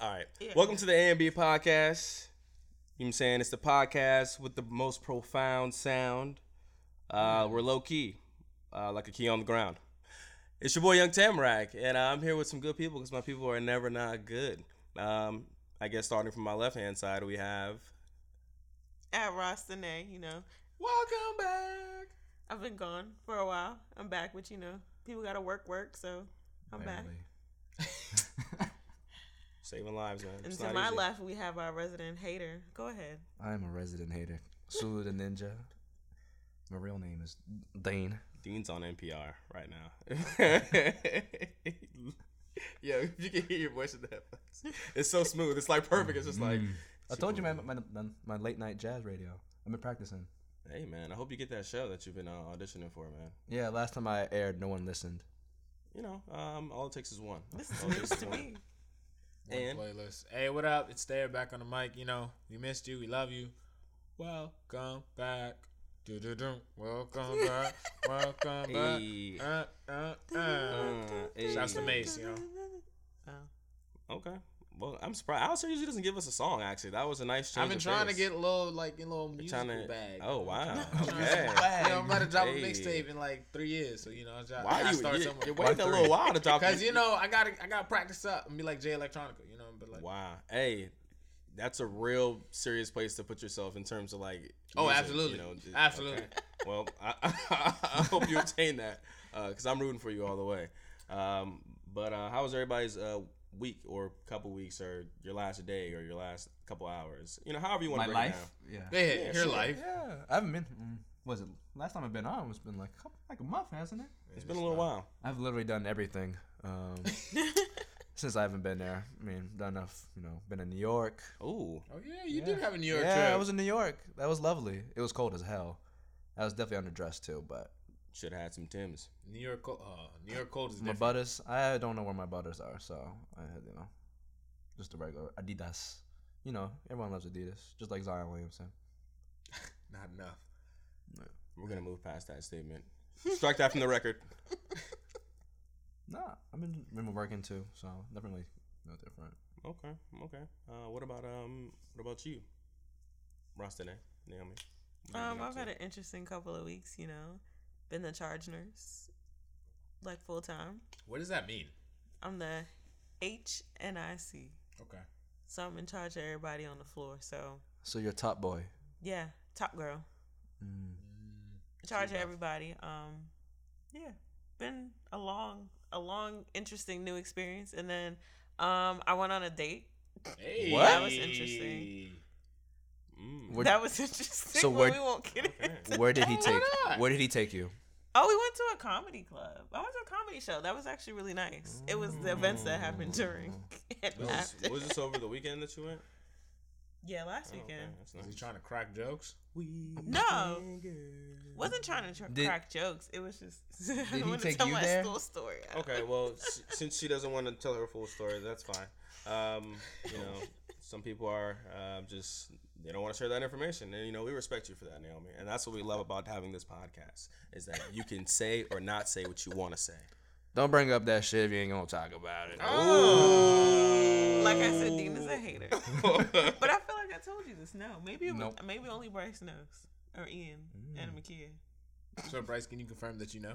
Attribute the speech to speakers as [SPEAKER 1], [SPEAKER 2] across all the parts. [SPEAKER 1] All right.
[SPEAKER 2] Yeah.
[SPEAKER 1] Welcome to the AMB podcast. You know what I'm saying? It's the podcast with the most profound sound.
[SPEAKER 2] Mm-hmm.
[SPEAKER 1] Uh, We're low key, uh, like a key on the ground. It's your boy Young Tamarack, and I'm here with some good people because my people are never not good. Um, I guess starting from my left hand side, we have.
[SPEAKER 2] At Rastane, you know.
[SPEAKER 1] Welcome back.
[SPEAKER 2] I've been gone for a while. I'm back, but you know, people gotta work work, so I'm back.
[SPEAKER 3] Literally.
[SPEAKER 1] Saving lives, man.
[SPEAKER 2] And
[SPEAKER 1] It's
[SPEAKER 2] to
[SPEAKER 1] not
[SPEAKER 2] my
[SPEAKER 1] easy.
[SPEAKER 2] left we have our resident hater. Go ahead.
[SPEAKER 3] I am a resident hater. Sulu the Ninja. My real name is Dane.
[SPEAKER 1] Dean's on NPR right now. Yo, if you can hear your voice in that, it's so smooth. It's like perfect. It's just like
[SPEAKER 3] Mm. I told you, man, my, my, my late night jazz radio. I've been practicing.
[SPEAKER 1] Hey man, I hope you get that show that you've been uh, auditioning for, man.
[SPEAKER 3] Yeah, last time I aired, no one listened.
[SPEAKER 1] You know, um, all it takes Oh, is one.
[SPEAKER 2] This
[SPEAKER 1] All it
[SPEAKER 2] is news
[SPEAKER 1] takes
[SPEAKER 2] to
[SPEAKER 1] one.
[SPEAKER 2] me.
[SPEAKER 4] One
[SPEAKER 1] And-
[SPEAKER 4] playlist. Hey, what up? It's there back on the mic. You know, we missed you. We love you. Welcome back. Do do do. Welcome back. Welcome back.
[SPEAKER 1] Hey.
[SPEAKER 4] Uh, uh, uh.
[SPEAKER 1] Uh,
[SPEAKER 4] Shouts to
[SPEAKER 1] hey.
[SPEAKER 4] Mace, yo.
[SPEAKER 1] Okay. Well, I'm surprised. Alistair usually doesn't give us a song. Actually, that was a nice change.
[SPEAKER 4] I've been
[SPEAKER 1] of
[SPEAKER 4] trying to
[SPEAKER 1] pace.
[SPEAKER 4] get a little like a little
[SPEAKER 1] You're
[SPEAKER 4] musical
[SPEAKER 1] trying to-
[SPEAKER 4] bag.
[SPEAKER 1] Oh wow.
[SPEAKER 4] Trying to-
[SPEAKER 1] Okay.
[SPEAKER 4] You know, I'm about to drop
[SPEAKER 1] Hey.
[SPEAKER 4] a mixtape in like three years, so you know, I was trying
[SPEAKER 1] Why
[SPEAKER 4] to
[SPEAKER 1] you?
[SPEAKER 4] start
[SPEAKER 1] you
[SPEAKER 4] somewhere.
[SPEAKER 1] you're waiting a little while to drop.
[SPEAKER 4] Cause
[SPEAKER 1] this-
[SPEAKER 4] you know, I gotta I gotta practice up and be like Jay Electronica, you know, but like
[SPEAKER 1] Wow. Hey, that's a real serious place to put yourself in terms of like.
[SPEAKER 4] Oh,
[SPEAKER 1] music,
[SPEAKER 4] absolutely.
[SPEAKER 1] you know, just-
[SPEAKER 4] Absolutely.
[SPEAKER 1] okay. Well, I, I hope you obtain that because I'm rooting for you all the way. Um, but uh, how was everybody's uh, week or couple weeks or your last day or your last couple hours? You know, however you want to break it down.
[SPEAKER 3] Yeah.
[SPEAKER 4] Go ahead,
[SPEAKER 1] Yeah,
[SPEAKER 4] your
[SPEAKER 1] sure.
[SPEAKER 4] life.
[SPEAKER 3] Yeah. I haven't been. mm, Was it last time I've been on? It's been like a couple- like a month, hasn't it?
[SPEAKER 1] It's been a little while.
[SPEAKER 3] I've literally done everything um, since I haven't been there. I mean, done enough. You know, been in New York.
[SPEAKER 1] Ooh.
[SPEAKER 4] Oh yeah, you
[SPEAKER 3] Yeah.
[SPEAKER 4] did have a New York
[SPEAKER 3] yeah,
[SPEAKER 4] trip.
[SPEAKER 3] I was in New York. That was lovely. It was cold as hell. I was definitely underdressed too, but
[SPEAKER 1] Should have had some Tim's.
[SPEAKER 4] New York, co- uh, New York cold is
[SPEAKER 3] my
[SPEAKER 4] different.
[SPEAKER 3] butters. I don't know where my butters are, so I had you know, just a regular Adidas. You know, everyone loves Adidas, just like Zion Williamson.
[SPEAKER 4] Not enough.
[SPEAKER 1] We're gonna move past that statement. Strike that from the record.
[SPEAKER 3] Nah, I've been been working too, so nothing really no different.
[SPEAKER 1] Okay. Okay. Uh, what about um? What about you, Rostane, Naomi? What have you
[SPEAKER 2] Um,
[SPEAKER 1] been up
[SPEAKER 2] I've
[SPEAKER 1] to?
[SPEAKER 2] had an interesting couple of weeks, you know. Been the charge nurse. Like full time.
[SPEAKER 4] What does that mean?
[SPEAKER 2] I'm the H and I C.
[SPEAKER 4] Okay.
[SPEAKER 2] So I'm in charge of everybody on the floor. So
[SPEAKER 3] So you're top boy.
[SPEAKER 2] yeah, top girl.
[SPEAKER 3] Mm.
[SPEAKER 2] In charge of everybody. Um yeah. Been a long a long, interesting new experience. And then um I went on a date.
[SPEAKER 4] Hey.
[SPEAKER 3] What?
[SPEAKER 2] That was interesting.
[SPEAKER 1] Mm.
[SPEAKER 3] Where-
[SPEAKER 2] that was interesting.
[SPEAKER 3] So
[SPEAKER 2] but
[SPEAKER 3] where-
[SPEAKER 2] we won't get
[SPEAKER 1] Okay.
[SPEAKER 2] it.
[SPEAKER 3] Where did he
[SPEAKER 4] Why
[SPEAKER 3] take?
[SPEAKER 4] not?
[SPEAKER 3] Where did he take you?
[SPEAKER 2] Oh, we went to a comedy club. I went to a comedy show. That was actually really nice. It was the events that happened during and
[SPEAKER 1] Was this,
[SPEAKER 2] after.
[SPEAKER 1] was this over the weekend that you went?
[SPEAKER 2] Yeah, last
[SPEAKER 1] Oh, okay,
[SPEAKER 2] weekend.
[SPEAKER 1] that's
[SPEAKER 4] Was he
[SPEAKER 1] nice.
[SPEAKER 4] trying to crack jokes?
[SPEAKER 2] No. Wasn't trying to tr-
[SPEAKER 3] Did-
[SPEAKER 2] crack jokes. It was just
[SPEAKER 3] he
[SPEAKER 2] I wanted to
[SPEAKER 3] take
[SPEAKER 2] tell
[SPEAKER 3] you
[SPEAKER 2] my
[SPEAKER 3] there?
[SPEAKER 2] school story. I-
[SPEAKER 1] Okay, well, s- since she doesn't want to tell her full story, that's fine. Um, you know, some people are um, just they don't want to share that information, and you know we respect you for that, Naomi. And that's what we love about having this podcast is that you can say or not say what you want to say.
[SPEAKER 3] Don't bring up that shit if you ain't gonna talk about it.
[SPEAKER 2] Like I said, Dean is a hater.
[SPEAKER 1] but
[SPEAKER 2] But I feel like I told you this. No, maybe it was,
[SPEAKER 3] Nope. Mm.
[SPEAKER 2] maybe only Bryce knows or Ian and McKia.
[SPEAKER 4] So Bryce, can you confirm that you know?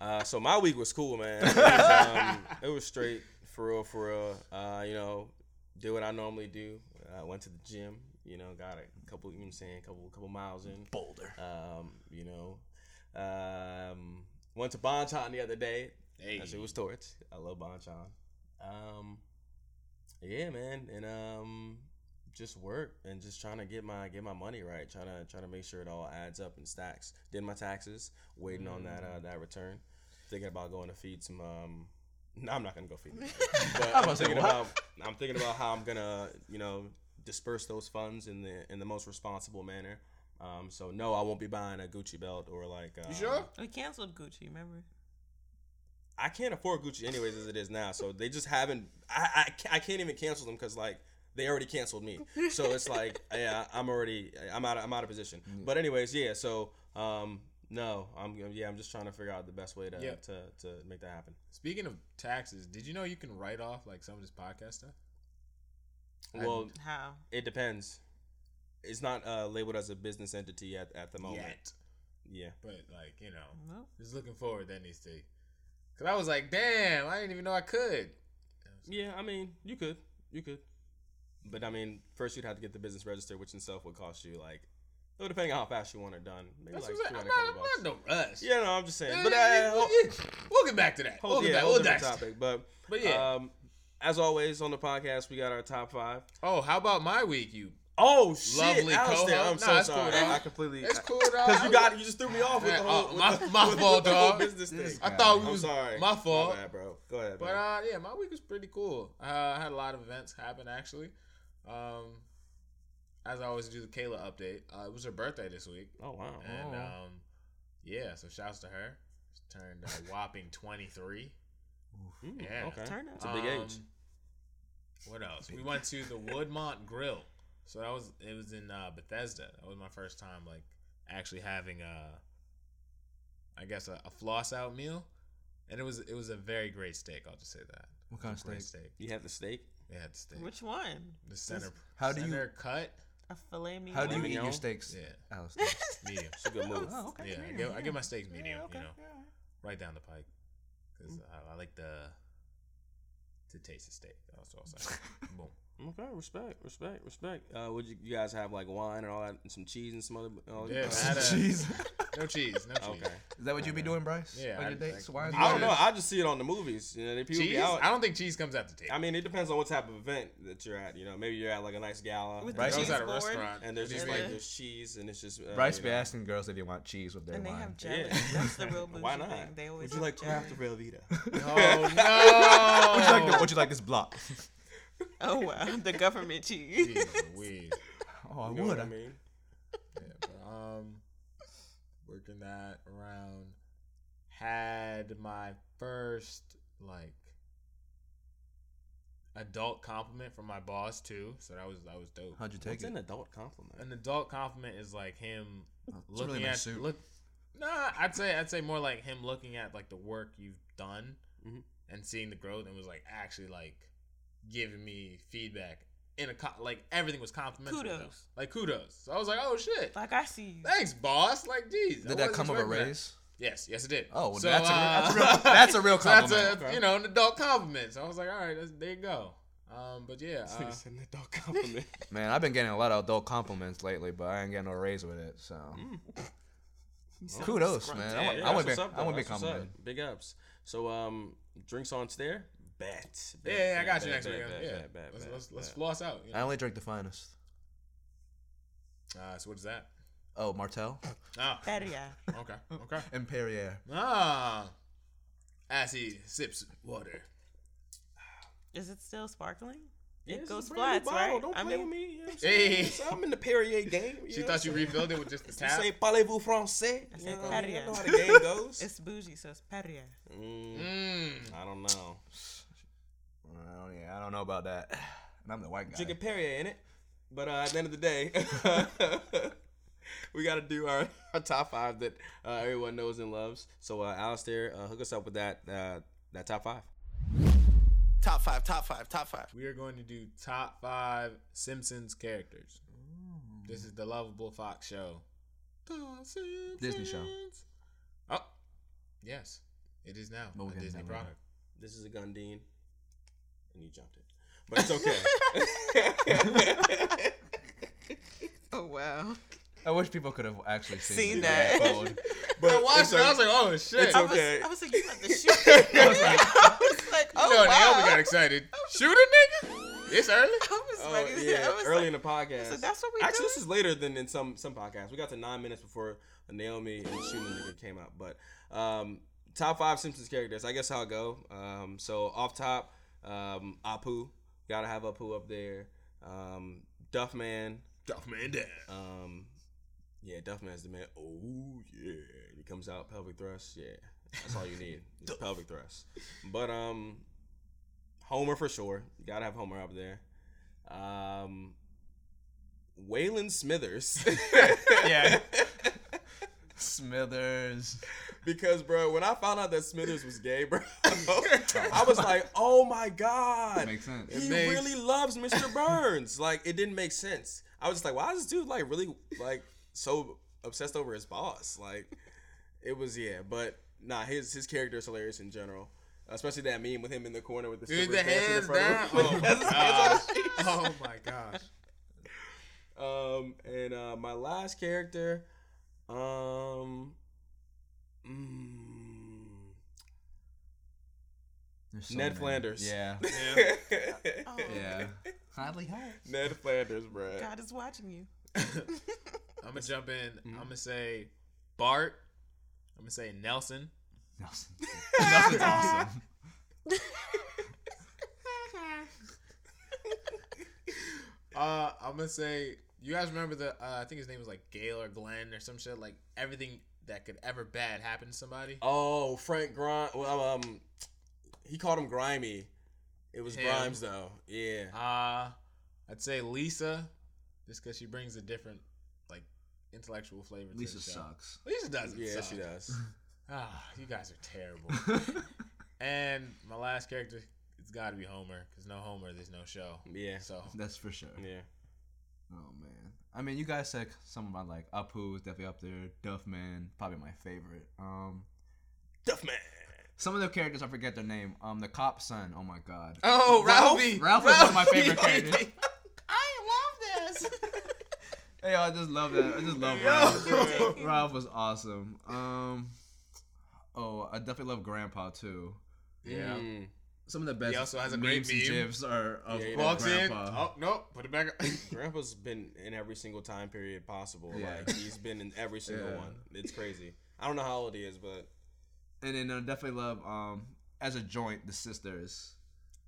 [SPEAKER 1] Uh, so my week was cool, man. It was, um, it was straight for real, for real. Uh, you know, did what I normally do. I went to the gym. You know, got a couple. You know, what I'm saying, couple, couple miles in.
[SPEAKER 3] Boulder.
[SPEAKER 1] Um, you know, um, went to Bonchon the other day.
[SPEAKER 4] Hey.
[SPEAKER 1] As it was torch. I love Bonchon. Um, yeah, man, and um, just work and just trying to get my get my money right. Trying to trying to make sure it all adds up and stacks. Did my taxes. Waiting on that uh, that return. Thinking about going to feed some. Um, no, I'm not gonna go feed. them. But I'm,
[SPEAKER 3] gonna say,
[SPEAKER 1] thinking
[SPEAKER 3] what?
[SPEAKER 1] about I'm thinking about how I'm gonna you know disperse those funds in the in the most responsible manner. Um, so no, I won't be buying a Gucci belt or like. Um,
[SPEAKER 4] You sure?
[SPEAKER 2] We canceled Gucci, remember?
[SPEAKER 1] I can't afford Gucci anyways as it is now. So they just haven't. I I, ca- I can't even cancel them because like they already canceled me. So it's like yeah, I'm already I'm out of, I'm out of position. But anyways, yeah. So um, No, I'm yeah, I'm just trying to figure out the best way to
[SPEAKER 4] Yeah.
[SPEAKER 1] to, to make that happen.
[SPEAKER 4] Speaking of taxes, did you know you can write off like some of this podcast stuff? I-
[SPEAKER 1] Well,
[SPEAKER 2] How?
[SPEAKER 1] it depends. It's not uh, labeled as a business entity at, at the moment.
[SPEAKER 4] Yet.
[SPEAKER 1] Yeah.
[SPEAKER 4] But like, you know,
[SPEAKER 2] Well,
[SPEAKER 4] just looking forward to NEC. Cause I was like, damn, I didn't even know I could.
[SPEAKER 1] Yeah, I mean, you could. You could. But I mean, first you'd have to get the business registered, which in itself would cost you like well, depending on how fast you want it done. Maybe
[SPEAKER 4] That's
[SPEAKER 1] like
[SPEAKER 4] what I'm,
[SPEAKER 1] two
[SPEAKER 4] saying.
[SPEAKER 1] hundred
[SPEAKER 4] I'm,
[SPEAKER 1] couple
[SPEAKER 4] not, I'm
[SPEAKER 1] bucks.
[SPEAKER 4] not in no rush.
[SPEAKER 1] Yeah, no, I'm just saying.
[SPEAKER 4] Yeah,
[SPEAKER 1] But
[SPEAKER 4] yeah,
[SPEAKER 1] uh, whole-
[SPEAKER 4] yeah, we'll get back to that.
[SPEAKER 1] whole-
[SPEAKER 4] we'll get
[SPEAKER 1] yeah,
[SPEAKER 4] back.
[SPEAKER 1] whole
[SPEAKER 4] We'll
[SPEAKER 1] different
[SPEAKER 4] dice.
[SPEAKER 1] topic. But
[SPEAKER 4] But yeah.
[SPEAKER 1] um as always on the podcast we got our top five.
[SPEAKER 4] oh, how about my week? You
[SPEAKER 1] Oh shit,
[SPEAKER 4] Lovely
[SPEAKER 1] Alistair,
[SPEAKER 4] co-host.
[SPEAKER 1] I'm so
[SPEAKER 4] Nah, it's cool,
[SPEAKER 1] sorry.
[SPEAKER 4] dog.
[SPEAKER 1] I completely
[SPEAKER 4] It's cool, dog.
[SPEAKER 1] Because you got you just threw me off with the
[SPEAKER 4] Man,
[SPEAKER 1] whole,
[SPEAKER 4] uh,
[SPEAKER 1] with
[SPEAKER 4] my-
[SPEAKER 1] the-
[SPEAKER 4] my
[SPEAKER 1] with
[SPEAKER 4] fault,
[SPEAKER 1] the whole
[SPEAKER 4] dog.
[SPEAKER 1] business thing.
[SPEAKER 4] I thought we
[SPEAKER 1] I'm
[SPEAKER 4] was
[SPEAKER 1] sorry.
[SPEAKER 4] my fault.
[SPEAKER 1] bad, bro. Go ahead.
[SPEAKER 4] But
[SPEAKER 1] man.
[SPEAKER 4] uh, yeah, my week was pretty cool. Uh, I had a lot of events happen actually. Um, as I always do, the Kayla update. Uh, it was her birthday this week,
[SPEAKER 1] oh wow.
[SPEAKER 4] and
[SPEAKER 3] Oh.
[SPEAKER 4] um, yeah, so shouts to her. She turned a whopping twenty three.
[SPEAKER 1] Mm,
[SPEAKER 4] yeah.
[SPEAKER 1] Okay.
[SPEAKER 2] Turn up.
[SPEAKER 1] It's a big
[SPEAKER 4] Um,
[SPEAKER 1] age.
[SPEAKER 4] What else? We went to the Woodmont Grill. So that was it was in uh, Bethesda. That was my first time like actually having a, I guess a, a floss out meal, and it was it was a very great steak. I'll just say that.
[SPEAKER 3] What kind of
[SPEAKER 4] Great
[SPEAKER 3] steak?
[SPEAKER 4] steak.
[SPEAKER 1] You have the steak.
[SPEAKER 4] They had the steak.
[SPEAKER 2] Which one?
[SPEAKER 4] the center.
[SPEAKER 3] How do you-
[SPEAKER 4] center cut?
[SPEAKER 2] A filet mignon.
[SPEAKER 3] How do you
[SPEAKER 1] Lemon
[SPEAKER 3] eat
[SPEAKER 1] yellow?
[SPEAKER 3] your steaks?
[SPEAKER 4] Yeah,
[SPEAKER 3] Alistair?
[SPEAKER 4] medium.
[SPEAKER 1] It's a good move.
[SPEAKER 5] Uh-huh.
[SPEAKER 3] Oh, okay.
[SPEAKER 4] yeah, I
[SPEAKER 3] medium,
[SPEAKER 4] get, I
[SPEAKER 3] yeah.
[SPEAKER 4] get my steaks medium.
[SPEAKER 3] Yeah, okay, Mm.
[SPEAKER 4] You know,
[SPEAKER 3] yeah, yeah.
[SPEAKER 4] right down the pike, because I, I like the to taste the steak. That's what I saying. Boom.
[SPEAKER 1] Okay, respect, respect, respect. Uh, would you, you guys have like wine and all that, and some cheese and some other? All
[SPEAKER 4] Yeah,
[SPEAKER 1] uh,
[SPEAKER 4] I had a-
[SPEAKER 3] Jeez.
[SPEAKER 4] No cheese. No cheese.
[SPEAKER 1] okay.
[SPEAKER 3] Is that what you be doing, Bryce?
[SPEAKER 4] Yeah,
[SPEAKER 3] On
[SPEAKER 4] I-
[SPEAKER 3] your dates? Why is
[SPEAKER 4] I
[SPEAKER 1] I don't
[SPEAKER 3] that-
[SPEAKER 1] know. I just see it on the movies. You know, they people
[SPEAKER 4] Cheese?
[SPEAKER 1] be out.
[SPEAKER 4] I don't think cheese comes out the table.
[SPEAKER 1] I mean, it depends on what type of event that you're at. You know, maybe you're at like a nice gala,
[SPEAKER 2] With
[SPEAKER 1] and,
[SPEAKER 2] the
[SPEAKER 3] Right.
[SPEAKER 4] I
[SPEAKER 2] cheese
[SPEAKER 4] was at a
[SPEAKER 2] board,
[SPEAKER 4] restaurant
[SPEAKER 1] and there's
[SPEAKER 4] What do
[SPEAKER 1] just
[SPEAKER 4] you mean?
[SPEAKER 1] like
[SPEAKER 2] Yeah.
[SPEAKER 1] there's cheese, and it's just uh,
[SPEAKER 3] Bryce
[SPEAKER 1] you
[SPEAKER 3] be
[SPEAKER 1] know.
[SPEAKER 3] asking girls if they want cheese with their
[SPEAKER 2] And they
[SPEAKER 3] wine.
[SPEAKER 2] have jelly.
[SPEAKER 1] Yeah.
[SPEAKER 2] That's the real bougie
[SPEAKER 1] Why
[SPEAKER 2] Thing.
[SPEAKER 1] not?
[SPEAKER 2] They always
[SPEAKER 1] Would you like
[SPEAKER 2] have
[SPEAKER 1] craft
[SPEAKER 2] jelly.
[SPEAKER 1] or Velveeta?
[SPEAKER 4] Oh
[SPEAKER 3] Would you like the-
[SPEAKER 4] no!
[SPEAKER 3] would you like this block?
[SPEAKER 2] Oh wow, the government cheese.
[SPEAKER 4] Jeez Louise.
[SPEAKER 3] Oh, I
[SPEAKER 1] You know
[SPEAKER 3] would.
[SPEAKER 1] what I mean?
[SPEAKER 4] Yeah, but, um, working that around. Had my first like adult compliment from my boss too, so that was that was dope.
[SPEAKER 3] How'd you take
[SPEAKER 1] It's
[SPEAKER 3] it?
[SPEAKER 1] an adult compliment.
[SPEAKER 4] An adult compliment is like him
[SPEAKER 3] It's
[SPEAKER 4] looking
[SPEAKER 3] really my
[SPEAKER 4] at
[SPEAKER 3] suit.
[SPEAKER 4] look. Nah, I'd say I'd say more like him looking at like the work you've done
[SPEAKER 1] Mhm.
[SPEAKER 3] Mm-hmm.
[SPEAKER 4] and seeing the growth and was like actually like giving me feedback in a co- like everything was complimentary. though.
[SPEAKER 2] Kudos.
[SPEAKER 4] like kudos. So I was like, oh shit,
[SPEAKER 2] Like I see you.
[SPEAKER 4] thanks, boss. Like, geez, I
[SPEAKER 3] Did that
[SPEAKER 4] wasn't
[SPEAKER 3] come with a
[SPEAKER 4] expecting that.
[SPEAKER 3] raise?
[SPEAKER 4] Yes, yes, it did.
[SPEAKER 3] Oh, well,
[SPEAKER 4] So,
[SPEAKER 3] that's, a,
[SPEAKER 4] uh,
[SPEAKER 3] that's, a real, that's a real
[SPEAKER 4] so that's
[SPEAKER 3] compliment.
[SPEAKER 4] a-
[SPEAKER 1] Okay.
[SPEAKER 4] you know an adult compliment. So I was like, all right, that's, there you go. Um, but yeah, uh,
[SPEAKER 1] It's an adult compliment.
[SPEAKER 3] Man, I've been getting a lot of adult compliments lately, but I ain't getting no raise with it. So kudos, man. I, want- I
[SPEAKER 1] Mm. Yeah, that's
[SPEAKER 3] wouldn't
[SPEAKER 1] what's
[SPEAKER 3] be,
[SPEAKER 1] up,
[SPEAKER 3] I
[SPEAKER 1] though.
[SPEAKER 3] wouldn't be
[SPEAKER 1] That's what's up.
[SPEAKER 3] complimented.
[SPEAKER 1] Big ups. So, um, drinks on stair. Bet. Bet,
[SPEAKER 4] yeah, yeah, I
[SPEAKER 1] bet,
[SPEAKER 4] got you
[SPEAKER 1] bet,
[SPEAKER 4] next
[SPEAKER 1] bet,
[SPEAKER 4] week. Yeah,
[SPEAKER 1] bet, bet, bet,
[SPEAKER 4] let's
[SPEAKER 1] bet,
[SPEAKER 4] let's, let's
[SPEAKER 1] bet.
[SPEAKER 4] floss out. You
[SPEAKER 3] I
[SPEAKER 4] know?
[SPEAKER 3] only drink the finest.
[SPEAKER 4] uh, so what is that?
[SPEAKER 3] Oh, Martel
[SPEAKER 4] Oh,
[SPEAKER 2] Better yeah.
[SPEAKER 4] okay, okay.
[SPEAKER 3] and Perrier.
[SPEAKER 4] Ah, as he sips water.
[SPEAKER 2] Is it still sparkling?
[SPEAKER 1] Yeah,
[SPEAKER 2] It
[SPEAKER 1] this
[SPEAKER 2] goes
[SPEAKER 1] is a brand
[SPEAKER 2] flats,
[SPEAKER 1] new bottle.
[SPEAKER 2] right?
[SPEAKER 1] Don't
[SPEAKER 2] I
[SPEAKER 1] play with
[SPEAKER 2] mean,
[SPEAKER 1] me. You know what I'm
[SPEAKER 4] Hey.
[SPEAKER 1] saying? So I'm in the Perrier game.
[SPEAKER 4] She thought you refilled it with just the
[SPEAKER 1] You
[SPEAKER 4] tap.
[SPEAKER 1] say parlez-vous français?
[SPEAKER 2] I
[SPEAKER 1] You
[SPEAKER 2] said
[SPEAKER 1] know, what I mean? I
[SPEAKER 2] Perrier.
[SPEAKER 1] know how the game goes.
[SPEAKER 2] it's bougie, so it's Perrier.
[SPEAKER 1] Mm,
[SPEAKER 4] Mm.
[SPEAKER 1] I don't know.
[SPEAKER 3] I don't, yeah, I don't know about that. And I'm the white guy.
[SPEAKER 1] Drinking Perrier in it, but uh, at the end of the day, we got to do our, our top five that uh, everyone knows and loves. So, uh, Alistair, uh, hook us up with that uh, that top five.
[SPEAKER 6] Top five, top five, top five.
[SPEAKER 4] We are going to do top five Simpsons characters. This is the Lovable Fox show. The
[SPEAKER 3] Disney show.
[SPEAKER 4] Simpsons. Oh, yes, it is now
[SPEAKER 3] But we
[SPEAKER 4] a
[SPEAKER 3] can
[SPEAKER 4] Disney
[SPEAKER 3] never know.
[SPEAKER 4] product.
[SPEAKER 1] This is a Gundine, and you jumped it, but it's okay.
[SPEAKER 2] Oh wow.
[SPEAKER 3] I wish people could have actually seen,
[SPEAKER 2] Seen
[SPEAKER 3] this.
[SPEAKER 2] that.
[SPEAKER 3] Cold.
[SPEAKER 4] But I watched
[SPEAKER 1] it's
[SPEAKER 4] it. I
[SPEAKER 1] okay.
[SPEAKER 4] was like, oh shit.
[SPEAKER 1] It's
[SPEAKER 4] You
[SPEAKER 2] I was,
[SPEAKER 1] Okay.
[SPEAKER 2] I was like, you got the shoot. I was like, oh
[SPEAKER 4] know, Naomi got
[SPEAKER 2] wow.
[SPEAKER 4] excited. Shoot a nigga. This early.
[SPEAKER 2] I was
[SPEAKER 1] Oh,
[SPEAKER 2] like,
[SPEAKER 1] yeah,
[SPEAKER 2] I was
[SPEAKER 1] early
[SPEAKER 2] like,
[SPEAKER 1] in the podcast.
[SPEAKER 2] so that's what we
[SPEAKER 1] Actually,
[SPEAKER 2] do.
[SPEAKER 1] this is later than in some some podcasts. We got to nine minutes before Naomi and Shuma nigga came out. But um, top five Simpsons characters. I guess I'll go. Um, so off top, um, Apu. Gotta have Apu up there. Um, Duffman.
[SPEAKER 4] Duffman down.
[SPEAKER 1] Um, yeah, Duffman's the man. Oh yeah, he comes out pelvic thrust. Yeah, that's all you need. It's pelvic thrust. But um, Homer for sure. You gotta have Homer up there. Um, Waylon Smithers.
[SPEAKER 3] Yeah.
[SPEAKER 5] Smithers.
[SPEAKER 1] Because, bro, when I found out that Smithers was gay, bro, I was like, oh my God.
[SPEAKER 7] Makes sense.
[SPEAKER 1] He
[SPEAKER 4] makes-
[SPEAKER 1] really loves Mr. Burns. like, it didn't make sense. I was just like, why is this dude, like, really, like, so obsessed over his boss? Like, it was, yeah. But, nah, his his character is hilarious in general. Especially that meme with him in the corner with the
[SPEAKER 4] Dude,
[SPEAKER 1] stripper's dancing
[SPEAKER 4] the
[SPEAKER 1] in
[SPEAKER 4] hands
[SPEAKER 1] front of
[SPEAKER 4] down.
[SPEAKER 1] him.
[SPEAKER 4] Oh, my gosh. oh my gosh.
[SPEAKER 1] Um, and uh, my last character, um, mm,
[SPEAKER 5] There's so
[SPEAKER 1] Ned
[SPEAKER 5] many.
[SPEAKER 1] Flanders.
[SPEAKER 5] Yeah.
[SPEAKER 4] Yeah.
[SPEAKER 2] Oh,
[SPEAKER 7] Yeah. Hardly helps.
[SPEAKER 1] Ned Flanders, bruh.
[SPEAKER 2] God is watching you.
[SPEAKER 4] I'm gonna jump in.
[SPEAKER 1] Mm-hmm.
[SPEAKER 4] I'm gonna say Bart. I'm gonna say Nelson.
[SPEAKER 7] Nelson.
[SPEAKER 4] Nelson's awesome. Uh, I'm gonna say you guys remember the uh, I think his name was like Gail or Glenn or some shit like everything that could ever bad happen to somebody.
[SPEAKER 1] Oh, Frank Grime. Well, um, he called him Grimy. It was
[SPEAKER 4] Him.
[SPEAKER 1] Grimes though. Yeah.
[SPEAKER 4] Uh, I'd say Lisa, just because she brings a different like intellectual flavor.
[SPEAKER 7] Lisa
[SPEAKER 4] to the show.
[SPEAKER 7] sucks.
[SPEAKER 4] Lisa doesn't.
[SPEAKER 1] Yeah,
[SPEAKER 4] suck.
[SPEAKER 1] she does.
[SPEAKER 4] Ah, you guys are terrible. and my last character, it's got to be Homer, because no Homer, there's no show.
[SPEAKER 1] Yeah.
[SPEAKER 4] So
[SPEAKER 7] That's for sure.
[SPEAKER 1] Yeah.
[SPEAKER 7] Oh man.
[SPEAKER 5] I mean, you guys said some of my like Apu is definitely up there. Duffman, probably my favorite. Um,
[SPEAKER 1] Duff man.
[SPEAKER 5] some of the characters I forget their name. Um, the cop's son. Oh my god.
[SPEAKER 4] oh Ralphie,
[SPEAKER 5] Ralph is one of my favorite characters.
[SPEAKER 2] I love this.
[SPEAKER 5] Hey, I just love that. I just love Ralph. Ralph was awesome. Um, oh, I definitely love Grandpa too.
[SPEAKER 4] Yeah.
[SPEAKER 1] Mm.
[SPEAKER 5] Some of the best.
[SPEAKER 4] He also has a great
[SPEAKER 5] memes and
[SPEAKER 4] meme.
[SPEAKER 5] gifs are of
[SPEAKER 1] Yeah, he
[SPEAKER 4] Walks in.
[SPEAKER 5] Grandpa.
[SPEAKER 4] Oh no, put it back up.
[SPEAKER 1] Grandpa's been in every single time period possible.
[SPEAKER 5] Yeah.
[SPEAKER 1] Like he's been in every single
[SPEAKER 5] Yeah.
[SPEAKER 1] one. It's crazy. I don't know how old he is, but
[SPEAKER 5] And then I definitely love um as a joint the sisters.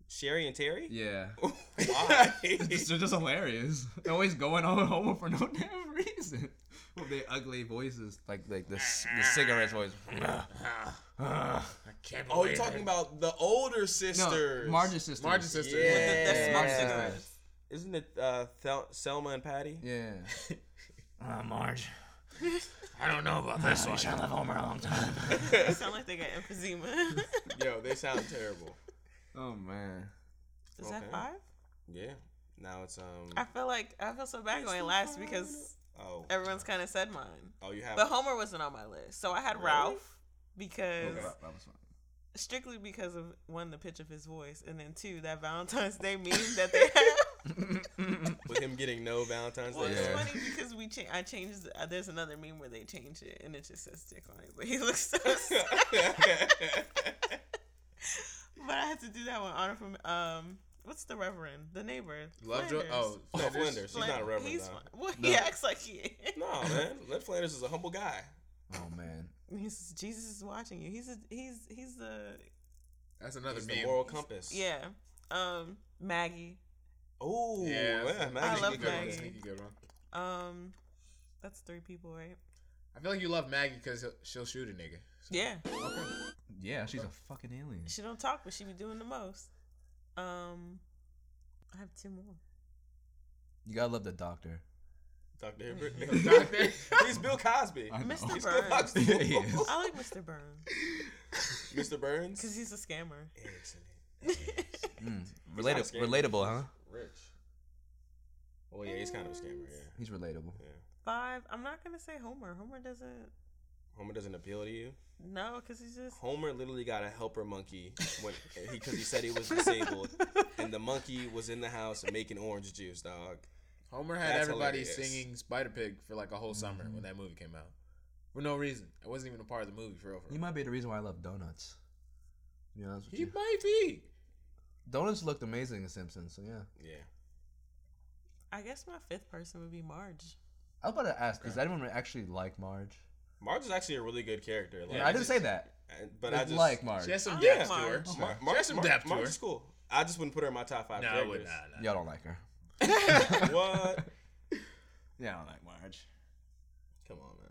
[SPEAKER 1] Sherry and Terry.
[SPEAKER 5] Yeah.
[SPEAKER 1] Why?
[SPEAKER 5] They're just hilarious. They're always going on home for no damn reason. With their ugly voices, like like the c- the cigarette voice.
[SPEAKER 4] I can't
[SPEAKER 1] oh,
[SPEAKER 4] believe
[SPEAKER 1] you're talking
[SPEAKER 4] it.
[SPEAKER 1] about the older
[SPEAKER 5] no,
[SPEAKER 1] sisters.
[SPEAKER 5] Marge's sister.
[SPEAKER 4] Marge's sister.
[SPEAKER 1] Yeah.
[SPEAKER 2] That's my
[SPEAKER 1] Yeah.
[SPEAKER 2] cigarettes.
[SPEAKER 1] Isn't it uh, Thel- Selma and Patty?
[SPEAKER 5] Yeah.
[SPEAKER 7] Uh, Marge.
[SPEAKER 4] I don't know about this one.
[SPEAKER 7] live Homer a long time.
[SPEAKER 2] They sound like they got emphysema.
[SPEAKER 1] Yo, they sound terrible.
[SPEAKER 5] Oh man.
[SPEAKER 2] Is that
[SPEAKER 1] Okay.
[SPEAKER 2] five?
[SPEAKER 1] Yeah. Now it's um.
[SPEAKER 2] I feel like I feel so bad going last because
[SPEAKER 1] Oh.
[SPEAKER 2] everyone's kind of said mine.
[SPEAKER 1] Oh, you have.
[SPEAKER 2] But Homer wasn't on my list, so I had
[SPEAKER 1] Really?
[SPEAKER 2] Ralph because
[SPEAKER 5] Oh, That was fun.
[SPEAKER 2] strictly because of one the pitch of his voice, and then two that Valentine's Day meme that they have.
[SPEAKER 1] with him getting no Valentine's
[SPEAKER 2] Well,
[SPEAKER 1] Day.
[SPEAKER 2] it's
[SPEAKER 5] Yeah.
[SPEAKER 2] funny because we cha- I changed. Uh, there's another meme where they change it, and it just says dick on it, but he looks so. sad. but I had to do that one. Honor from um, what's the Reverend, the neighbor?
[SPEAKER 4] Lovejoy.
[SPEAKER 2] Flanders.
[SPEAKER 4] Oh,
[SPEAKER 1] No,
[SPEAKER 4] Flanders.
[SPEAKER 1] Flanders. She's not a
[SPEAKER 2] Flan-
[SPEAKER 1] reverend.
[SPEAKER 2] He's
[SPEAKER 1] though.
[SPEAKER 2] one. Well, he acts like he is.
[SPEAKER 1] No, man. Ned Flanders is a humble guy.
[SPEAKER 5] Oh man.
[SPEAKER 2] He says, Jesus is watching you. He's a, he's he's the
[SPEAKER 4] That's another
[SPEAKER 1] He's
[SPEAKER 4] meme.
[SPEAKER 1] the moral compass.
[SPEAKER 2] yeah. Um, Maggie.
[SPEAKER 1] Oh, yeah.
[SPEAKER 4] Yeah, that's a-
[SPEAKER 1] Maggie's
[SPEAKER 2] I love
[SPEAKER 1] a good one.
[SPEAKER 2] Maggie.
[SPEAKER 4] Sneaky good one.
[SPEAKER 2] Um, that's three people, right?
[SPEAKER 4] I feel like you love Maggie because she'll shoot a nigga. So-
[SPEAKER 2] Yeah.
[SPEAKER 5] Yeah, she's a fucking alien.
[SPEAKER 2] She don't talk, but she be doing the most. Um, I have two more.
[SPEAKER 5] You gotta love the doctor.
[SPEAKER 1] Dr. Hibbert. He's Bill Cosby.
[SPEAKER 2] Mr.
[SPEAKER 1] He's Bill
[SPEAKER 2] Burns.
[SPEAKER 1] Cosby.
[SPEAKER 5] He is.
[SPEAKER 2] I like Mr. Burns
[SPEAKER 1] Mr. Burns.
[SPEAKER 2] because he's a scammer.
[SPEAKER 1] Excellent.
[SPEAKER 5] Mm.
[SPEAKER 1] not
[SPEAKER 5] Relata-
[SPEAKER 1] scary.
[SPEAKER 5] relatable, huh?
[SPEAKER 1] Rich. Oh yeah, he's kind of a scammer. Yeah.
[SPEAKER 5] He's relatable.
[SPEAKER 2] Five. I'm not gonna say Homer. Homer doesn't.
[SPEAKER 1] Homer doesn't appeal to you.
[SPEAKER 2] No, because he's just.
[SPEAKER 1] Homer literally got a helper monkey when because he, said he was disabled, and the monkey was in the house making orange juice, dog.
[SPEAKER 4] Homer had
[SPEAKER 1] That's
[SPEAKER 4] everybody
[SPEAKER 1] hilarious.
[SPEAKER 4] singing Spider Pig for like a whole summer when that movie came out. For no reason. It wasn't even a part of the movie for real. For
[SPEAKER 5] He
[SPEAKER 4] real.
[SPEAKER 5] might be the reason why I love donuts. To be honest with
[SPEAKER 4] He
[SPEAKER 5] you.
[SPEAKER 4] might be.
[SPEAKER 5] Donuts looked amazing in Simpsons, so yeah.
[SPEAKER 1] Yeah.
[SPEAKER 2] I guess my fifth person would be Marge.
[SPEAKER 5] I was about to ask, does anyone actually like Marge?
[SPEAKER 1] Marge is actually a really good character. Like,
[SPEAKER 4] Yeah,
[SPEAKER 5] I didn't say that.
[SPEAKER 1] and- But
[SPEAKER 5] Like,
[SPEAKER 1] I just
[SPEAKER 5] like Marge.
[SPEAKER 4] She has some
[SPEAKER 2] I
[SPEAKER 4] depth
[SPEAKER 1] like
[SPEAKER 4] to her.
[SPEAKER 2] Marge.
[SPEAKER 1] Mar-
[SPEAKER 4] She has some depth to her.
[SPEAKER 1] Marge is cool. I just wouldn't put her in Oh, my top five
[SPEAKER 4] No, I would
[SPEAKER 1] characters.
[SPEAKER 4] not. no.
[SPEAKER 5] Y'all don't like her.
[SPEAKER 1] What?
[SPEAKER 5] Yeah, I don't like Marge.
[SPEAKER 1] Come on, man.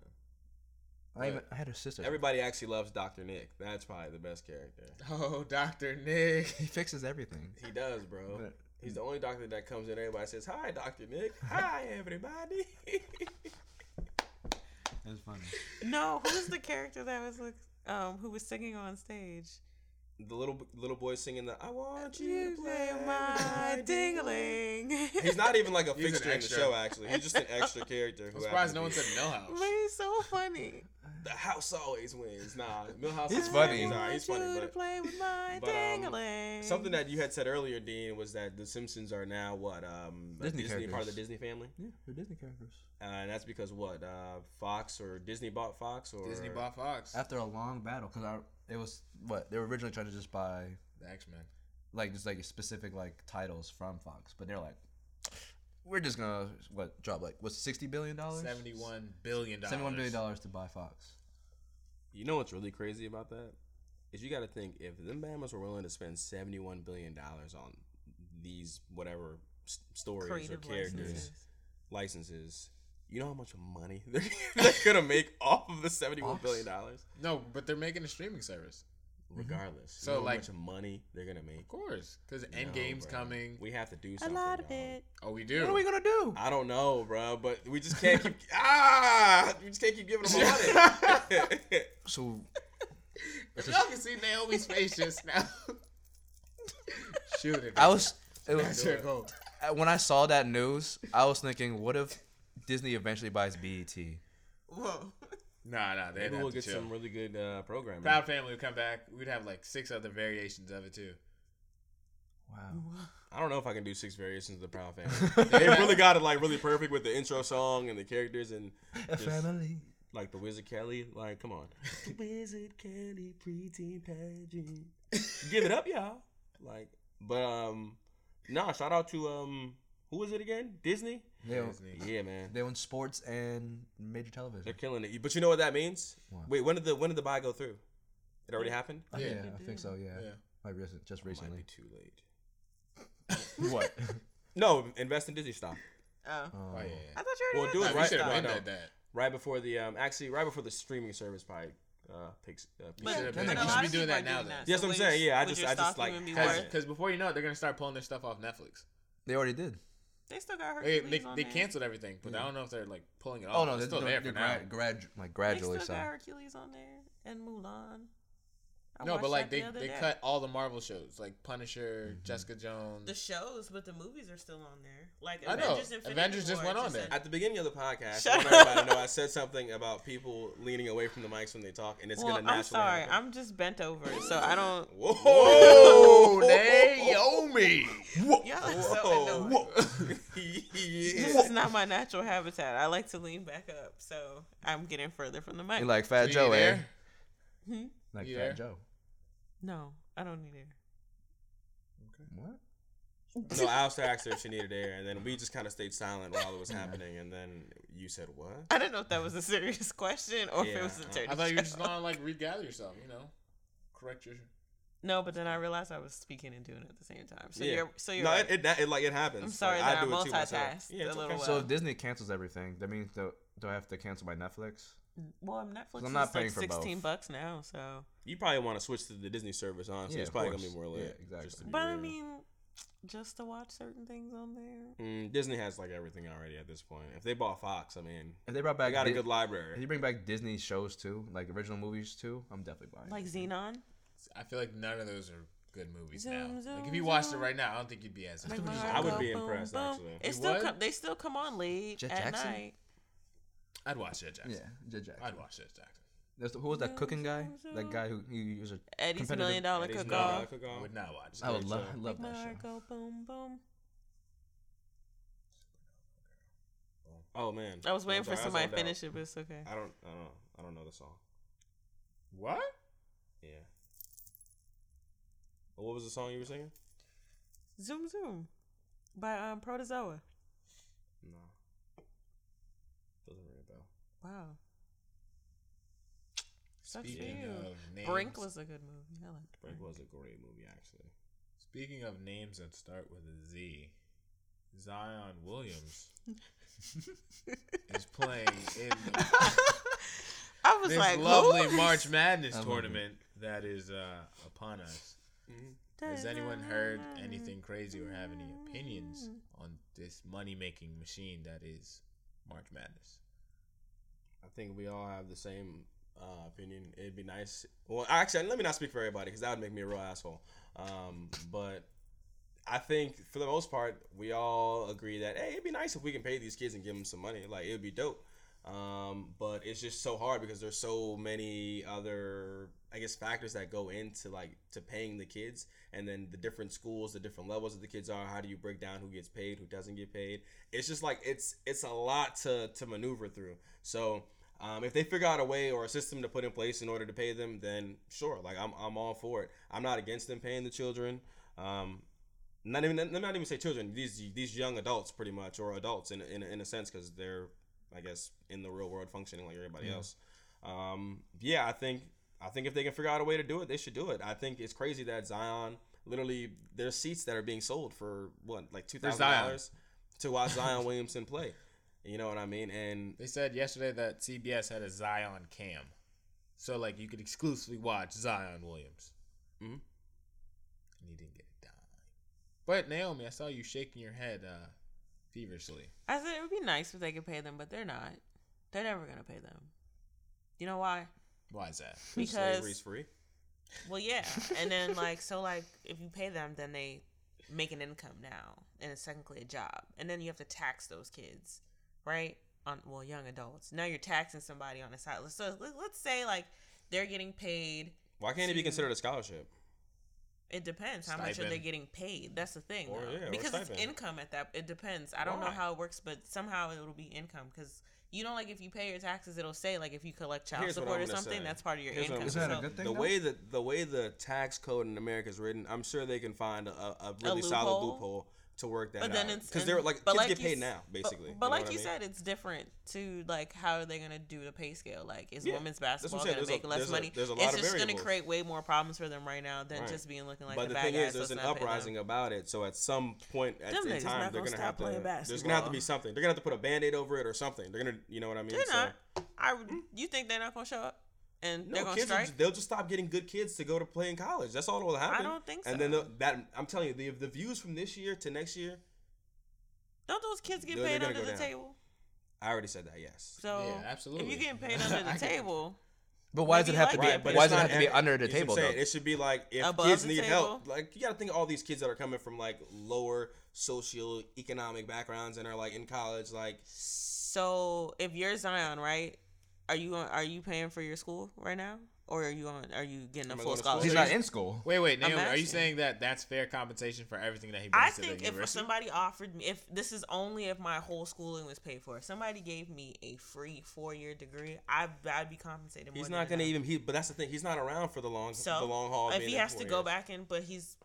[SPEAKER 5] I, even, I had her sister.
[SPEAKER 1] Everybody actually loves Dr. Nick. That's probably the best character.
[SPEAKER 4] Oh, Dr. Nick.
[SPEAKER 5] he fixes everything.
[SPEAKER 1] He does, bro.
[SPEAKER 5] But-
[SPEAKER 1] He's the only doctor that comes in. Everybody says, "Hi, Doctor Nick. Hi, everybody."
[SPEAKER 5] was funny.
[SPEAKER 2] No, who's the character that was like, um, who was singing on stage?
[SPEAKER 1] The little little boy singing the "I want you
[SPEAKER 2] You
[SPEAKER 1] to play
[SPEAKER 2] my
[SPEAKER 1] with my
[SPEAKER 2] dingling.
[SPEAKER 1] He's not even like a
[SPEAKER 4] He's an
[SPEAKER 1] fixture in the
[SPEAKER 4] extra.
[SPEAKER 1] show. Actually, he's just an extra character.
[SPEAKER 4] I'm
[SPEAKER 1] who happens
[SPEAKER 4] surprised no one
[SPEAKER 1] to
[SPEAKER 4] said no house.
[SPEAKER 2] but he's so funny.
[SPEAKER 1] be- the house always wins. Nah, Millhouse.
[SPEAKER 5] He's
[SPEAKER 1] is
[SPEAKER 5] funny.
[SPEAKER 1] He's,
[SPEAKER 2] I
[SPEAKER 1] all right,
[SPEAKER 2] want
[SPEAKER 1] he's funny,
[SPEAKER 2] you to
[SPEAKER 1] but
[SPEAKER 2] play with my
[SPEAKER 1] but, um,
[SPEAKER 2] dingling.
[SPEAKER 1] something that you had said earlier, Dean, was that the Simpsons are now what um a
[SPEAKER 5] Disney
[SPEAKER 1] Disney part of the
[SPEAKER 5] characters.
[SPEAKER 1] Disney family,
[SPEAKER 5] Yeah, they're Disney characters.
[SPEAKER 1] uh, and that's because what uh Fox or Disney bought Fox or
[SPEAKER 4] Disney bought Fox.
[SPEAKER 5] After a long battle, because I it was what they were originally trying to just buy
[SPEAKER 4] The X Men.
[SPEAKER 5] like just like specific like titles from Fox, but they're like, we're just gonna what drop like what sixty billion dollars,
[SPEAKER 4] Seventy one billion dollars.
[SPEAKER 5] seventy-one billion dollars to buy Fox.
[SPEAKER 1] You know what's really crazy about that is you got to think if them Bama's were willing to spend seventy one billion dollars on these whatever s- stories or
[SPEAKER 2] creative
[SPEAKER 1] characters
[SPEAKER 2] licenses.
[SPEAKER 1] licenses, you know how much money they're, they're gonna make off of the seventy one billion dollars.
[SPEAKER 4] No, but they're making a streaming service.
[SPEAKER 1] Regardless,
[SPEAKER 4] Mm-hmm. So,
[SPEAKER 1] you know
[SPEAKER 4] like-
[SPEAKER 1] how much money they're gonna make.
[SPEAKER 4] Of course, because
[SPEAKER 1] No,
[SPEAKER 4] Endgame's
[SPEAKER 1] bruh.
[SPEAKER 4] coming.
[SPEAKER 1] We have to do
[SPEAKER 2] A
[SPEAKER 1] something.
[SPEAKER 2] lot of
[SPEAKER 1] dog.
[SPEAKER 2] it.
[SPEAKER 4] Oh, we do.
[SPEAKER 5] gonna do?
[SPEAKER 1] I don't know, bro, but we just can't keep ah, we just can't keep giving them money.
[SPEAKER 5] So
[SPEAKER 4] If y'all can see Naomi's face just now. Shoot it.
[SPEAKER 5] I was, it was uh,
[SPEAKER 4] Sure, go.
[SPEAKER 5] when I saw that news, I was thinking, what if Disney eventually buys E BET?
[SPEAKER 2] Whoa.
[SPEAKER 4] Nah, nah. They
[SPEAKER 1] Maybe
[SPEAKER 4] will
[SPEAKER 1] we'll get some really good uh, programming.
[SPEAKER 4] Proud Family would come back. We'd have like six other variations of it too.
[SPEAKER 5] Wow.
[SPEAKER 1] I don't know if I can do six variations of the Proud Family. they really got it like really perfect with the intro song and the characters and just,
[SPEAKER 5] Family.
[SPEAKER 1] like the Wizard Kelly. Like, come on, Wizard Kelly preteen pageant. Give it up, y'all. Like, but um, nah. Shout out to um, who was it again? Disney.
[SPEAKER 5] They own,
[SPEAKER 4] Disney.
[SPEAKER 1] Yeah, man.
[SPEAKER 5] they own sports and major television.
[SPEAKER 1] They're killing it. But you know what that means?
[SPEAKER 5] What?
[SPEAKER 1] Wait, when did the when did the buy go through? It already happened.
[SPEAKER 5] Oh,
[SPEAKER 4] Yeah.
[SPEAKER 5] yeah, I think so. Yeah,
[SPEAKER 4] Yeah.
[SPEAKER 5] like recent,
[SPEAKER 1] Might
[SPEAKER 5] just
[SPEAKER 1] be
[SPEAKER 5] recently. Oh,
[SPEAKER 1] too late.
[SPEAKER 5] what?
[SPEAKER 1] No, invest in Disney stock.
[SPEAKER 2] Oh.
[SPEAKER 4] Oh yeah.
[SPEAKER 2] I thought you
[SPEAKER 1] Well,
[SPEAKER 2] already
[SPEAKER 1] do
[SPEAKER 4] Nah,
[SPEAKER 1] it
[SPEAKER 2] had
[SPEAKER 4] we
[SPEAKER 1] right
[SPEAKER 4] should
[SPEAKER 1] now.
[SPEAKER 4] have
[SPEAKER 1] no.
[SPEAKER 4] ended that.
[SPEAKER 1] Right before the um, actually right before the streaming service probably uh picks. Uh, picks
[SPEAKER 2] But,
[SPEAKER 4] should've
[SPEAKER 2] but
[SPEAKER 4] been-
[SPEAKER 2] a
[SPEAKER 4] you
[SPEAKER 2] lot
[SPEAKER 4] should be
[SPEAKER 2] of
[SPEAKER 4] doing
[SPEAKER 2] people
[SPEAKER 4] that
[SPEAKER 2] are
[SPEAKER 4] now,
[SPEAKER 2] doing
[SPEAKER 4] though.
[SPEAKER 2] that.
[SPEAKER 1] Yes,
[SPEAKER 2] So
[SPEAKER 1] I'm
[SPEAKER 2] would
[SPEAKER 1] saying,
[SPEAKER 2] your-
[SPEAKER 1] yeah, I
[SPEAKER 2] would
[SPEAKER 1] just-
[SPEAKER 2] your
[SPEAKER 1] I just,
[SPEAKER 2] stock
[SPEAKER 1] like,
[SPEAKER 2] even be
[SPEAKER 1] has-
[SPEAKER 2] worth-
[SPEAKER 4] Because before you know it, they're gonna start pulling their stuff off Netflix.
[SPEAKER 5] They already did.
[SPEAKER 2] They still got
[SPEAKER 4] They,
[SPEAKER 2] Hercules
[SPEAKER 4] they,
[SPEAKER 2] on
[SPEAKER 4] they
[SPEAKER 2] there.
[SPEAKER 4] canceled everything, but I don't know if they're like pulling it off.
[SPEAKER 5] Oh, no,
[SPEAKER 4] it's
[SPEAKER 5] they're
[SPEAKER 4] still there for now.
[SPEAKER 5] grad, grad, like
[SPEAKER 2] They still
[SPEAKER 5] gradually.
[SPEAKER 2] got
[SPEAKER 5] So
[SPEAKER 2] Hercules on there and Mulan. I
[SPEAKER 4] No,
[SPEAKER 2] watched
[SPEAKER 4] but
[SPEAKER 2] that
[SPEAKER 4] like
[SPEAKER 2] the
[SPEAKER 4] they,
[SPEAKER 2] other
[SPEAKER 4] they
[SPEAKER 2] day.
[SPEAKER 4] cut all the Marvel shows, like Punisher,
[SPEAKER 5] Mm-hmm.
[SPEAKER 4] Jessica Jones.
[SPEAKER 2] the shows, but the movies are still on there. Like
[SPEAKER 4] I know.
[SPEAKER 2] Avengers, Infinity
[SPEAKER 4] Avengers just
[SPEAKER 2] War
[SPEAKER 4] went on
[SPEAKER 2] just
[SPEAKER 4] there.
[SPEAKER 2] said-
[SPEAKER 1] At the beginning of the podcast, I
[SPEAKER 2] Shut
[SPEAKER 1] want everybody to know I said something about people leaning away from the mics when they talk, and it's
[SPEAKER 2] well,
[SPEAKER 1] gonna naturally.
[SPEAKER 2] I'm sorry,
[SPEAKER 1] happen.
[SPEAKER 2] I'm just bent over, so I don't.
[SPEAKER 1] Whoa,
[SPEAKER 4] Whoa, Naomi!
[SPEAKER 2] Y'all are so
[SPEAKER 1] Whoa.
[SPEAKER 2] annoying. This is not my natural habitat. I like to lean back up, so I'm getting further from the mic.
[SPEAKER 5] you like Fat
[SPEAKER 4] You
[SPEAKER 5] Joe, eh?
[SPEAKER 4] there?
[SPEAKER 2] Hmm?
[SPEAKER 5] Like
[SPEAKER 4] You
[SPEAKER 5] Fat
[SPEAKER 4] there?
[SPEAKER 5] Joe.
[SPEAKER 2] no, I don't need air.
[SPEAKER 5] What?
[SPEAKER 1] So Alistair asked her if she needed air, and then we just kind of stayed silent while it was happening, and then you said what?
[SPEAKER 2] I don't know if that was a serious question or if it
[SPEAKER 1] Yeah,
[SPEAKER 2] was a
[SPEAKER 1] I-
[SPEAKER 2] dirty.
[SPEAKER 4] I thought you were
[SPEAKER 2] joke.
[SPEAKER 4] just gonna like regather yourself, you know, correct your.
[SPEAKER 2] No, but then I realized I was speaking and doing it at the same time. So
[SPEAKER 1] Yeah.
[SPEAKER 2] you're so you're
[SPEAKER 1] no,
[SPEAKER 2] right.
[SPEAKER 1] it, it, that- it like it happens.
[SPEAKER 2] I'm sorry
[SPEAKER 1] like,
[SPEAKER 2] that I
[SPEAKER 1] do it too myself.
[SPEAKER 2] multitasked
[SPEAKER 1] Yeah, it's
[SPEAKER 2] a little
[SPEAKER 1] okay.
[SPEAKER 5] So
[SPEAKER 2] Well.
[SPEAKER 5] if Disney cancels everything, that means do, do I have to cancel my Netflix?
[SPEAKER 2] well, Netflix
[SPEAKER 5] I'm
[SPEAKER 2] is
[SPEAKER 5] not
[SPEAKER 2] like
[SPEAKER 5] paying for
[SPEAKER 2] 16
[SPEAKER 5] both.
[SPEAKER 2] bucks now. So,
[SPEAKER 1] You probably want to switch to the Disney service, honestly.
[SPEAKER 5] Yeah,
[SPEAKER 1] it's
[SPEAKER 5] of
[SPEAKER 1] probably
[SPEAKER 5] course.
[SPEAKER 1] gonna be more
[SPEAKER 5] Yeah,
[SPEAKER 1] lit.
[SPEAKER 5] exactly.
[SPEAKER 1] just to be
[SPEAKER 2] but I
[SPEAKER 1] real.
[SPEAKER 2] mean, just to watch certain things on there.
[SPEAKER 1] Mm, Disney has like everything already at this point. If they bought Fox, I mean,
[SPEAKER 5] If they brought
[SPEAKER 1] they
[SPEAKER 5] back,
[SPEAKER 1] got a
[SPEAKER 5] Di-
[SPEAKER 1] good
[SPEAKER 5] if you
[SPEAKER 1] library.
[SPEAKER 5] bring back Disney shows too, like original movies too, I'm definitely buying.
[SPEAKER 2] Like
[SPEAKER 5] it.
[SPEAKER 2] Xenon.
[SPEAKER 4] I feel like none of those are good movies
[SPEAKER 2] Zoom,
[SPEAKER 4] now. like if
[SPEAKER 2] zoom,
[SPEAKER 4] you watched it
[SPEAKER 2] zoom.
[SPEAKER 4] right now, I don't think you'd be as.
[SPEAKER 2] Like,
[SPEAKER 1] I would be
[SPEAKER 2] boom,
[SPEAKER 1] impressed,
[SPEAKER 2] boom.
[SPEAKER 1] actually.
[SPEAKER 2] It
[SPEAKER 4] You
[SPEAKER 2] still
[SPEAKER 4] would?
[SPEAKER 2] come, they still come on late
[SPEAKER 5] Jet
[SPEAKER 2] at
[SPEAKER 5] Jackson?
[SPEAKER 2] night.
[SPEAKER 4] I'd watch Jet Jackson.
[SPEAKER 5] yeah, Jet Jackson.
[SPEAKER 4] I'd watch Jet Jackson.
[SPEAKER 5] That's the- who was that
[SPEAKER 2] Zoom,
[SPEAKER 5] cooking guy?
[SPEAKER 2] zoom, zoom.
[SPEAKER 5] That guy who he was a.
[SPEAKER 2] Eddie's
[SPEAKER 5] Competitive-
[SPEAKER 2] million dollar
[SPEAKER 1] Eddie's
[SPEAKER 2] cook
[SPEAKER 1] Million Dollar
[SPEAKER 2] off.
[SPEAKER 1] Cook
[SPEAKER 4] I
[SPEAKER 1] Off.
[SPEAKER 4] would not watch.
[SPEAKER 5] I would
[SPEAKER 1] Great
[SPEAKER 5] love,
[SPEAKER 1] show.
[SPEAKER 5] I love that show.
[SPEAKER 2] Margo, boom, boom.
[SPEAKER 1] Oh man,
[SPEAKER 2] I was
[SPEAKER 1] I'm
[SPEAKER 2] waiting
[SPEAKER 1] sorry,
[SPEAKER 2] for
[SPEAKER 1] I
[SPEAKER 2] somebody to
[SPEAKER 1] zoned out.
[SPEAKER 2] finish it, but it's okay.
[SPEAKER 1] I don't, I don't, know. I don't know the song.
[SPEAKER 4] What?
[SPEAKER 1] Yeah. What was the song you were singing?
[SPEAKER 2] Zoom, zoom. By um, Protozoa.
[SPEAKER 1] No. Doesn't ring a bell.
[SPEAKER 2] Wow. Such for
[SPEAKER 4] Speaking
[SPEAKER 2] you.
[SPEAKER 4] of names,
[SPEAKER 2] Brink was a good movie. I liked Brink.
[SPEAKER 1] Break was a great movie, actually.
[SPEAKER 4] Speaking of names that start with a Z, Zion Williams is playing in the,
[SPEAKER 2] I was
[SPEAKER 4] this
[SPEAKER 2] like,
[SPEAKER 4] lovely
[SPEAKER 2] who?
[SPEAKER 4] March Madness
[SPEAKER 5] I love it.
[SPEAKER 4] tournament that is uh, upon us. Has anyone heard anything crazy or have any opinions on this money making machine that is March Madness?
[SPEAKER 1] I think we all have the same uh, opinion. It'd be nice. Well, actually, let me not speak for everybody because that would make me a real asshole. Um, but I think for the most part, we all agree that hey, it'd be nice if we can pay these kids and give them some money. Like it'd be dope. Um, but it's just so hard because there's so many other, I guess, factors that go into like to paying the kids, and then the different schools, the different levels that the kids are. How do you break down who gets paid, who doesn't get paid? It's just like it's it's a lot to to maneuver through. So um, if they figure out a way or a system to put in place in order to pay them, then sure, like I'm I'm all for it. I'm not against them paying the children. Um, not even let me not even say children these these young adults pretty much or adults in in, in a sense because they're I guess in the real world functioning like everybody else. Um, yeah, I think I think if they can figure out a way to do it, they should do it. I think it's crazy that Zion literally there's seats that are being sold for what like two thousand dollars to watch Zion Williamson play. You know what I mean? And
[SPEAKER 4] They said yesterday that CBS had a Zion cam, so like you could exclusively watch Zion Williams.
[SPEAKER 1] Mhm.
[SPEAKER 4] And he didn't get a dime. But Naomi, I saw you shaking your head uh, feverishly.
[SPEAKER 2] I said it would be nice if they could pay them, but they're not. They're never gonna pay them. You know why?
[SPEAKER 4] Why is that?
[SPEAKER 1] slavery's
[SPEAKER 2] Because
[SPEAKER 1] free.
[SPEAKER 2] well, yeah, and then like so like if you pay them, then they make an income now, and it's technically a job, and then you have to tax those kids, right? On well, young adults. Now you're taxing somebody on the side. So let- let's say like they're getting paid.
[SPEAKER 1] Why can't it be
[SPEAKER 2] to-
[SPEAKER 1] considered a scholarship?
[SPEAKER 2] It depends how much are they
[SPEAKER 4] Stipend.
[SPEAKER 2] getting paid. That's the thing,
[SPEAKER 1] Or,
[SPEAKER 2] though.
[SPEAKER 1] yeah, or
[SPEAKER 2] because it's
[SPEAKER 1] stipend.
[SPEAKER 2] income at that. It depends. I don't know
[SPEAKER 1] Why?
[SPEAKER 2] how it works, but somehow it'll be income because you know, like if you pay your taxes, it'll say like if you collect child
[SPEAKER 1] Here's what I
[SPEAKER 2] support or
[SPEAKER 1] wanna
[SPEAKER 2] something,
[SPEAKER 1] say.
[SPEAKER 2] that's part of your
[SPEAKER 1] Here's what
[SPEAKER 2] income.
[SPEAKER 1] I'm
[SPEAKER 3] Is that a
[SPEAKER 2] So-
[SPEAKER 3] good thing?
[SPEAKER 1] the
[SPEAKER 3] though?
[SPEAKER 1] way that the way the tax code in America is written, I'm sure they can find a, a a really solid
[SPEAKER 2] loophole?
[SPEAKER 1] loophole to work that
[SPEAKER 2] but then
[SPEAKER 1] out.
[SPEAKER 2] it's
[SPEAKER 1] because
[SPEAKER 2] and-
[SPEAKER 1] they're like
[SPEAKER 2] but
[SPEAKER 1] kids
[SPEAKER 2] like
[SPEAKER 1] get
[SPEAKER 2] you
[SPEAKER 1] paid
[SPEAKER 2] s-
[SPEAKER 1] now,
[SPEAKER 2] but-
[SPEAKER 1] basically.
[SPEAKER 2] But,
[SPEAKER 1] know
[SPEAKER 2] like
[SPEAKER 1] what I
[SPEAKER 2] you
[SPEAKER 1] mean?
[SPEAKER 2] said, it's different to like how are they gonna do the pay scale? Like is
[SPEAKER 1] Yeah,
[SPEAKER 2] women's
[SPEAKER 1] that's what
[SPEAKER 2] basketball
[SPEAKER 1] I'm saying.
[SPEAKER 2] gonna
[SPEAKER 1] There's a-
[SPEAKER 2] make less
[SPEAKER 1] there's a-
[SPEAKER 2] money?
[SPEAKER 1] there's a lot
[SPEAKER 2] it's
[SPEAKER 1] of
[SPEAKER 2] just gonna
[SPEAKER 1] variables.
[SPEAKER 2] create way more problems for them right now than
[SPEAKER 1] Right.
[SPEAKER 2] just being looking like.
[SPEAKER 1] but
[SPEAKER 2] the,
[SPEAKER 1] the,
[SPEAKER 2] bad
[SPEAKER 1] thing
[SPEAKER 2] guys,
[SPEAKER 1] is, there's
[SPEAKER 2] let's
[SPEAKER 1] an
[SPEAKER 2] not pay them.
[SPEAKER 1] uprising about it. So at some point at
[SPEAKER 2] Them
[SPEAKER 1] in
[SPEAKER 2] niggas
[SPEAKER 1] time,
[SPEAKER 2] not
[SPEAKER 1] they're gonna
[SPEAKER 2] gonna stop
[SPEAKER 1] have to. There's
[SPEAKER 2] playing
[SPEAKER 1] gonna have to
[SPEAKER 2] basketball.
[SPEAKER 1] be something. They're gonna have to put a band-aid over it or something. They're gonna, you know what I mean?
[SPEAKER 2] They're
[SPEAKER 1] So- Hmm.
[SPEAKER 2] not. I would- you think they're not gonna show up and
[SPEAKER 1] No,
[SPEAKER 2] they're gonna
[SPEAKER 1] kids will
[SPEAKER 2] strike?
[SPEAKER 1] just, they'll just stop getting good kids to go to play in college. That's all that will happen.
[SPEAKER 2] don't think
[SPEAKER 1] And then
[SPEAKER 2] so.
[SPEAKER 1] the, that I'm telling you, the the views from this year to next year,
[SPEAKER 2] Don't those kids get
[SPEAKER 1] No, they're
[SPEAKER 2] paid
[SPEAKER 1] gonna
[SPEAKER 2] under
[SPEAKER 1] go
[SPEAKER 2] the
[SPEAKER 1] down.
[SPEAKER 2] table?
[SPEAKER 1] I already said that. Yes.
[SPEAKER 2] So
[SPEAKER 4] Yeah, absolutely.
[SPEAKER 2] if you're getting paid under the table,
[SPEAKER 5] But why does it
[SPEAKER 2] Maybe
[SPEAKER 5] have to
[SPEAKER 2] like
[SPEAKER 5] be?
[SPEAKER 2] that, but
[SPEAKER 5] why
[SPEAKER 2] it's
[SPEAKER 5] does
[SPEAKER 1] not
[SPEAKER 5] it have to be
[SPEAKER 1] every-
[SPEAKER 5] under the
[SPEAKER 1] you see what I'm
[SPEAKER 5] table though?
[SPEAKER 1] saying? It should be like if
[SPEAKER 2] Above
[SPEAKER 1] kids
[SPEAKER 2] the
[SPEAKER 1] need
[SPEAKER 2] table?
[SPEAKER 1] help, like you got to think of all these kids that are coming from like lower socioeconomic backgrounds and are like in college, like
[SPEAKER 2] so if you're Zion, right? Are you on, are you paying for your school right now, or are you on? Are you getting a
[SPEAKER 1] Am I
[SPEAKER 2] full
[SPEAKER 1] going to school?
[SPEAKER 2] scholarship?
[SPEAKER 5] He's not in school.
[SPEAKER 4] Wait, wait, Naomi, are you
[SPEAKER 2] asking.
[SPEAKER 4] saying that that's fair compensation for everything that he brings
[SPEAKER 2] I
[SPEAKER 4] to
[SPEAKER 2] think
[SPEAKER 4] the
[SPEAKER 2] if
[SPEAKER 4] university?
[SPEAKER 2] somebody offered me, if this is only if my whole schooling was paid for, if somebody gave me a free four year degree, I I'd be compensated. More
[SPEAKER 1] he's
[SPEAKER 2] than
[SPEAKER 1] not going to
[SPEAKER 2] enough.
[SPEAKER 1] even. He, but that's the thing, he's not around for the long
[SPEAKER 2] So
[SPEAKER 1] the long haul.
[SPEAKER 2] If
[SPEAKER 1] being
[SPEAKER 2] he
[SPEAKER 1] there
[SPEAKER 2] has
[SPEAKER 1] for
[SPEAKER 2] to
[SPEAKER 1] four
[SPEAKER 2] go
[SPEAKER 1] years.
[SPEAKER 2] back and, but he's,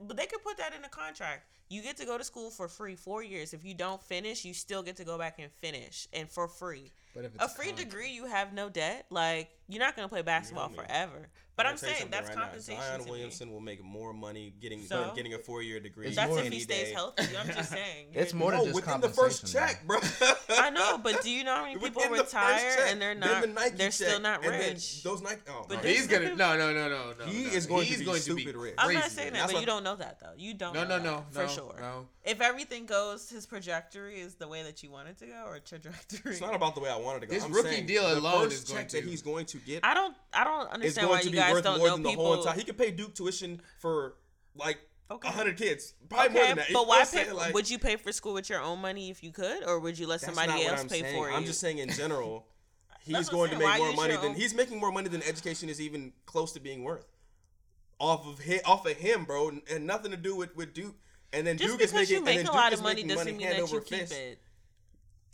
[SPEAKER 2] but they could put that in the contract. You get to go to school for free four years. If you don't finish, you still get to go back and finish and for free.
[SPEAKER 4] But if
[SPEAKER 2] a free degree, you have no debt. Like you're not gonna play basketball
[SPEAKER 1] me.
[SPEAKER 2] forever. But
[SPEAKER 1] I'll
[SPEAKER 2] I'm
[SPEAKER 1] tell you
[SPEAKER 2] saying
[SPEAKER 1] something
[SPEAKER 2] that's
[SPEAKER 1] right now,
[SPEAKER 2] compensation.
[SPEAKER 1] Zion
[SPEAKER 2] to me.
[SPEAKER 1] Williamson will make more money getting
[SPEAKER 2] So?
[SPEAKER 1] getting a four year degree.
[SPEAKER 2] That's if
[SPEAKER 1] any
[SPEAKER 2] he stays
[SPEAKER 1] day.
[SPEAKER 2] healthy. I'm just saying.
[SPEAKER 5] It's
[SPEAKER 2] You're-
[SPEAKER 5] more
[SPEAKER 1] No,
[SPEAKER 5] than just
[SPEAKER 1] within the first
[SPEAKER 5] compensation,
[SPEAKER 1] check, bro.
[SPEAKER 2] I know, but do you know how many people
[SPEAKER 1] Within the first
[SPEAKER 2] retire
[SPEAKER 1] check,
[SPEAKER 2] and they're
[SPEAKER 1] then
[SPEAKER 2] not?
[SPEAKER 1] the Nike
[SPEAKER 2] they're still
[SPEAKER 1] check,
[SPEAKER 2] not
[SPEAKER 1] and then
[SPEAKER 2] rich.
[SPEAKER 1] Those Nike, oh, my
[SPEAKER 2] But But
[SPEAKER 1] God.
[SPEAKER 2] this-
[SPEAKER 4] he's gonna no no no no no.
[SPEAKER 1] He
[SPEAKER 4] no.
[SPEAKER 1] is going to
[SPEAKER 4] He's
[SPEAKER 1] be
[SPEAKER 4] going
[SPEAKER 1] stupid rich.
[SPEAKER 2] I'm
[SPEAKER 4] crazy
[SPEAKER 2] not saying
[SPEAKER 1] That's
[SPEAKER 2] that,
[SPEAKER 1] what-
[SPEAKER 2] but you don't know that though. You don't.
[SPEAKER 4] No,
[SPEAKER 2] know
[SPEAKER 4] no,
[SPEAKER 2] that,
[SPEAKER 4] no,
[SPEAKER 2] for
[SPEAKER 4] no,
[SPEAKER 2] sure.
[SPEAKER 4] no.
[SPEAKER 2] If everything goes his trajectory is the way that you want it to go, or trajectory.
[SPEAKER 1] It's not about the way I wanted to go.
[SPEAKER 4] His
[SPEAKER 1] I'm
[SPEAKER 4] rookie
[SPEAKER 1] saying
[SPEAKER 4] deal
[SPEAKER 1] the
[SPEAKER 4] alone
[SPEAKER 1] first
[SPEAKER 4] is going
[SPEAKER 1] check
[SPEAKER 4] to-
[SPEAKER 1] that he's going to get
[SPEAKER 2] I don't. I don't
[SPEAKER 1] is
[SPEAKER 2] understand
[SPEAKER 1] going
[SPEAKER 2] why
[SPEAKER 1] to
[SPEAKER 2] you
[SPEAKER 1] be
[SPEAKER 2] guys
[SPEAKER 1] worth
[SPEAKER 2] don't
[SPEAKER 1] more
[SPEAKER 2] know
[SPEAKER 1] than the
[SPEAKER 2] people.
[SPEAKER 1] whole entire. He could pay Duke tuition for like a
[SPEAKER 2] Okay.
[SPEAKER 1] hundred kids, probably more than that. You know
[SPEAKER 2] but why
[SPEAKER 1] what I'm
[SPEAKER 2] pay?
[SPEAKER 1] saying? Like,
[SPEAKER 2] would you pay for school with your own money if you could, or would you let
[SPEAKER 1] that's
[SPEAKER 2] somebody
[SPEAKER 1] not what
[SPEAKER 2] else
[SPEAKER 1] I'm
[SPEAKER 2] pay
[SPEAKER 1] saying.
[SPEAKER 2] for you?
[SPEAKER 1] I'm just saying in general, he's
[SPEAKER 2] That's
[SPEAKER 1] going
[SPEAKER 2] what I'm
[SPEAKER 1] to
[SPEAKER 2] saying.
[SPEAKER 1] make
[SPEAKER 2] Why
[SPEAKER 1] more
[SPEAKER 2] use
[SPEAKER 1] money
[SPEAKER 2] your
[SPEAKER 1] than
[SPEAKER 2] own-
[SPEAKER 1] he's making more money than education is even close to being worth. Off of him, off of him, bro, and- and nothing to do with with Duke. And then
[SPEAKER 2] Just
[SPEAKER 1] Duke is
[SPEAKER 2] because
[SPEAKER 1] making
[SPEAKER 2] you make
[SPEAKER 1] and
[SPEAKER 2] a
[SPEAKER 1] then
[SPEAKER 2] lot
[SPEAKER 1] Duke
[SPEAKER 2] of
[SPEAKER 1] is
[SPEAKER 2] money
[SPEAKER 1] making
[SPEAKER 2] doesn't
[SPEAKER 1] money
[SPEAKER 2] mean
[SPEAKER 1] hand
[SPEAKER 2] that you
[SPEAKER 1] over
[SPEAKER 2] keep
[SPEAKER 1] fist.
[SPEAKER 2] it.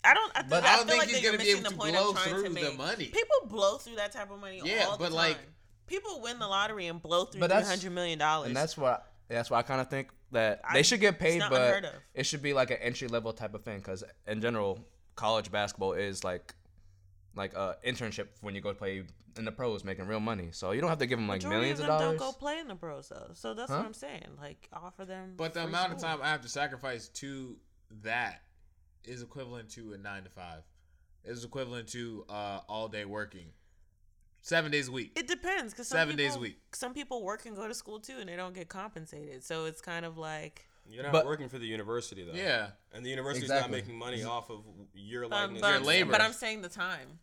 [SPEAKER 2] I don't. I, think,
[SPEAKER 4] But
[SPEAKER 2] I,
[SPEAKER 4] I
[SPEAKER 2] feel
[SPEAKER 4] don't think
[SPEAKER 2] like
[SPEAKER 4] he's
[SPEAKER 2] that you're
[SPEAKER 4] gonna be
[SPEAKER 2] missing
[SPEAKER 4] able
[SPEAKER 2] the
[SPEAKER 4] to
[SPEAKER 2] point
[SPEAKER 4] blow
[SPEAKER 2] I'm trying
[SPEAKER 4] through
[SPEAKER 2] to
[SPEAKER 4] the
[SPEAKER 2] make.
[SPEAKER 4] money.
[SPEAKER 2] People blow through that type of money.
[SPEAKER 4] Yeah,
[SPEAKER 2] all the
[SPEAKER 4] but, like-
[SPEAKER 2] time. people win the lottery and blow through
[SPEAKER 5] But
[SPEAKER 2] three
[SPEAKER 5] that's-
[SPEAKER 2] hundred million dollars.
[SPEAKER 5] And that's why that's why I kind of think that
[SPEAKER 2] I-
[SPEAKER 5] they should get
[SPEAKER 2] it's
[SPEAKER 5] paid,
[SPEAKER 2] not unheard
[SPEAKER 5] but
[SPEAKER 2] of.
[SPEAKER 5] it should be like an entry level type of thing. Because in general, college basketball is like like a internship when you go play in the pros, making real money. So you don't have to give them like
[SPEAKER 2] Majority
[SPEAKER 5] millions
[SPEAKER 2] of
[SPEAKER 5] of,
[SPEAKER 2] them
[SPEAKER 5] dollars.
[SPEAKER 2] don't go play in the pros though, so that's
[SPEAKER 5] Huh?
[SPEAKER 2] what I'm saying. Like offer them.
[SPEAKER 4] But the
[SPEAKER 2] free
[SPEAKER 4] amount of
[SPEAKER 2] school.
[SPEAKER 4] time I have to sacrifice to that is equivalent to a nine to five. Is equivalent to uh, all day working, seven days a week.
[SPEAKER 2] It depends because
[SPEAKER 4] Seven days a
[SPEAKER 2] people,
[SPEAKER 4] week.
[SPEAKER 2] Some people work and go to school too, and they don't get compensated. So it's kind of like,
[SPEAKER 1] You're not
[SPEAKER 5] But-
[SPEAKER 1] working for the university though.
[SPEAKER 4] yeah,
[SPEAKER 1] And the university's
[SPEAKER 5] Exactly.
[SPEAKER 1] not making money off of your
[SPEAKER 2] um,
[SPEAKER 1] likeness.
[SPEAKER 2] but,
[SPEAKER 4] Your labor.
[SPEAKER 2] but I'm saying the time.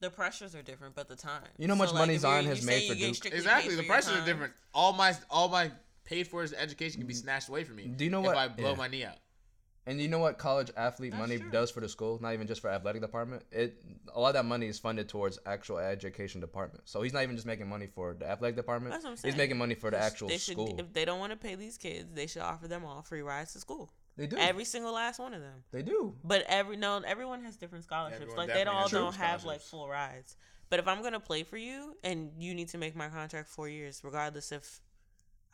[SPEAKER 2] The pressures are different, but the time.
[SPEAKER 5] You know how much money
[SPEAKER 2] if
[SPEAKER 5] Zion
[SPEAKER 2] you-
[SPEAKER 5] has
[SPEAKER 2] you
[SPEAKER 5] made
[SPEAKER 2] say
[SPEAKER 5] for
[SPEAKER 2] you get
[SPEAKER 5] Duke?
[SPEAKER 2] strictly
[SPEAKER 4] Exactly.
[SPEAKER 2] paid
[SPEAKER 4] The
[SPEAKER 2] for your
[SPEAKER 4] prices are
[SPEAKER 2] time.
[SPEAKER 4] different. All my all my paid for is education can be snatched away from me.
[SPEAKER 5] Do you know
[SPEAKER 4] if
[SPEAKER 5] what-
[SPEAKER 4] I blow
[SPEAKER 5] yeah.
[SPEAKER 4] my knee out.
[SPEAKER 5] And you know what college athlete
[SPEAKER 2] That's
[SPEAKER 5] money
[SPEAKER 2] true.
[SPEAKER 5] does for the school? Not even just for athletic department. It a lot of that money is funded towards actual education department. So he's not even just making money for the athletic department.
[SPEAKER 2] That's what I'm
[SPEAKER 5] He's
[SPEAKER 2] saying.
[SPEAKER 5] making money for the actual
[SPEAKER 2] They should,
[SPEAKER 5] school.
[SPEAKER 2] if they don't want to pay these kids, they should offer them all free rides to school.
[SPEAKER 5] they do.
[SPEAKER 2] Every single last one of them.
[SPEAKER 5] they do.
[SPEAKER 2] But every no, everyone has different scholarships.
[SPEAKER 4] Everyone
[SPEAKER 2] like they
[SPEAKER 4] definitely
[SPEAKER 2] all
[SPEAKER 4] has
[SPEAKER 2] don't
[SPEAKER 4] different
[SPEAKER 2] have like
[SPEAKER 4] scholarships.
[SPEAKER 2] full rides. But if I'm gonna play for you, and you need to make my contract four years, regardless if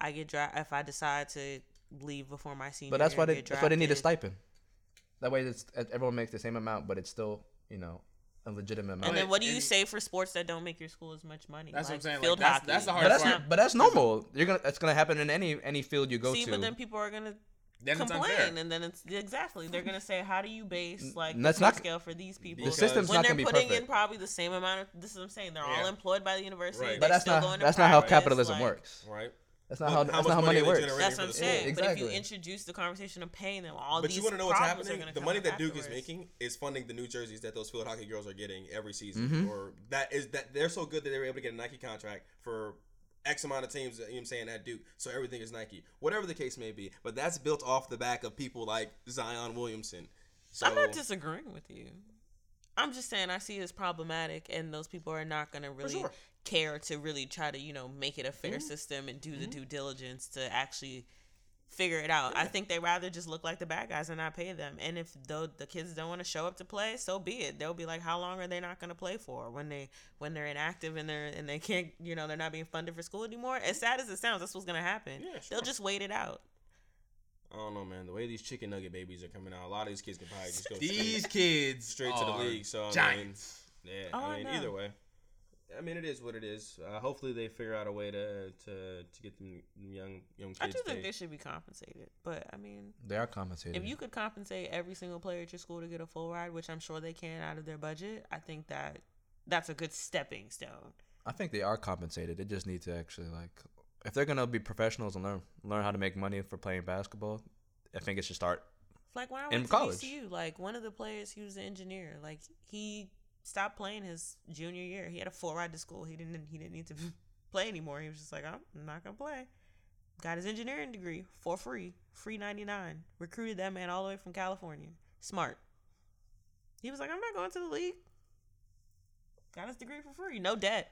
[SPEAKER 2] I get dra- if I decide to leave before my senior.
[SPEAKER 5] But that's
[SPEAKER 2] year
[SPEAKER 5] why
[SPEAKER 2] and
[SPEAKER 5] they
[SPEAKER 2] get
[SPEAKER 5] that's why they need a
[SPEAKER 2] drafted,
[SPEAKER 5] stipend. That way, it's, e, everyone makes the same amount, but it's still you know a legitimate amount.
[SPEAKER 2] And then what do you
[SPEAKER 4] And-
[SPEAKER 2] say for sports that don't make your school as much money?
[SPEAKER 4] That's what
[SPEAKER 2] Like,
[SPEAKER 4] I'm saying, like,
[SPEAKER 2] Field
[SPEAKER 4] that's-
[SPEAKER 2] hockey.
[SPEAKER 4] that's the
[SPEAKER 5] but
[SPEAKER 4] hard
[SPEAKER 5] that's
[SPEAKER 4] part.
[SPEAKER 2] not-
[SPEAKER 5] but that's normal. You're gonna that's gonna happen in any any field you go
[SPEAKER 2] See,
[SPEAKER 5] to.
[SPEAKER 2] but then people are gonna
[SPEAKER 4] Then it's
[SPEAKER 2] complain,
[SPEAKER 4] unfair.
[SPEAKER 2] and then it's exactly they're gonna say, "How do you base like
[SPEAKER 5] that's
[SPEAKER 2] the pay
[SPEAKER 5] not-
[SPEAKER 2] scale for these people?"
[SPEAKER 5] the system's
[SPEAKER 2] when
[SPEAKER 5] not
[SPEAKER 2] they're
[SPEAKER 5] gonna be
[SPEAKER 2] putting
[SPEAKER 5] perfect.
[SPEAKER 2] in probably the same amount of this is what I'm saying. They're all
[SPEAKER 4] Yeah.
[SPEAKER 2] employed by the university.
[SPEAKER 4] Right.
[SPEAKER 2] they're
[SPEAKER 5] but that's
[SPEAKER 2] still going
[SPEAKER 5] not
[SPEAKER 2] to
[SPEAKER 5] that's not how
[SPEAKER 2] practice,
[SPEAKER 5] capitalism
[SPEAKER 2] like-
[SPEAKER 5] works.
[SPEAKER 1] right?
[SPEAKER 5] That's not
[SPEAKER 1] But
[SPEAKER 5] how
[SPEAKER 1] how
[SPEAKER 5] that's
[SPEAKER 1] much
[SPEAKER 5] not how
[SPEAKER 1] money
[SPEAKER 5] money
[SPEAKER 1] are they
[SPEAKER 5] works.
[SPEAKER 1] generating?
[SPEAKER 2] That's
[SPEAKER 1] for
[SPEAKER 2] what I'm
[SPEAKER 1] the
[SPEAKER 2] saying.
[SPEAKER 5] school.
[SPEAKER 2] But if
[SPEAKER 5] Exactly.
[SPEAKER 2] you introduce the conversation of pain, then all
[SPEAKER 1] But
[SPEAKER 2] these
[SPEAKER 1] you
[SPEAKER 2] want
[SPEAKER 1] want to know what's happening? The money that Duke
[SPEAKER 2] afterwards.
[SPEAKER 1] is making is funding the new jerseys that those field hockey girls are getting every season. Or that is that they're so good that they were able to get a Nike contract for X amount of teams. You know what I'm saying at Duke, so everything is Nike, whatever the case may be. But that's built off the back of people like Zion Williamson. So
[SPEAKER 2] I'm not disagreeing with you. I'm just saying I see it as problematic, and those people are not going to really
[SPEAKER 1] sure. Mm-hmm.
[SPEAKER 2] care to really try to you know make it a fair system and do the due diligence to actually figure it out. I think they rather just look like the bad guys and not pay them. And if though the kids don't want to show up to play, so be it. They'll be like, how long are they not going to play for when they when they're inactive and they're and they can't you know they're not being funded for school anymore. As sad as it sounds, that's what's going to happen.
[SPEAKER 1] Yeah,
[SPEAKER 2] They'll
[SPEAKER 1] sure.
[SPEAKER 2] just wait it out.
[SPEAKER 1] I don't know, man. The way these chicken nugget babies are coming out, a lot of these kids can probably just go
[SPEAKER 4] These
[SPEAKER 1] straight,
[SPEAKER 4] kids
[SPEAKER 1] straight to the
[SPEAKER 4] are
[SPEAKER 1] league. So I mean,
[SPEAKER 4] giants.
[SPEAKER 1] yeah,
[SPEAKER 2] Oh, I
[SPEAKER 1] I mean,
[SPEAKER 2] know.
[SPEAKER 1] either way. I mean, it is what it is. Uh, hopefully, they figure out a way to to, to get them young young kids.
[SPEAKER 2] I do think
[SPEAKER 1] paid.
[SPEAKER 2] they should be compensated, but I mean.
[SPEAKER 5] They are compensated.
[SPEAKER 2] If you could compensate every single player at your school to get a full ride, which I'm sure they can out of their budget, I think that that's a good stepping stone.
[SPEAKER 5] I think they are compensated. They just need to actually like, if they're gonna be professionals and learn learn how to make money for playing basketball, I think it should start.
[SPEAKER 2] Like when I
[SPEAKER 5] In
[SPEAKER 2] went to
[SPEAKER 5] college.
[SPEAKER 2] VCU, like one of the players, he was an engineer. Like he stopped playing his junior year. He had a full ride to school. He didn't he didn't need to play anymore. He was just like, I'm not gonna play. Got his engineering degree for free, free ninety nine. Recruited that man all the way from California. Smart. He was like, I'm not going to the league. Got his degree for free, no debt.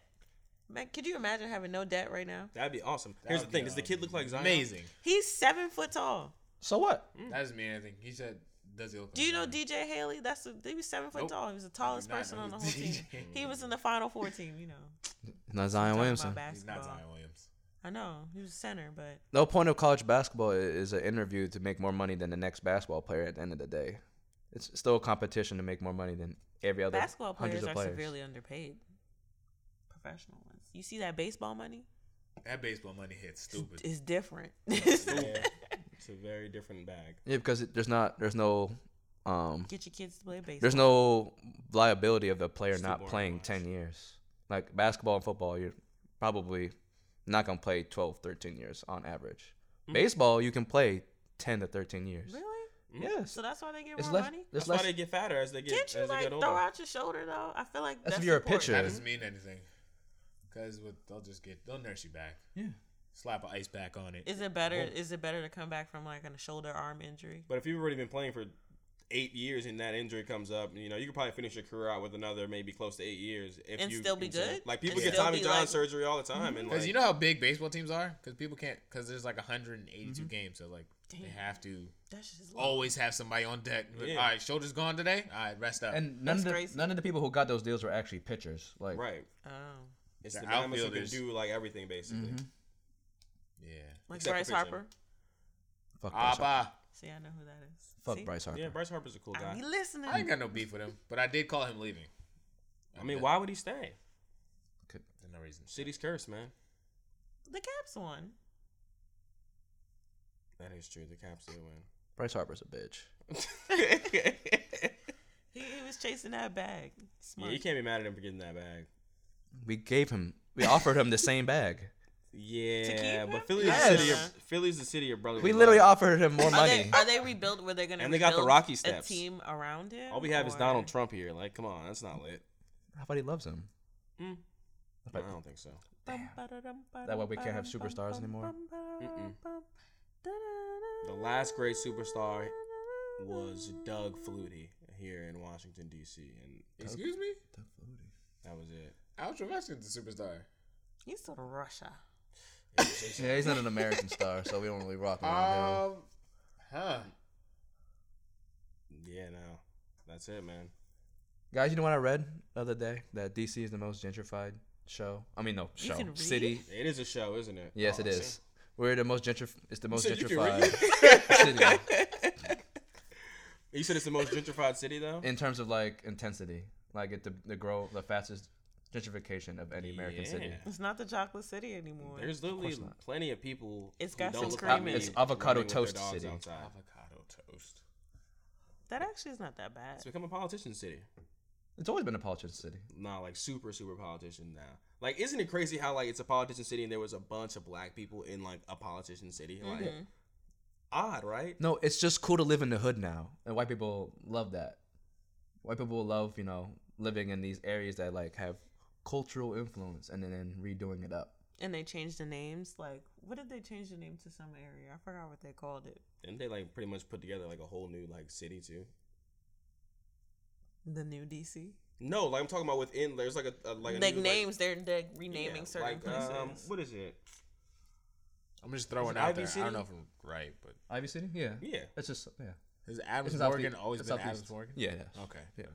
[SPEAKER 2] Man, could you imagine having no debt right now?
[SPEAKER 1] That'd be um, awesome. Here's the
[SPEAKER 4] would
[SPEAKER 1] thing:
[SPEAKER 4] be
[SPEAKER 1] does the kid look like Zion?
[SPEAKER 4] Amazing.
[SPEAKER 2] He's seven foot tall.
[SPEAKER 5] So what?
[SPEAKER 4] That doesn't mean anything. He said, "Does he look?"
[SPEAKER 2] Do you know
[SPEAKER 4] like Zion?
[SPEAKER 2] DJ Haley? That's the, he was seven foot
[SPEAKER 4] Nope.
[SPEAKER 2] tall. He was the
[SPEAKER 4] I
[SPEAKER 2] tallest
[SPEAKER 4] do not
[SPEAKER 2] person
[SPEAKER 4] know
[SPEAKER 2] on the whole
[SPEAKER 4] who's
[SPEAKER 2] team.
[SPEAKER 4] DJ.
[SPEAKER 2] He was in the Final Four team. You know,
[SPEAKER 5] Not Zion
[SPEAKER 2] Talking
[SPEAKER 5] Williamson.
[SPEAKER 2] about
[SPEAKER 4] He's not
[SPEAKER 2] basketball.
[SPEAKER 4] Zion Williams.
[SPEAKER 2] I know he was a center, but
[SPEAKER 5] The whole point of college basketball i- is an interview to make more money than the next basketball player. At the end of the day, it's still a competition to make more money than every other
[SPEAKER 2] basketball
[SPEAKER 5] hundreds
[SPEAKER 2] players
[SPEAKER 5] of
[SPEAKER 2] are
[SPEAKER 5] players.
[SPEAKER 2] severely underpaid. Professional ones. You see that baseball money?
[SPEAKER 4] That baseball money hits stupid.
[SPEAKER 2] It's different.
[SPEAKER 1] Yeah, it's a very different bag.
[SPEAKER 5] Yeah, because it, there's not there's no um
[SPEAKER 2] Get your kids to play baseball.
[SPEAKER 5] there's no liability of the player
[SPEAKER 1] Still
[SPEAKER 5] not
[SPEAKER 1] boring to
[SPEAKER 5] playing
[SPEAKER 1] watch.
[SPEAKER 5] 10 years. Like basketball and football, you're probably not going to play 12, 13 years on average. Baseball, you can play 10 to 13
[SPEAKER 2] Mm.
[SPEAKER 5] years.
[SPEAKER 2] really.
[SPEAKER 5] Yes.
[SPEAKER 2] So that's why they get
[SPEAKER 5] It's
[SPEAKER 2] more
[SPEAKER 5] less,
[SPEAKER 2] money.
[SPEAKER 5] it's
[SPEAKER 1] That's
[SPEAKER 5] less
[SPEAKER 1] why they get fatter as they get
[SPEAKER 2] Can't you
[SPEAKER 1] as they
[SPEAKER 2] like
[SPEAKER 1] get
[SPEAKER 2] throw
[SPEAKER 1] older.
[SPEAKER 2] out your shoulder though? I feel like that's,
[SPEAKER 5] That's if you're a
[SPEAKER 2] important.
[SPEAKER 5] pitcher.
[SPEAKER 4] That
[SPEAKER 5] Yeah.
[SPEAKER 4] doesn't mean anything. Because they'll just get, they'll nurse you back. Yeah. Slap an ice pack on it.
[SPEAKER 2] Is it better? Is it better to come back from like a shoulder arm injury?
[SPEAKER 1] But if you've already been playing for eight years and that injury comes up, you know you could probably finish your career out with another maybe close to eight years if
[SPEAKER 2] And
[SPEAKER 1] you
[SPEAKER 2] still be
[SPEAKER 1] you know what I'm saying?
[SPEAKER 2] good?
[SPEAKER 1] Like people
[SPEAKER 2] And
[SPEAKER 1] get
[SPEAKER 2] still
[SPEAKER 1] Tommy
[SPEAKER 2] be
[SPEAKER 1] John
[SPEAKER 2] like-
[SPEAKER 1] surgery all the time, and
[SPEAKER 4] Because
[SPEAKER 1] like,
[SPEAKER 4] you know how big baseball teams are? Because people can't, because there's like 182
[SPEAKER 1] Mm-hmm.
[SPEAKER 4] games. So, like, they
[SPEAKER 2] Damn.
[SPEAKER 4] have to
[SPEAKER 2] That's just long.
[SPEAKER 4] always have somebody on deck.
[SPEAKER 1] Yeah.
[SPEAKER 4] All right, shoulders gone today? All right, rest up.
[SPEAKER 5] and none of, the,
[SPEAKER 2] crazy.
[SPEAKER 5] none of the people who got those deals were actually pitchers. Like
[SPEAKER 1] right.
[SPEAKER 2] Oh.
[SPEAKER 1] It's
[SPEAKER 4] The
[SPEAKER 1] the, Mm-hmm. diamonds who can
[SPEAKER 4] outfielders.
[SPEAKER 1] do like everything basically.
[SPEAKER 4] yeah.
[SPEAKER 2] Like
[SPEAKER 1] Except for
[SPEAKER 2] Bryce
[SPEAKER 1] pitching.
[SPEAKER 2] Harper.
[SPEAKER 4] Ah,
[SPEAKER 5] fuck Bryce Harper.
[SPEAKER 4] Abba.
[SPEAKER 2] See, I know who that is.
[SPEAKER 5] Fuck
[SPEAKER 2] See?
[SPEAKER 5] Bryce Harper.
[SPEAKER 1] Yeah, Bryce Harper's a cool
[SPEAKER 2] I
[SPEAKER 1] guy.
[SPEAKER 2] be listening.
[SPEAKER 4] I ain't got no beef with him, but I did call him leaving.
[SPEAKER 1] I mean, why would he stay?
[SPEAKER 4] For no reason.
[SPEAKER 1] City's curse, man.
[SPEAKER 2] The Caps won.
[SPEAKER 1] That is true. The Caps did win.
[SPEAKER 5] Bryce Harper's a bitch.
[SPEAKER 2] He, he was chasing that bag. Smart.
[SPEAKER 1] Yeah, you can't be mad at him for getting that bag.
[SPEAKER 5] We gave him we offered him the same bag.
[SPEAKER 1] Yeah,
[SPEAKER 2] him?
[SPEAKER 1] but Philly's
[SPEAKER 2] Yes.
[SPEAKER 1] the city. Of, Philly's the city of brotherly.
[SPEAKER 5] We
[SPEAKER 1] love.
[SPEAKER 5] literally offered him more
[SPEAKER 2] Are
[SPEAKER 5] money.
[SPEAKER 2] they, are they rebuilt where they're gonna
[SPEAKER 1] And they got the
[SPEAKER 2] rebuild
[SPEAKER 1] Rocky
[SPEAKER 2] a
[SPEAKER 1] steps.
[SPEAKER 2] team around him?
[SPEAKER 1] All we have is
[SPEAKER 2] or-
[SPEAKER 1] Donald Trump here. Like, come on, that's not lit.
[SPEAKER 5] How about he loves him?
[SPEAKER 1] Mm.
[SPEAKER 5] If
[SPEAKER 1] I
[SPEAKER 5] I-
[SPEAKER 1] don't think so.
[SPEAKER 5] That way we can't have superstars anymore?
[SPEAKER 1] Mm-mm. The last great superstar was Doug Flutie here in Washington D.C. and
[SPEAKER 4] Excuse me?
[SPEAKER 1] that was it.
[SPEAKER 4] Ultra Mexican's a superstar.
[SPEAKER 2] He's still to Russia.
[SPEAKER 5] Yeah, he's not an American star, so we don't really rock around
[SPEAKER 1] Oh.
[SPEAKER 5] him.
[SPEAKER 4] Um, huh.
[SPEAKER 1] Yeah, no, that's it, man.
[SPEAKER 5] Guys, you know what I read the other day? That DC is the most gentrified show. I mean, no show
[SPEAKER 2] can read?
[SPEAKER 5] city.
[SPEAKER 1] It is a show, isn't it?
[SPEAKER 5] Yes, it
[SPEAKER 1] Oh, see?
[SPEAKER 5] is. We're the most gentrified. It's the most
[SPEAKER 4] said you can read?
[SPEAKER 5] gentrified city
[SPEAKER 1] You said it's the most gentrified city, though.
[SPEAKER 5] in terms of like intensity. Like it, the the grow the fastest gentrification of any American city.
[SPEAKER 1] Yeah.
[SPEAKER 2] It's not the chocolate city anymore.
[SPEAKER 1] There's literally
[SPEAKER 5] not.
[SPEAKER 1] plenty of people.
[SPEAKER 2] It's
[SPEAKER 1] who
[SPEAKER 2] got
[SPEAKER 1] don't
[SPEAKER 2] some
[SPEAKER 1] look like
[SPEAKER 2] screaming.
[SPEAKER 1] me
[SPEAKER 5] It's
[SPEAKER 1] running
[SPEAKER 5] avocado
[SPEAKER 1] with their
[SPEAKER 5] toast
[SPEAKER 1] dogs
[SPEAKER 5] city.
[SPEAKER 1] outside.
[SPEAKER 4] Avocado toast.
[SPEAKER 2] that actually is not that bad.
[SPEAKER 1] It's become a politician city.
[SPEAKER 5] It's always been a politician city.
[SPEAKER 1] Nah, like super super politician now. Like, isn't it crazy how like it's a politician city and there was a bunch of black people in like a politician city? Like,
[SPEAKER 2] Mm-hmm.
[SPEAKER 1] odd, right?
[SPEAKER 5] No, it's just cool to live in the hood now, and white people love that. White people love you know living in these areas that like have cultural influence and then redoing it up.
[SPEAKER 2] And they changed the names. Like, what did they change the name to some area? I forgot what they called it.
[SPEAKER 1] Didn't they like pretty much put together like a whole new like city too?
[SPEAKER 2] The new DC.
[SPEAKER 1] No, like I'm talking about within. There's like a, a like a
[SPEAKER 2] Like
[SPEAKER 1] new,
[SPEAKER 2] names, they're, they're renaming
[SPEAKER 1] yeah,
[SPEAKER 2] certain
[SPEAKER 1] like,
[SPEAKER 2] places.
[SPEAKER 1] Um, what is it?
[SPEAKER 4] I'm just throwing
[SPEAKER 1] it
[SPEAKER 4] out
[SPEAKER 1] Ivy
[SPEAKER 4] there. I
[SPEAKER 1] City?
[SPEAKER 4] don't know if I'm right, but
[SPEAKER 5] Ivy City, yeah,
[SPEAKER 1] Yeah,
[SPEAKER 5] It's just yeah,
[SPEAKER 4] has Adams
[SPEAKER 5] It's Southeast-
[SPEAKER 4] Morgan always
[SPEAKER 5] it's
[SPEAKER 4] been
[SPEAKER 5] Southeast.
[SPEAKER 4] Adams Morgan?
[SPEAKER 5] yeah. yeah.
[SPEAKER 4] Okay.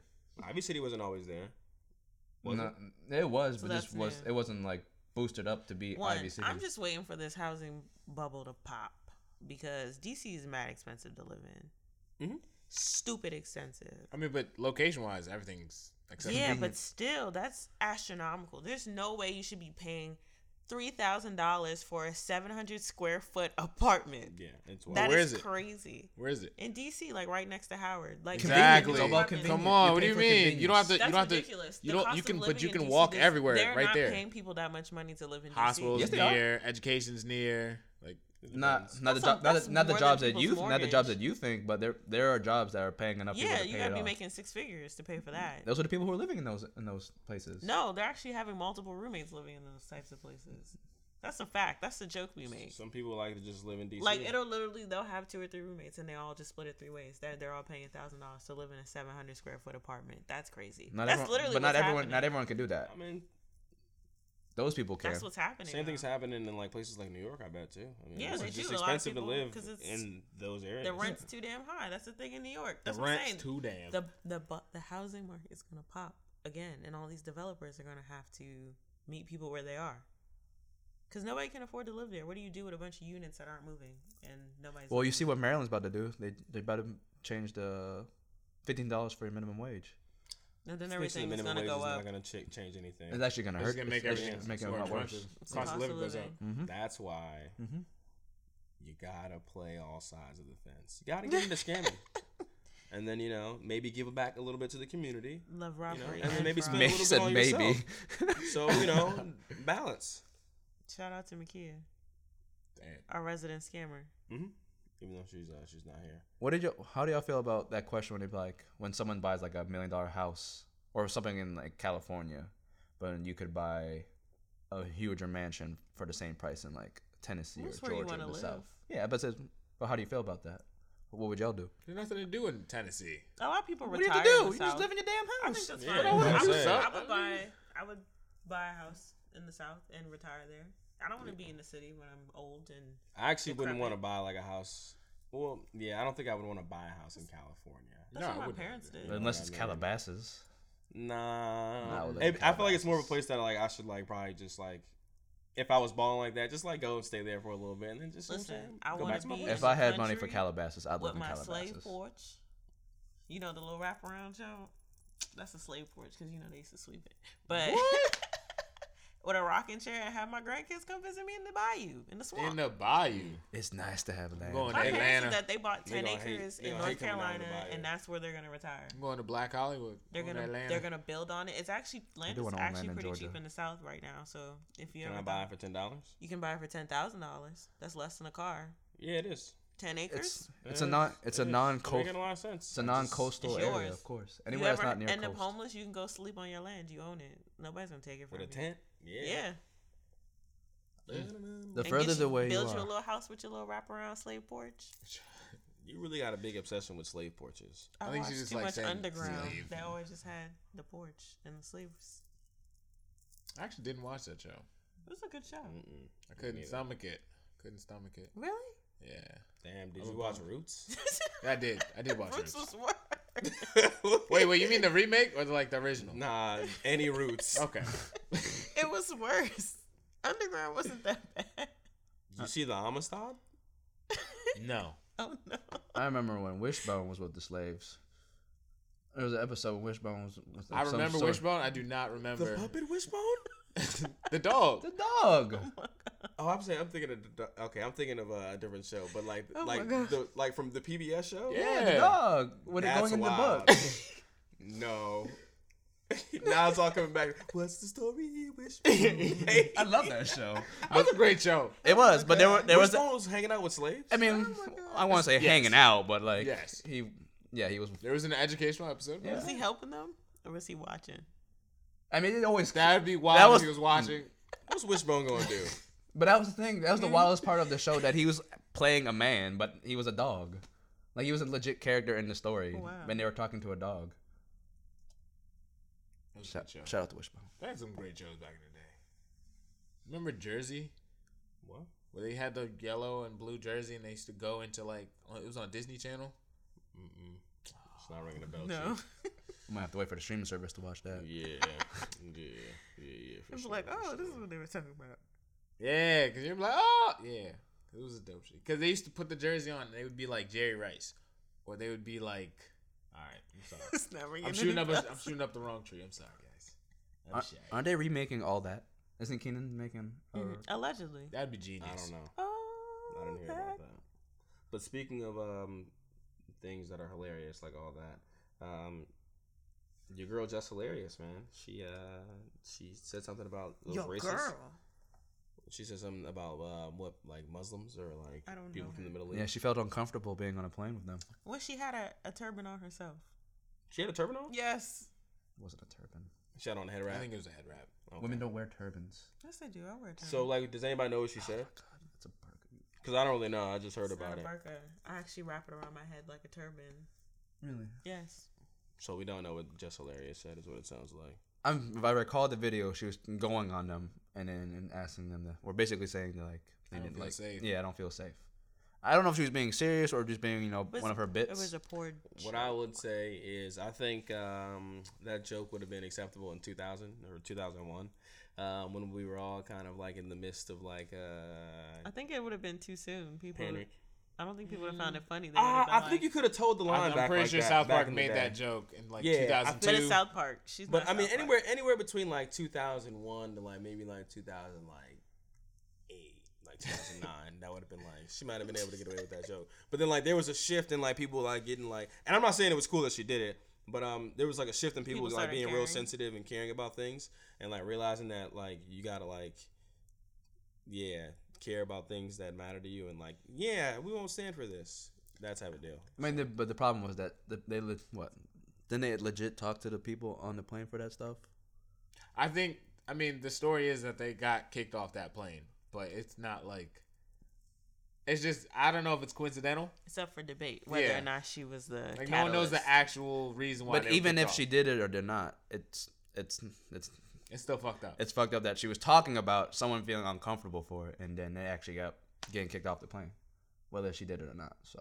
[SPEAKER 1] Ivy City wasn't always there. Was
[SPEAKER 5] No, it was,
[SPEAKER 2] So
[SPEAKER 5] but this
[SPEAKER 2] that's
[SPEAKER 5] was
[SPEAKER 2] new.
[SPEAKER 5] it wasn't like boosted up to be
[SPEAKER 2] One,
[SPEAKER 5] Ivy City.
[SPEAKER 2] I'm just waiting for this housing bubble to pop because DC is mad expensive to live in.
[SPEAKER 1] Mhm.
[SPEAKER 2] Stupid expensive.
[SPEAKER 4] I mean, but location wise, everything's accessible.
[SPEAKER 2] yeah, but still, that's astronomical. There's no way you should be paying three thousand dollars for a 700 square foot apartment.
[SPEAKER 1] Yeah, it's
[SPEAKER 2] That is
[SPEAKER 4] where is it?
[SPEAKER 2] crazy.
[SPEAKER 4] Where is it?
[SPEAKER 2] In DC, like right next to Howard, like
[SPEAKER 4] Exactly.
[SPEAKER 5] It's all about
[SPEAKER 2] Apartment.
[SPEAKER 5] convenience.
[SPEAKER 4] Come on,
[SPEAKER 5] You're
[SPEAKER 4] what do
[SPEAKER 5] paying
[SPEAKER 4] you
[SPEAKER 5] for
[SPEAKER 4] mean? You don't have to.
[SPEAKER 2] That's
[SPEAKER 4] you don't have
[SPEAKER 2] ridiculous.
[SPEAKER 4] to. You
[SPEAKER 2] The
[SPEAKER 4] don't.
[SPEAKER 2] cost
[SPEAKER 4] You
[SPEAKER 2] of
[SPEAKER 4] can, but
[SPEAKER 2] living
[SPEAKER 4] you
[SPEAKER 2] in
[SPEAKER 4] can
[SPEAKER 2] DC,
[SPEAKER 4] walk
[SPEAKER 2] there's-
[SPEAKER 4] everywhere,
[SPEAKER 2] they're
[SPEAKER 4] right
[SPEAKER 2] not
[SPEAKER 4] there.
[SPEAKER 2] Paying people that much money to live in DC.
[SPEAKER 4] Hospitals
[SPEAKER 5] Yes, they are.
[SPEAKER 4] near, education's near. Like
[SPEAKER 5] not not the
[SPEAKER 2] That's
[SPEAKER 5] job
[SPEAKER 2] a-
[SPEAKER 5] not,
[SPEAKER 2] that's
[SPEAKER 5] the, not the
[SPEAKER 2] more
[SPEAKER 5] jobs
[SPEAKER 2] than
[SPEAKER 5] that you
[SPEAKER 2] people's
[SPEAKER 5] not the jobs
[SPEAKER 2] mortgage.
[SPEAKER 5] that you think, but there there are jobs that are paying enough people
[SPEAKER 2] Yeah,
[SPEAKER 5] to pay
[SPEAKER 2] you
[SPEAKER 5] it
[SPEAKER 2] gotta be
[SPEAKER 5] off.
[SPEAKER 2] making six figures to pay for that.
[SPEAKER 5] Those are the people who are living in those in those places.
[SPEAKER 2] No, they're actually having multiple roommates living in those types of places. That's a fact. That's the joke we make.
[SPEAKER 1] Some people like to just live in DC.
[SPEAKER 2] Like it'll literally they'll have two or three roommates and they all just split it three ways. They're, they're all paying a thousand dollars to live in a seven hundred square foot apartment. That's crazy.
[SPEAKER 5] Not
[SPEAKER 2] That's
[SPEAKER 5] everyone,
[SPEAKER 2] literally
[SPEAKER 5] but not
[SPEAKER 2] what's
[SPEAKER 5] everyone not
[SPEAKER 2] happening.
[SPEAKER 5] everyone can do that.
[SPEAKER 1] I mean,
[SPEAKER 5] Those people can.
[SPEAKER 2] That's what's happening.
[SPEAKER 1] same thing's
[SPEAKER 2] now.
[SPEAKER 1] happening in like places like New York. I bet too. I mean,
[SPEAKER 2] Yeah,
[SPEAKER 1] it's
[SPEAKER 2] they
[SPEAKER 1] just
[SPEAKER 2] do. A lot of
[SPEAKER 1] expensive to
[SPEAKER 2] people-
[SPEAKER 1] live
[SPEAKER 2] 'cause it's-
[SPEAKER 1] in those areas.
[SPEAKER 2] The rent's too damn high. That's the thing in New York.
[SPEAKER 4] the
[SPEAKER 2] That's what I'm
[SPEAKER 4] rent's
[SPEAKER 2] saying.
[SPEAKER 4] too damn.
[SPEAKER 2] the the bu- the housing market is gonna pop again, and all these developers are gonna have to meet people where they are, because nobody can afford to live there. What do you do with a bunch of units that aren't moving and nobody's?
[SPEAKER 5] Well, you see what Maryland's about to do. They they about to change the fifteen dollars for your minimum wage.
[SPEAKER 2] and
[SPEAKER 1] Fixing
[SPEAKER 2] then
[SPEAKER 1] the
[SPEAKER 2] everything is
[SPEAKER 1] minimum
[SPEAKER 2] gonna
[SPEAKER 1] wage
[SPEAKER 2] go
[SPEAKER 1] is
[SPEAKER 2] up.
[SPEAKER 1] not going to ch- change anything.
[SPEAKER 5] It's actually gonna
[SPEAKER 4] It's
[SPEAKER 5] hurt.
[SPEAKER 4] gonna make
[SPEAKER 5] it's, it's
[SPEAKER 4] everything
[SPEAKER 5] making it
[SPEAKER 4] more
[SPEAKER 5] a lot worse. Mm-hmm.
[SPEAKER 4] expensive. Cost of living goes up.
[SPEAKER 2] living.
[SPEAKER 1] That's why
[SPEAKER 5] Mhm.
[SPEAKER 1] you gotta play all sides of the fence. You gotta get into scamming, and then you know maybe give it back a little bit to the community.
[SPEAKER 2] Love robbery.
[SPEAKER 1] and
[SPEAKER 2] and
[SPEAKER 1] then maybe
[SPEAKER 2] fraud.
[SPEAKER 1] spend a
[SPEAKER 5] Maybe
[SPEAKER 1] little bit on
[SPEAKER 5] said maybe.
[SPEAKER 1] So you know balance.
[SPEAKER 2] Shout out to Makia,
[SPEAKER 4] Damn.
[SPEAKER 2] our resident scammer.
[SPEAKER 1] hmm Even though she's uh, she's not here.
[SPEAKER 5] What did you? How do y'all feel about that question when they like when someone buys like a million dollar house or something in like California, but you could buy a huger mansion for the same price in like Tennessee
[SPEAKER 2] That's
[SPEAKER 5] or
[SPEAKER 2] where you
[SPEAKER 5] Georgia or the
[SPEAKER 2] wanna
[SPEAKER 5] South?
[SPEAKER 2] live.
[SPEAKER 5] Yeah, but it says, well, how do you feel about that? What would y'all do?
[SPEAKER 4] There's nothing to do in Tennessee.
[SPEAKER 2] A lot of people
[SPEAKER 5] What do
[SPEAKER 2] retire.
[SPEAKER 5] you have to do?
[SPEAKER 2] in the
[SPEAKER 5] You just
[SPEAKER 2] South.
[SPEAKER 5] live in your
[SPEAKER 2] I
[SPEAKER 5] damn
[SPEAKER 2] think
[SPEAKER 5] house.
[SPEAKER 2] that's
[SPEAKER 1] Yeah,
[SPEAKER 2] fine.
[SPEAKER 1] I would-
[SPEAKER 2] I,
[SPEAKER 1] that's
[SPEAKER 2] would,
[SPEAKER 1] it.
[SPEAKER 2] I would buy. I would buy a house in the South and retire there. I don't want to be in the city when I'm old and
[SPEAKER 1] I actually wouldn't
[SPEAKER 2] Decrepit.
[SPEAKER 1] want to buy like a house. Well, yeah, I don't think I would want to buy a house in California.
[SPEAKER 2] that's
[SPEAKER 4] No, I
[SPEAKER 2] what my
[SPEAKER 4] wouldn't.
[SPEAKER 2] parents did.
[SPEAKER 5] Unless
[SPEAKER 1] Yeah,
[SPEAKER 5] it's
[SPEAKER 1] I mean-
[SPEAKER 5] Calabasas. Nah, I
[SPEAKER 1] Nah,
[SPEAKER 5] would live
[SPEAKER 1] I,
[SPEAKER 5] in
[SPEAKER 1] I feel like it's
[SPEAKER 5] Calabasas.
[SPEAKER 1] more of a place that like I should like probably just like if I was balling like that, just like go and stay there for a little bit and then just you know what I'm
[SPEAKER 2] Listen,
[SPEAKER 1] saying,
[SPEAKER 2] I
[SPEAKER 1] go
[SPEAKER 2] wanna
[SPEAKER 1] back to my
[SPEAKER 2] be
[SPEAKER 1] place.
[SPEAKER 5] If
[SPEAKER 2] the
[SPEAKER 5] I had money for
[SPEAKER 2] country
[SPEAKER 5] Calabasas, I'd
[SPEAKER 2] with
[SPEAKER 5] live in
[SPEAKER 2] my slave
[SPEAKER 5] Calabasas.
[SPEAKER 2] porch. You know the little wraparound joint. That's a slave porch because you know they used to sweep it. But with a rocking chair and have my grandkids come visit me in the bayou in the swamp.
[SPEAKER 4] In the bayou.
[SPEAKER 5] It's nice to have land.
[SPEAKER 4] going
[SPEAKER 2] my
[SPEAKER 4] to
[SPEAKER 2] parents
[SPEAKER 4] Atlanta.
[SPEAKER 2] did that they bought
[SPEAKER 1] They
[SPEAKER 2] ten
[SPEAKER 1] gonna hate-
[SPEAKER 2] acres
[SPEAKER 1] they
[SPEAKER 2] in
[SPEAKER 1] gonna hate
[SPEAKER 2] North
[SPEAKER 1] coming down to
[SPEAKER 2] Carolina,
[SPEAKER 1] the bayou.
[SPEAKER 2] and that's where they're gonna retire.
[SPEAKER 4] I'm going to Black Hollywood.
[SPEAKER 2] They're
[SPEAKER 4] going
[SPEAKER 2] gonna
[SPEAKER 4] to Atlanta.
[SPEAKER 2] they're gonna build on it. It's actually land
[SPEAKER 5] doing
[SPEAKER 2] is
[SPEAKER 5] all land
[SPEAKER 2] actually
[SPEAKER 5] in
[SPEAKER 2] pretty
[SPEAKER 5] Georgia.
[SPEAKER 2] cheap in the South right now. So if you
[SPEAKER 1] Can
[SPEAKER 2] ever
[SPEAKER 1] I buy it for ten dollars?
[SPEAKER 2] you can buy it for ten thousand dollars. That's less than a car.
[SPEAKER 1] Yeah, it is.
[SPEAKER 2] ten acres.
[SPEAKER 5] It's it's a non it's a non
[SPEAKER 1] Making a
[SPEAKER 5] coastal
[SPEAKER 1] lot of sense.
[SPEAKER 5] it's a non coastal
[SPEAKER 2] It's yours.
[SPEAKER 5] area, of course.
[SPEAKER 2] You
[SPEAKER 5] Anywhere that's
[SPEAKER 2] ever
[SPEAKER 5] not near
[SPEAKER 2] end
[SPEAKER 5] coast.
[SPEAKER 2] up homeless, you can go sleep on your land. You own it. Nobody's gonna take it from
[SPEAKER 1] with a
[SPEAKER 2] you.
[SPEAKER 1] tent. Yeah.
[SPEAKER 2] Yeah.
[SPEAKER 5] the
[SPEAKER 2] And
[SPEAKER 5] further
[SPEAKER 2] get
[SPEAKER 5] the
[SPEAKER 2] you-
[SPEAKER 5] way you
[SPEAKER 2] build your
[SPEAKER 5] are,
[SPEAKER 2] little house with your little wraparound slave porch.
[SPEAKER 1] You really got a big obsession with slave porches.
[SPEAKER 2] I,
[SPEAKER 4] I think she
[SPEAKER 2] watched
[SPEAKER 4] just
[SPEAKER 2] Oh, too
[SPEAKER 4] likes
[SPEAKER 2] much
[SPEAKER 4] saying
[SPEAKER 2] underground.
[SPEAKER 4] slave.
[SPEAKER 2] They always just had the porch and the sleeves.
[SPEAKER 4] I actually didn't watch that show.
[SPEAKER 2] It was a good show.
[SPEAKER 4] Mm.
[SPEAKER 1] Mm-mm.
[SPEAKER 4] I couldn't stomach it. Couldn't stomach it.
[SPEAKER 2] Really?
[SPEAKER 4] Yeah,
[SPEAKER 1] Damn, did
[SPEAKER 4] I'm
[SPEAKER 1] you
[SPEAKER 4] a
[SPEAKER 1] watch
[SPEAKER 4] bum.
[SPEAKER 1] Roots?
[SPEAKER 4] I did. I did watch
[SPEAKER 2] Roots
[SPEAKER 4] it.
[SPEAKER 2] was worse.
[SPEAKER 4] Wait, wait. You mean the remake or like the original?
[SPEAKER 1] nah, any Roots.
[SPEAKER 4] Okay.
[SPEAKER 2] it was worse. Underground wasn't that bad.
[SPEAKER 1] Did you see the Amistad?
[SPEAKER 4] No.
[SPEAKER 2] Oh no.
[SPEAKER 5] I remember when Wishbone was with the slaves. There was an episode when Wishbone was. was
[SPEAKER 4] I
[SPEAKER 5] some
[SPEAKER 4] remember
[SPEAKER 5] sort-
[SPEAKER 4] Wishbone. I do not remember the,
[SPEAKER 1] Wishbone?
[SPEAKER 4] dog.
[SPEAKER 5] The dog.
[SPEAKER 1] Oh, I'm saying I'm thinking of the- okay, I'm thinking of a different show, but like
[SPEAKER 2] Oh my
[SPEAKER 1] like
[SPEAKER 2] God.
[SPEAKER 1] the like from the PBS show.
[SPEAKER 5] Yeah,
[SPEAKER 4] Yeah.
[SPEAKER 5] the dog. With it
[SPEAKER 1] That's
[SPEAKER 5] going in
[SPEAKER 1] wild.
[SPEAKER 5] the book.
[SPEAKER 1] No. now it's all coming back. What's the story? Wishbone. hey,
[SPEAKER 3] I love that show.
[SPEAKER 4] That was a great show.
[SPEAKER 5] It was, but there were there was.
[SPEAKER 1] Wishbone was hanging out with slaves.
[SPEAKER 5] I mean, I want to say hanging out, but like
[SPEAKER 4] Yes.
[SPEAKER 5] he, yeah, he was.
[SPEAKER 4] There was an educational episode.
[SPEAKER 5] Yeah.
[SPEAKER 2] Was he helping them or was he watching?
[SPEAKER 5] I mean, it always.
[SPEAKER 4] That would be wild.
[SPEAKER 5] That
[SPEAKER 4] if
[SPEAKER 5] was-
[SPEAKER 4] he was watching.
[SPEAKER 5] Mm.
[SPEAKER 1] what's Wishbone gonna do?
[SPEAKER 5] But that was the thing. That was the wildest part of the show that he was playing a man, but he was a dog. Like he was a legit character in the story,
[SPEAKER 2] Wow.
[SPEAKER 5] and they were talking to a dog.
[SPEAKER 4] That was a
[SPEAKER 5] Shout,
[SPEAKER 4] good show.
[SPEAKER 5] shout out to Wishbone.
[SPEAKER 4] They had some great shows back in the day. Remember Jersey?
[SPEAKER 1] What?
[SPEAKER 4] Where they had the yellow and blue jersey and they used to go into like it was on Disney Channel.
[SPEAKER 1] It's not ringing a bell.
[SPEAKER 2] No.
[SPEAKER 5] I'm gonna have to wait for the streaming service to watch that.
[SPEAKER 1] Chief. Yeah. Yeah. Yeah. Yeah. For
[SPEAKER 2] It's
[SPEAKER 1] sure.
[SPEAKER 2] like, oh, this is what they were talking about.
[SPEAKER 4] Yeah, cause you're like, oh yeah, it was a dope shit. Cause they used to put the jersey on and they would be like Jerry Rice, or they would be like, all right, I'm sorry,
[SPEAKER 2] It's not ringing
[SPEAKER 4] I'm shooting
[SPEAKER 2] any
[SPEAKER 4] up, a, I'm
[SPEAKER 2] bells.
[SPEAKER 4] shooting up the wrong tree. I'm sorry, guys. I'm
[SPEAKER 5] Aren't,
[SPEAKER 4] shy.
[SPEAKER 5] aren't they remaking all that? Isn't Keenan making? Or,
[SPEAKER 2] Mhm.
[SPEAKER 4] uh,
[SPEAKER 2] Allegedly.
[SPEAKER 4] That'd be genius.
[SPEAKER 1] I don't know.
[SPEAKER 2] Oh,
[SPEAKER 1] I didn't hear
[SPEAKER 2] that-
[SPEAKER 1] about that. But speaking of um things that are hilarious, like all that, um, your girl just hilarious, man. She uh she said something about those
[SPEAKER 2] Your
[SPEAKER 1] races.
[SPEAKER 2] girl.
[SPEAKER 1] She said something about uh, what like Muslims or like
[SPEAKER 2] I don't
[SPEAKER 1] people
[SPEAKER 2] know
[SPEAKER 1] from the
[SPEAKER 2] her.
[SPEAKER 1] Middle East.
[SPEAKER 5] yeah, she felt uncomfortable being on a plane with them.
[SPEAKER 2] Well, she had a, a turban on herself.
[SPEAKER 1] she had a turban on.
[SPEAKER 2] Yes.
[SPEAKER 5] It wasn't a turban.
[SPEAKER 1] She had on a head
[SPEAKER 4] I
[SPEAKER 1] wrap.
[SPEAKER 4] think it was a head wrap.
[SPEAKER 1] Okay.
[SPEAKER 5] Women don't wear turbans.
[SPEAKER 2] Yes, I do. I wear a turban.
[SPEAKER 1] So like, does anybody know what she said?
[SPEAKER 5] God, that's a burger.
[SPEAKER 1] Because I don't really know. I just heard
[SPEAKER 2] It's not
[SPEAKER 1] about
[SPEAKER 2] a
[SPEAKER 1] it,
[SPEAKER 2] burqa. I actually wrap it around my head like a turban.
[SPEAKER 5] Really?
[SPEAKER 2] Yes.
[SPEAKER 1] so we don't know what just hilarious said. Is what it sounds like.
[SPEAKER 5] I'm, if I recall the video, she was going on them and then and asking them to, or basically saying that, like they
[SPEAKER 4] I don't
[SPEAKER 5] didn't
[SPEAKER 4] feel
[SPEAKER 5] like.
[SPEAKER 4] safe.
[SPEAKER 5] Yeah, I don't feel safe. I don't know if she was being serious or just being, you know,
[SPEAKER 2] Was-
[SPEAKER 5] one of her
[SPEAKER 2] It was
[SPEAKER 5] bits.
[SPEAKER 2] a poured.
[SPEAKER 1] What I would say is, I think um, that joke would have been acceptable in 2000 or 2001, um, when we were all kind of like in the midst of like uh,
[SPEAKER 2] I think it would have been too soon. People.
[SPEAKER 1] panic.
[SPEAKER 2] I don't think people would have found it funny. They
[SPEAKER 1] I,
[SPEAKER 2] would've
[SPEAKER 1] I
[SPEAKER 2] been
[SPEAKER 1] think you
[SPEAKER 2] like-
[SPEAKER 1] could have told the line.
[SPEAKER 4] I'm,
[SPEAKER 1] back
[SPEAKER 4] pretty
[SPEAKER 1] like
[SPEAKER 4] sure
[SPEAKER 1] that
[SPEAKER 4] South
[SPEAKER 1] back
[SPEAKER 4] Park
[SPEAKER 1] in the
[SPEAKER 4] made
[SPEAKER 1] day.
[SPEAKER 4] that joke in like
[SPEAKER 1] Yeah, I think-
[SPEAKER 2] But
[SPEAKER 4] 2002.
[SPEAKER 2] it's South Park. She's.
[SPEAKER 1] But
[SPEAKER 2] not
[SPEAKER 1] I mean,
[SPEAKER 2] South Park.
[SPEAKER 1] anywhere anywhere between like 2001 to like maybe like 2000 like eight, like 2009, that would have been like she might have been able to get away with that joke. But then like there was a shift in like people like getting like, and I'm not saying it was cool that she did it, but um there was like a shift in people,
[SPEAKER 2] People
[SPEAKER 1] like
[SPEAKER 2] started
[SPEAKER 1] being real
[SPEAKER 2] caring.
[SPEAKER 1] sensitive and caring about things and like realizing that like you gotta like yeah care about things that matter to you and like yeah we won't stand for this that type of deal.
[SPEAKER 5] I mean, the, but the problem was that the, they le- what? Then they legit talk to the people on the plane for that stuff.
[SPEAKER 4] I think. I mean, the story is that they got kicked off that plane, but it's not like. It's just I don't know if it's coincidental.
[SPEAKER 2] It's up for debate whether
[SPEAKER 4] Yeah.
[SPEAKER 2] or not she was the.
[SPEAKER 4] Like no one knows the
[SPEAKER 2] catalyst.
[SPEAKER 4] actual reason why.
[SPEAKER 5] but
[SPEAKER 4] they were
[SPEAKER 5] even
[SPEAKER 4] kicked
[SPEAKER 5] if
[SPEAKER 4] off.
[SPEAKER 5] she did it or did not, it's it's it's
[SPEAKER 4] it's still fucked up.
[SPEAKER 5] it's fucked up that she was talking about someone feeling uncomfortable for it, and then they actually got getting kicked off the plane, whether she did it or not. So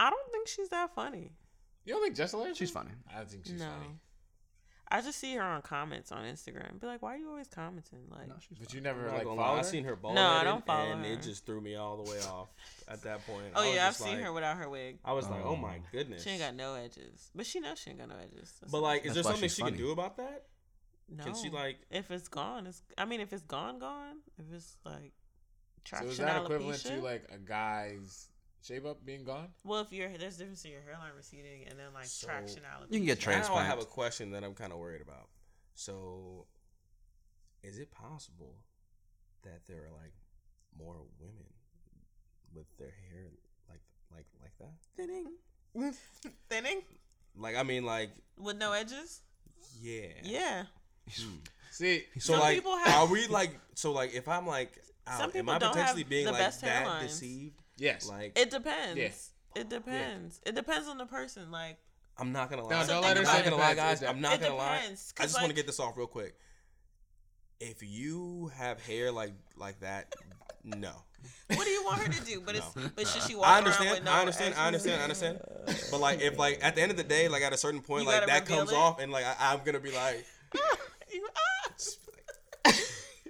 [SPEAKER 2] I don't think she's that funny.
[SPEAKER 4] You don't think Jessica?
[SPEAKER 5] she's funny.
[SPEAKER 4] I think she's
[SPEAKER 2] no.
[SPEAKER 4] funny,
[SPEAKER 2] I just see her on comments on Instagram. Be like, why are you always commenting? Like,
[SPEAKER 5] No, she's
[SPEAKER 4] but
[SPEAKER 5] funny.
[SPEAKER 4] you never
[SPEAKER 1] I'm not
[SPEAKER 4] like
[SPEAKER 1] gonna lie,
[SPEAKER 4] follow.
[SPEAKER 1] I
[SPEAKER 4] her?
[SPEAKER 1] seen her bald.
[SPEAKER 2] No, I don't follow
[SPEAKER 1] and
[SPEAKER 2] her.
[SPEAKER 1] it just threw me all the way off at that point.
[SPEAKER 2] oh
[SPEAKER 1] I was
[SPEAKER 2] yeah, I've
[SPEAKER 1] just
[SPEAKER 2] seen
[SPEAKER 1] like-
[SPEAKER 2] her without her wig.
[SPEAKER 1] I was like, oh
[SPEAKER 5] Oh.
[SPEAKER 1] my goodness.
[SPEAKER 2] She ain't got no edges, but she knows she ain't got no edges. That's
[SPEAKER 1] but
[SPEAKER 2] what
[SPEAKER 1] like, is there
[SPEAKER 5] That's why
[SPEAKER 1] something
[SPEAKER 5] she's
[SPEAKER 1] she can
[SPEAKER 5] funny.
[SPEAKER 1] do about that?
[SPEAKER 2] no.
[SPEAKER 1] Can she like?
[SPEAKER 2] If it's gone, it's. I mean, if it's gone, gone. If it's like
[SPEAKER 4] So
[SPEAKER 2] traction
[SPEAKER 4] is that equivalent
[SPEAKER 2] alopecia.
[SPEAKER 4] to like a guy's shave up being gone?
[SPEAKER 2] well, if your there's a difference to your hairline receding and then like
[SPEAKER 1] So-
[SPEAKER 2] traction alopecia.
[SPEAKER 5] You can get
[SPEAKER 1] Now I have
[SPEAKER 5] transplant.
[SPEAKER 1] a question that I'm kind of worried about. So, is it possible that there are like more women with their hair like like like that.
[SPEAKER 2] Thinning. Thinning?
[SPEAKER 1] Like I mean like
[SPEAKER 2] With no edges?
[SPEAKER 1] yeah.
[SPEAKER 2] Yeah.
[SPEAKER 4] See,
[SPEAKER 1] So
[SPEAKER 2] Some
[SPEAKER 1] like
[SPEAKER 2] people have-
[SPEAKER 1] are we like so like if I'm like out,
[SPEAKER 2] Some
[SPEAKER 1] am
[SPEAKER 2] people
[SPEAKER 1] I
[SPEAKER 2] don't have
[SPEAKER 1] potentially being
[SPEAKER 2] the
[SPEAKER 1] like
[SPEAKER 2] best
[SPEAKER 1] that
[SPEAKER 2] hairlines.
[SPEAKER 1] deceived?
[SPEAKER 4] yes.
[SPEAKER 1] Like
[SPEAKER 2] It depends.
[SPEAKER 4] Yeah.
[SPEAKER 2] It depends. It depends on the person. Like,
[SPEAKER 1] I'm not gonna lie.
[SPEAKER 4] No,
[SPEAKER 2] don't
[SPEAKER 1] I'm
[SPEAKER 2] let her say
[SPEAKER 1] not gonna lie,
[SPEAKER 4] depends.
[SPEAKER 1] guys.
[SPEAKER 4] It
[SPEAKER 1] I'm not
[SPEAKER 2] depends.
[SPEAKER 1] gonna lie. I
[SPEAKER 2] It depends,
[SPEAKER 1] just
[SPEAKER 2] 'cause,
[SPEAKER 1] want to
[SPEAKER 2] like-
[SPEAKER 1] get this off real quick. If you have hair like like that, no.
[SPEAKER 2] what do you want her to do? But it's but should she walk
[SPEAKER 1] I
[SPEAKER 2] around
[SPEAKER 1] understand.
[SPEAKER 2] with no
[SPEAKER 1] I understand. I
[SPEAKER 2] edges?
[SPEAKER 1] understand. I understand. But like, if like at the end of the day, like at a certain point,
[SPEAKER 2] You
[SPEAKER 1] like
[SPEAKER 2] gotta
[SPEAKER 1] that
[SPEAKER 2] reveal
[SPEAKER 1] comes
[SPEAKER 2] it?
[SPEAKER 1] off, and like I, I'm gonna be like,
[SPEAKER 2] You- ah!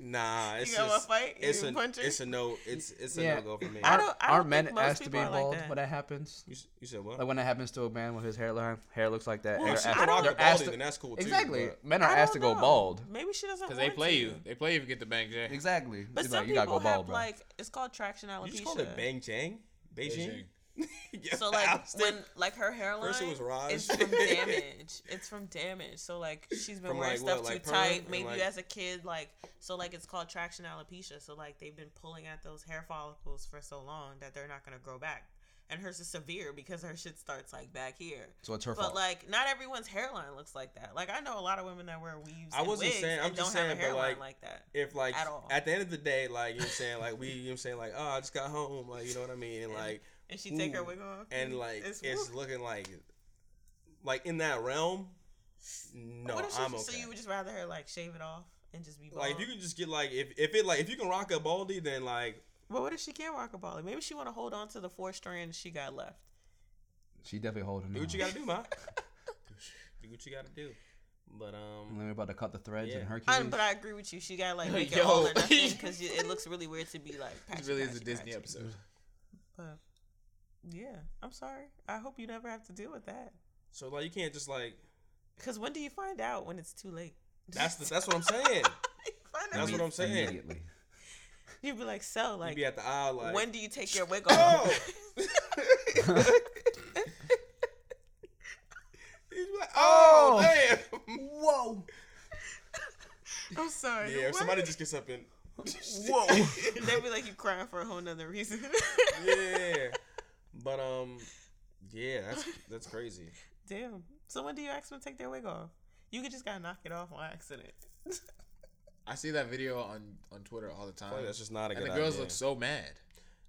[SPEAKER 1] nah, it's
[SPEAKER 2] gonna
[SPEAKER 1] just,
[SPEAKER 2] fight? You
[SPEAKER 1] it's a
[SPEAKER 2] punch her?
[SPEAKER 1] it's a no, it's it's a
[SPEAKER 5] Yeah.
[SPEAKER 1] no go for me.
[SPEAKER 2] I don't- I don't
[SPEAKER 5] Are
[SPEAKER 2] think
[SPEAKER 5] men
[SPEAKER 2] most
[SPEAKER 5] asked to be
[SPEAKER 2] people are like
[SPEAKER 5] bald
[SPEAKER 2] that.
[SPEAKER 5] when that happens?
[SPEAKER 1] You, s- you said what?
[SPEAKER 5] Like when that happens to a man with his hairline, hair looks like that.
[SPEAKER 2] Well,
[SPEAKER 5] they're
[SPEAKER 2] she-
[SPEAKER 5] asked-
[SPEAKER 2] I don't-
[SPEAKER 1] Rock
[SPEAKER 5] they're
[SPEAKER 1] the
[SPEAKER 5] asked
[SPEAKER 1] balding,
[SPEAKER 5] to-
[SPEAKER 1] and that's cool too.
[SPEAKER 5] exactly.
[SPEAKER 1] but-
[SPEAKER 5] Men are
[SPEAKER 2] I
[SPEAKER 5] asked to
[SPEAKER 2] don't
[SPEAKER 5] go
[SPEAKER 2] know.
[SPEAKER 5] bald.
[SPEAKER 2] Maybe she doesn't.
[SPEAKER 4] Because they
[SPEAKER 2] want
[SPEAKER 4] play
[SPEAKER 2] to.
[SPEAKER 4] you. They play you if you get the bang jack.
[SPEAKER 5] Exactly.
[SPEAKER 2] But
[SPEAKER 5] It's
[SPEAKER 2] some
[SPEAKER 5] like,
[SPEAKER 2] people have
[SPEAKER 5] bro.
[SPEAKER 2] like it's called traction alopecia.
[SPEAKER 1] you just called it Bang Jang, Beijing.
[SPEAKER 4] Beijing.
[SPEAKER 1] Yeah,
[SPEAKER 2] So
[SPEAKER 1] I
[SPEAKER 2] like
[SPEAKER 1] was
[SPEAKER 2] when
[SPEAKER 1] thinking
[SPEAKER 2] like her hairline
[SPEAKER 1] First it was Raj.
[SPEAKER 2] is from damage. It's from damage. So like she's been
[SPEAKER 1] From,
[SPEAKER 2] wearing
[SPEAKER 1] like,
[SPEAKER 2] stuff
[SPEAKER 1] what, like,
[SPEAKER 2] too
[SPEAKER 1] perm
[SPEAKER 2] tight.
[SPEAKER 1] and,
[SPEAKER 2] Maybe
[SPEAKER 1] like-
[SPEAKER 2] as a kid, like so like it's called traction alopecia. So like they've been pulling at those hair follicles for so long that they're not gonna grow back. And hers is severe because her shit starts like back here.
[SPEAKER 5] So it's her
[SPEAKER 2] But
[SPEAKER 5] fault.
[SPEAKER 2] like not everyone's hairline looks like that. Like I know a lot of women that wear weaves.
[SPEAKER 1] I
[SPEAKER 2] and
[SPEAKER 1] wasn't
[SPEAKER 2] wigs
[SPEAKER 1] saying- I'm
[SPEAKER 2] and
[SPEAKER 1] just
[SPEAKER 2] don't
[SPEAKER 1] saying,
[SPEAKER 2] have a
[SPEAKER 1] but,
[SPEAKER 2] hairline
[SPEAKER 1] like,
[SPEAKER 2] like that.
[SPEAKER 1] If like
[SPEAKER 2] At all.
[SPEAKER 1] at the end of the day, like you know what I'm saying, like we, you know what I'm saying, like oh, I just got home, like you know what I mean, and like
[SPEAKER 2] And she take her
[SPEAKER 1] ooh,
[SPEAKER 2] wig off.
[SPEAKER 1] and like it's,
[SPEAKER 2] woo.
[SPEAKER 1] looking like, like in that realm, no,
[SPEAKER 2] What if she-
[SPEAKER 1] I'm okay.
[SPEAKER 2] So you would just rather her like shave it off and just be bald?
[SPEAKER 1] Like if you can just get like if, if it like if you can rock a baldy, then like
[SPEAKER 2] But what if she can't rock a ball? Maybe she want to hold on to the four strands she got left.
[SPEAKER 5] She definitely holding
[SPEAKER 1] do
[SPEAKER 5] on.
[SPEAKER 1] what you gotta do, ma. do what you gotta do. But um,
[SPEAKER 5] Let me about to cut the threads
[SPEAKER 1] Yeah.
[SPEAKER 5] in
[SPEAKER 2] I,
[SPEAKER 5] Hercules.
[SPEAKER 2] but I agree with you. She got like make it
[SPEAKER 4] Yo.
[SPEAKER 2] all or nothing because it looks really weird to be like. Patchy,
[SPEAKER 4] It really is a
[SPEAKER 2] patchy,
[SPEAKER 4] Disney
[SPEAKER 2] patchy.
[SPEAKER 4] episode.
[SPEAKER 2] But, yeah, I'm sorry. I hope you never have to deal with that.
[SPEAKER 1] so like you can't just like
[SPEAKER 2] Because when do you find out when it's too late?
[SPEAKER 1] that's the, that's what I'm saying.
[SPEAKER 2] You find out
[SPEAKER 1] That's what
[SPEAKER 2] when-
[SPEAKER 1] I'm saying.
[SPEAKER 5] Immediately.
[SPEAKER 2] You'd be like, so
[SPEAKER 1] You
[SPEAKER 2] like,
[SPEAKER 1] be at the aisle like
[SPEAKER 2] when do you take your wig
[SPEAKER 1] oh.
[SPEAKER 2] off?
[SPEAKER 1] He's like, oh, damn.
[SPEAKER 5] Whoa.
[SPEAKER 2] I'm sorry.
[SPEAKER 1] Yeah, if
[SPEAKER 2] what?
[SPEAKER 1] somebody just gets up and
[SPEAKER 5] Whoa.
[SPEAKER 2] They'd be like, you crying for a whole nother reason.
[SPEAKER 1] yeah, but um, yeah, that's that's crazy.
[SPEAKER 2] Damn. So when do you ask them to take their wig off? You could just gotta knock it off on accident.
[SPEAKER 4] I see that video on on Twitter all the time.
[SPEAKER 1] Like, that's just not a
[SPEAKER 4] and
[SPEAKER 1] good
[SPEAKER 4] the girls
[SPEAKER 1] idea.
[SPEAKER 4] look so mad.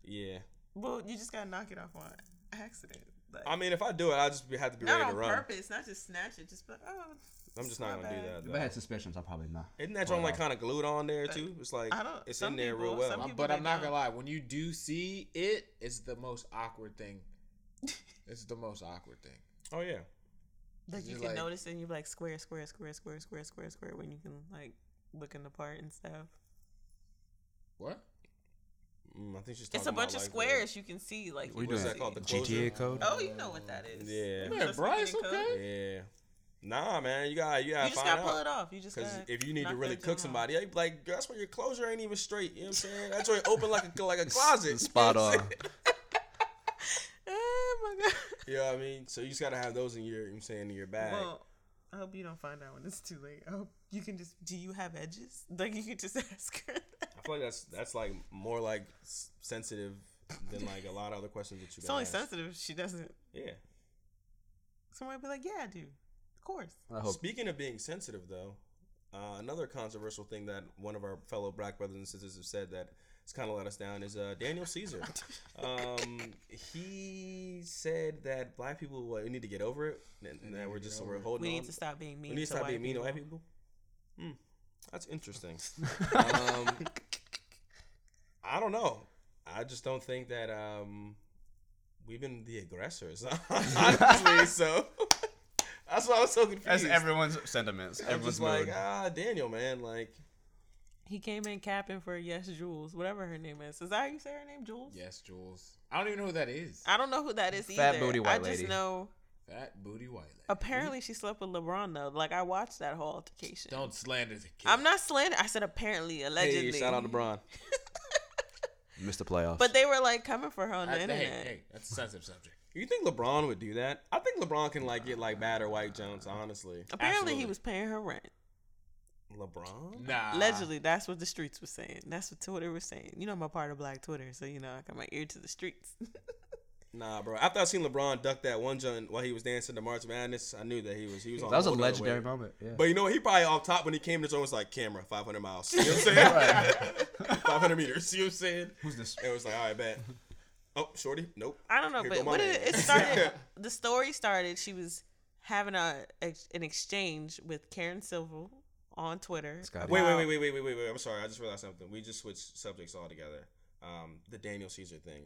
[SPEAKER 1] yeah,
[SPEAKER 2] Well, you just gotta knock it off on accident. Like,
[SPEAKER 1] I mean, if I do it, I just be- have to be
[SPEAKER 2] not
[SPEAKER 1] ready
[SPEAKER 2] on
[SPEAKER 1] to run.
[SPEAKER 2] purpose, not just snatch it. Just be like, oh,
[SPEAKER 1] I'm just not
[SPEAKER 2] my
[SPEAKER 1] gonna do
[SPEAKER 2] bad.
[SPEAKER 1] that.
[SPEAKER 5] If I
[SPEAKER 1] Though.
[SPEAKER 5] had suspicions, I probably not.
[SPEAKER 1] Isn't that joint
[SPEAKER 4] Oh.
[SPEAKER 1] like
[SPEAKER 5] Wow.
[SPEAKER 1] kind of glued on there too? It's like
[SPEAKER 2] I don't-
[SPEAKER 1] it's in
[SPEAKER 2] some
[SPEAKER 1] there real
[SPEAKER 2] people-
[SPEAKER 1] well.
[SPEAKER 2] some
[SPEAKER 1] I'm-
[SPEAKER 2] people-
[SPEAKER 4] But I'm
[SPEAKER 2] they
[SPEAKER 4] not gonna
[SPEAKER 2] don't.
[SPEAKER 4] lie. When you do see it, it's the most awkward thing. it's the most awkward thing.
[SPEAKER 1] oh yeah,
[SPEAKER 2] like you
[SPEAKER 4] You're
[SPEAKER 2] can
[SPEAKER 4] like-
[SPEAKER 2] notice and you be like square, square, square, square, square, square, square when you can like looking the part and stuff.
[SPEAKER 4] What?
[SPEAKER 1] Mm, I think she's.
[SPEAKER 2] It's
[SPEAKER 1] talking
[SPEAKER 2] a
[SPEAKER 1] about,
[SPEAKER 2] bunch of
[SPEAKER 1] like, the-
[SPEAKER 2] squares you can see. Like
[SPEAKER 5] What are
[SPEAKER 2] can
[SPEAKER 5] you
[SPEAKER 1] What's
[SPEAKER 5] doing?
[SPEAKER 1] that called? The
[SPEAKER 5] GTA
[SPEAKER 1] closure?
[SPEAKER 5] code?
[SPEAKER 2] Oh, you know what that is.
[SPEAKER 1] Yeah,
[SPEAKER 4] Man,
[SPEAKER 2] Just
[SPEAKER 4] Bryce,
[SPEAKER 2] getting cooked.
[SPEAKER 4] okay.
[SPEAKER 1] yeah. Nah, man, you got to you got
[SPEAKER 2] You
[SPEAKER 1] to
[SPEAKER 2] just
[SPEAKER 1] find
[SPEAKER 2] gotta
[SPEAKER 1] out.
[SPEAKER 2] pull it off. You just
[SPEAKER 1] Cause
[SPEAKER 2] gotta.
[SPEAKER 1] if you need to
[SPEAKER 2] knock
[SPEAKER 1] really
[SPEAKER 2] that
[SPEAKER 1] cook
[SPEAKER 2] joint off.
[SPEAKER 1] somebody, you be like, that's why your closure ain't even straight. You know what I'm saying? That joint open like a like a closet.
[SPEAKER 5] Spot on.
[SPEAKER 2] Oh my god.
[SPEAKER 1] You know what I mean? So you just gotta have those in your, you know what I'm saying, in your bag.
[SPEAKER 2] Well, I hope you don't find out when it's too late. I hope you can just. Do you have edges? Like you could just ask her. That.
[SPEAKER 1] I feel like that's that's like more like s- sensitive than like a lot of other questions that you.
[SPEAKER 2] It's
[SPEAKER 1] gotta
[SPEAKER 2] only
[SPEAKER 1] ask.
[SPEAKER 2] sensitive if she doesn't.
[SPEAKER 1] Yeah.
[SPEAKER 2] Somebody be like, "Yeah, I do. Of course."
[SPEAKER 5] I hope.
[SPEAKER 1] Speaking of being sensitive, though, uh, another controversial thing that one of our fellow black brothers and sisters have said that has kind of let us down is uh, Daniel Caesar. um, he said that black people well, we need to get over it, and, and that we're just we're holding.
[SPEAKER 2] We
[SPEAKER 1] on.
[SPEAKER 2] need to stop being mean.
[SPEAKER 1] Oh, We need to stop
[SPEAKER 2] white
[SPEAKER 1] being mean to
[SPEAKER 2] people.
[SPEAKER 1] white people. Hmm. That's interesting. um, I don't know. I just don't think that um, we've been the aggressors, honestly. so that's why I was so confused.
[SPEAKER 5] That's everyone's sentiments.
[SPEAKER 1] I'm just
[SPEAKER 5] Everyone's
[SPEAKER 1] like,
[SPEAKER 5] mood.
[SPEAKER 1] ah, Daniel, man, like,
[SPEAKER 2] He came in capping for Yes Jules, whatever her name is. Is that how you say her name, Jules?
[SPEAKER 4] Yes, Jules. I don't even know who that is.
[SPEAKER 2] I don't know who that is either.
[SPEAKER 5] Fat booty
[SPEAKER 2] I
[SPEAKER 5] white
[SPEAKER 2] just
[SPEAKER 5] lady.
[SPEAKER 2] know.
[SPEAKER 4] Fat booty white lady.
[SPEAKER 2] Apparently, she slept with LeBron though. Like I watched that whole altercation.
[SPEAKER 4] Don't slander the kid.
[SPEAKER 2] I'm not slandering. I said apparently, allegedly.
[SPEAKER 1] hey, shout out to Bron.
[SPEAKER 5] Missed the playoffs.
[SPEAKER 2] But they were like coming for her on the
[SPEAKER 4] I, hey,
[SPEAKER 2] internet.
[SPEAKER 4] hey, that's a sensitive subject.
[SPEAKER 1] You think LeBron would do that? I think LeBron can like get like bad or white Jones, honestly.
[SPEAKER 2] Apparently,
[SPEAKER 4] Absolutely.
[SPEAKER 2] he was paying her rent.
[SPEAKER 1] LeBron?
[SPEAKER 4] Nah.
[SPEAKER 2] Allegedly, that's what the streets were saying. That's what Twitter was saying. You know, I'm a part of Black Twitter, so you know I got my ear to the streets.
[SPEAKER 1] Nah, bro. After I seen LeBron duck that one jump while he was dancing to March Madness, I knew that he was he was on.
[SPEAKER 5] That was a
[SPEAKER 1] whole nother
[SPEAKER 5] legendary
[SPEAKER 1] wave.
[SPEAKER 5] moment. Yeah.
[SPEAKER 1] But you know what? He probably off top when he came to zone was like camera 500 miles. You know what I'm saying? 500 meters. You know what I'm saying?
[SPEAKER 3] Who's this?
[SPEAKER 1] And it was like, all right, bet. Oh, shorty, nope.
[SPEAKER 2] I don't know,
[SPEAKER 1] Here go
[SPEAKER 2] but
[SPEAKER 1] my
[SPEAKER 2] what
[SPEAKER 1] man.
[SPEAKER 2] it, it started. the story started. She was having a, ex- an exchange with Karen Silver on Twitter.
[SPEAKER 5] Scotty.
[SPEAKER 1] Wait, wait,
[SPEAKER 2] about-
[SPEAKER 1] wait, wait, wait, wait, wait, wait. I'm sorry. I just realized something. We just switched subjects altogether. Um, the Daniel Caesar thing.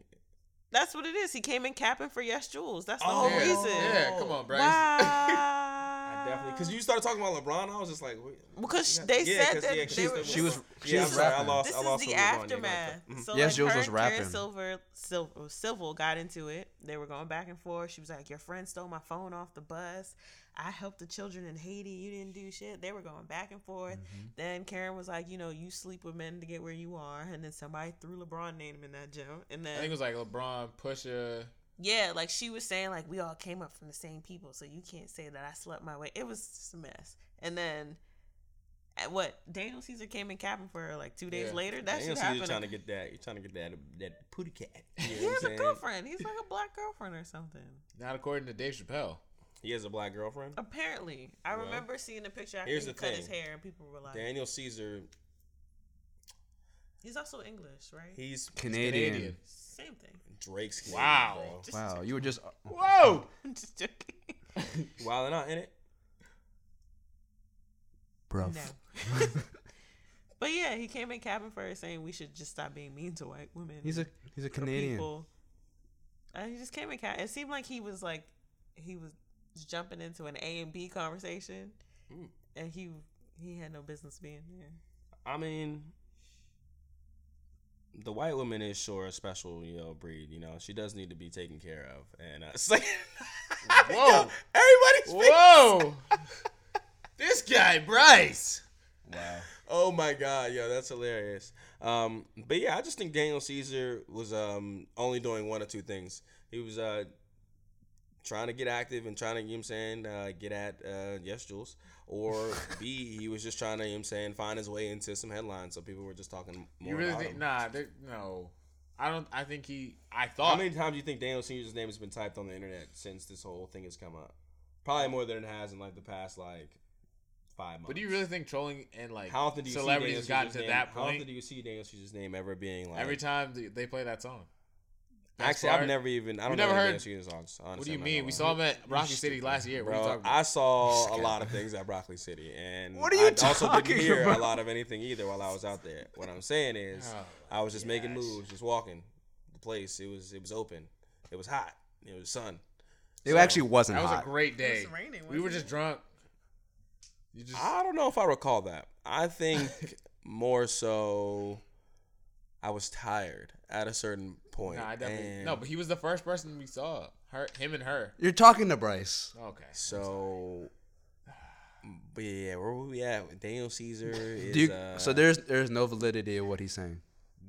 [SPEAKER 2] That's what it is. He came in capping for Yes Jules. That's the
[SPEAKER 1] Oh,
[SPEAKER 2] whole
[SPEAKER 4] yeah.
[SPEAKER 2] reason.
[SPEAKER 4] Yeah, come on, Bryce.
[SPEAKER 2] Wow.
[SPEAKER 1] I definitely because you started talking about LeBron. I was just like, wait,
[SPEAKER 2] because
[SPEAKER 1] yeah,
[SPEAKER 2] they
[SPEAKER 1] yeah,
[SPEAKER 2] said
[SPEAKER 1] 'cause-
[SPEAKER 2] that
[SPEAKER 1] yeah, 'cause
[SPEAKER 2] they
[SPEAKER 1] she's
[SPEAKER 2] were,
[SPEAKER 1] the-
[SPEAKER 5] She was- she
[SPEAKER 1] yeah,
[SPEAKER 5] was
[SPEAKER 1] I'm sorry, I
[SPEAKER 5] rapping.
[SPEAKER 1] lost.
[SPEAKER 2] This
[SPEAKER 1] I lost
[SPEAKER 2] is the
[SPEAKER 1] when LeBron, yeah, you got it.
[SPEAKER 2] aftermath.
[SPEAKER 1] Mhm.
[SPEAKER 2] So
[SPEAKER 5] Yes,
[SPEAKER 2] like
[SPEAKER 5] Jules
[SPEAKER 2] her
[SPEAKER 5] was
[SPEAKER 2] and Karen
[SPEAKER 5] rapping.
[SPEAKER 2] Silver, Silver, Silver got into it. They were going back and forth. She was like, "Your friend stole my phone off the bus. I helped the children in Haiti. You didn't do shit." They were going back and forth. Then Karen was like, "You know, you sleep with men to get where you are." And then somebody threw LeBron name in that joke. And
[SPEAKER 4] I
[SPEAKER 2] then
[SPEAKER 4] think it was like LeBron, Pusha.
[SPEAKER 2] yeah, like she was saying, like we all came up from the same people, so you can't say that I slept my way. It was just a mess. And then, at what Daniel Caesar came in capping for her like two days
[SPEAKER 4] Yeah.
[SPEAKER 2] later.
[SPEAKER 1] Mm-hmm.
[SPEAKER 2] That
[SPEAKER 1] Daniel
[SPEAKER 2] should
[SPEAKER 1] Caesar
[SPEAKER 2] happen.
[SPEAKER 1] trying to get that. You're trying to get that that pooty cat. You know
[SPEAKER 2] he
[SPEAKER 1] what I'm
[SPEAKER 2] has a
[SPEAKER 1] saying?
[SPEAKER 2] girlfriend. He's like a black girlfriend or something.
[SPEAKER 4] Not according to Dave Chappelle.
[SPEAKER 1] He has a black girlfriend.
[SPEAKER 2] Apparently, I
[SPEAKER 1] Well,
[SPEAKER 2] remember seeing the picture after
[SPEAKER 1] here's
[SPEAKER 2] he
[SPEAKER 1] the
[SPEAKER 2] cut his
[SPEAKER 1] thing.
[SPEAKER 2] hair, and people were like,
[SPEAKER 1] Daniel Caesar.
[SPEAKER 2] "He's also English, right?"
[SPEAKER 1] He's
[SPEAKER 5] Canadian.
[SPEAKER 4] Canadian.
[SPEAKER 2] Same thing.
[SPEAKER 1] Drake's. Canadian,
[SPEAKER 4] Wow.
[SPEAKER 1] bro.
[SPEAKER 2] Just
[SPEAKER 5] Wow, you were just uh,
[SPEAKER 4] Whoa!
[SPEAKER 2] I'm just joking.
[SPEAKER 1] Wild and out in it.
[SPEAKER 5] bro.
[SPEAKER 2] No. but yeah, he came in capping for her, saying we should just stop being mean to white women.
[SPEAKER 5] He's a he's a
[SPEAKER 2] for
[SPEAKER 5] Canadian.
[SPEAKER 2] people. And he just came in. ca- It seemed like he was like he was jumping into an A and B conversation,
[SPEAKER 1] Mm.
[SPEAKER 2] and he he had no business being there.
[SPEAKER 1] I mean, the white woman is sure a special, you know, breed. You know, she does need to be taken care of. And uh, it's like,
[SPEAKER 4] Whoa!
[SPEAKER 1] everybody's.
[SPEAKER 4] Whoa! this guy, Bryce.
[SPEAKER 1] Oh my god, yo, that's hilarious. Um, but yeah, I just think Daniel Caesar was um only doing one or two things. He was uh trying to get active and trying to, you know what I'm saying, uh, get at uh yes Jules. Or B, he was just trying to, you know what I'm saying, find his way into some headlines. So people were just talking more
[SPEAKER 4] You really
[SPEAKER 1] about
[SPEAKER 4] think?
[SPEAKER 1] him.
[SPEAKER 4] Nah, there- no. I don't. I think he. I
[SPEAKER 1] How
[SPEAKER 4] thought.
[SPEAKER 1] many times do you think Daniel Caesar's name has been typed on the internet since this whole thing has come up? Probably more than it has in like the past like five months.
[SPEAKER 4] but do you really think trolling and like
[SPEAKER 1] how often do you
[SPEAKER 4] celebrities
[SPEAKER 1] see Daniel
[SPEAKER 4] gotten
[SPEAKER 1] Caesar's
[SPEAKER 4] to
[SPEAKER 1] name-
[SPEAKER 4] that
[SPEAKER 1] How often
[SPEAKER 4] point?
[SPEAKER 1] do you see Daniel Caesar's name ever being like
[SPEAKER 4] Every time th- they play that song. That's
[SPEAKER 1] Actually,
[SPEAKER 4] why-
[SPEAKER 1] I've never even. I don't
[SPEAKER 4] You
[SPEAKER 1] know
[SPEAKER 4] never
[SPEAKER 1] never
[SPEAKER 4] heard-
[SPEAKER 1] heard Daniel Caesar songs. Honestly,
[SPEAKER 4] What do you
[SPEAKER 1] I'm not gonna
[SPEAKER 4] mean? We
[SPEAKER 1] lie.
[SPEAKER 4] saw him at Rocky City last year. What are you
[SPEAKER 1] Bro,
[SPEAKER 4] talking about?
[SPEAKER 1] I saw a lot of things at Broccoli City, and
[SPEAKER 5] What are you
[SPEAKER 1] I also
[SPEAKER 5] talking
[SPEAKER 1] didn't hear
[SPEAKER 5] about?
[SPEAKER 1] a lot of anything either while I was out there. What I'm saying is,
[SPEAKER 4] Oh,
[SPEAKER 1] I was just making moves, just walking the place. It was it was open, it was hot, it was sun.
[SPEAKER 5] It actually wasn't
[SPEAKER 4] That was
[SPEAKER 5] hot.
[SPEAKER 4] a great day.
[SPEAKER 2] raining,
[SPEAKER 4] we were
[SPEAKER 2] wasn't
[SPEAKER 4] just drunk. You just
[SPEAKER 1] I don't know if I recall that. I think more so, I was tired at a certain point.
[SPEAKER 4] Nah, I definitely,
[SPEAKER 1] and
[SPEAKER 4] no, but he was the first person we saw. Her, him, and her.
[SPEAKER 5] You're talking to Bryce.
[SPEAKER 4] Okay.
[SPEAKER 1] so. But yeah, where were we at? Daniel Caesar is.
[SPEAKER 5] Do you,
[SPEAKER 1] uh,
[SPEAKER 5] so there's there's no validity of what he's saying.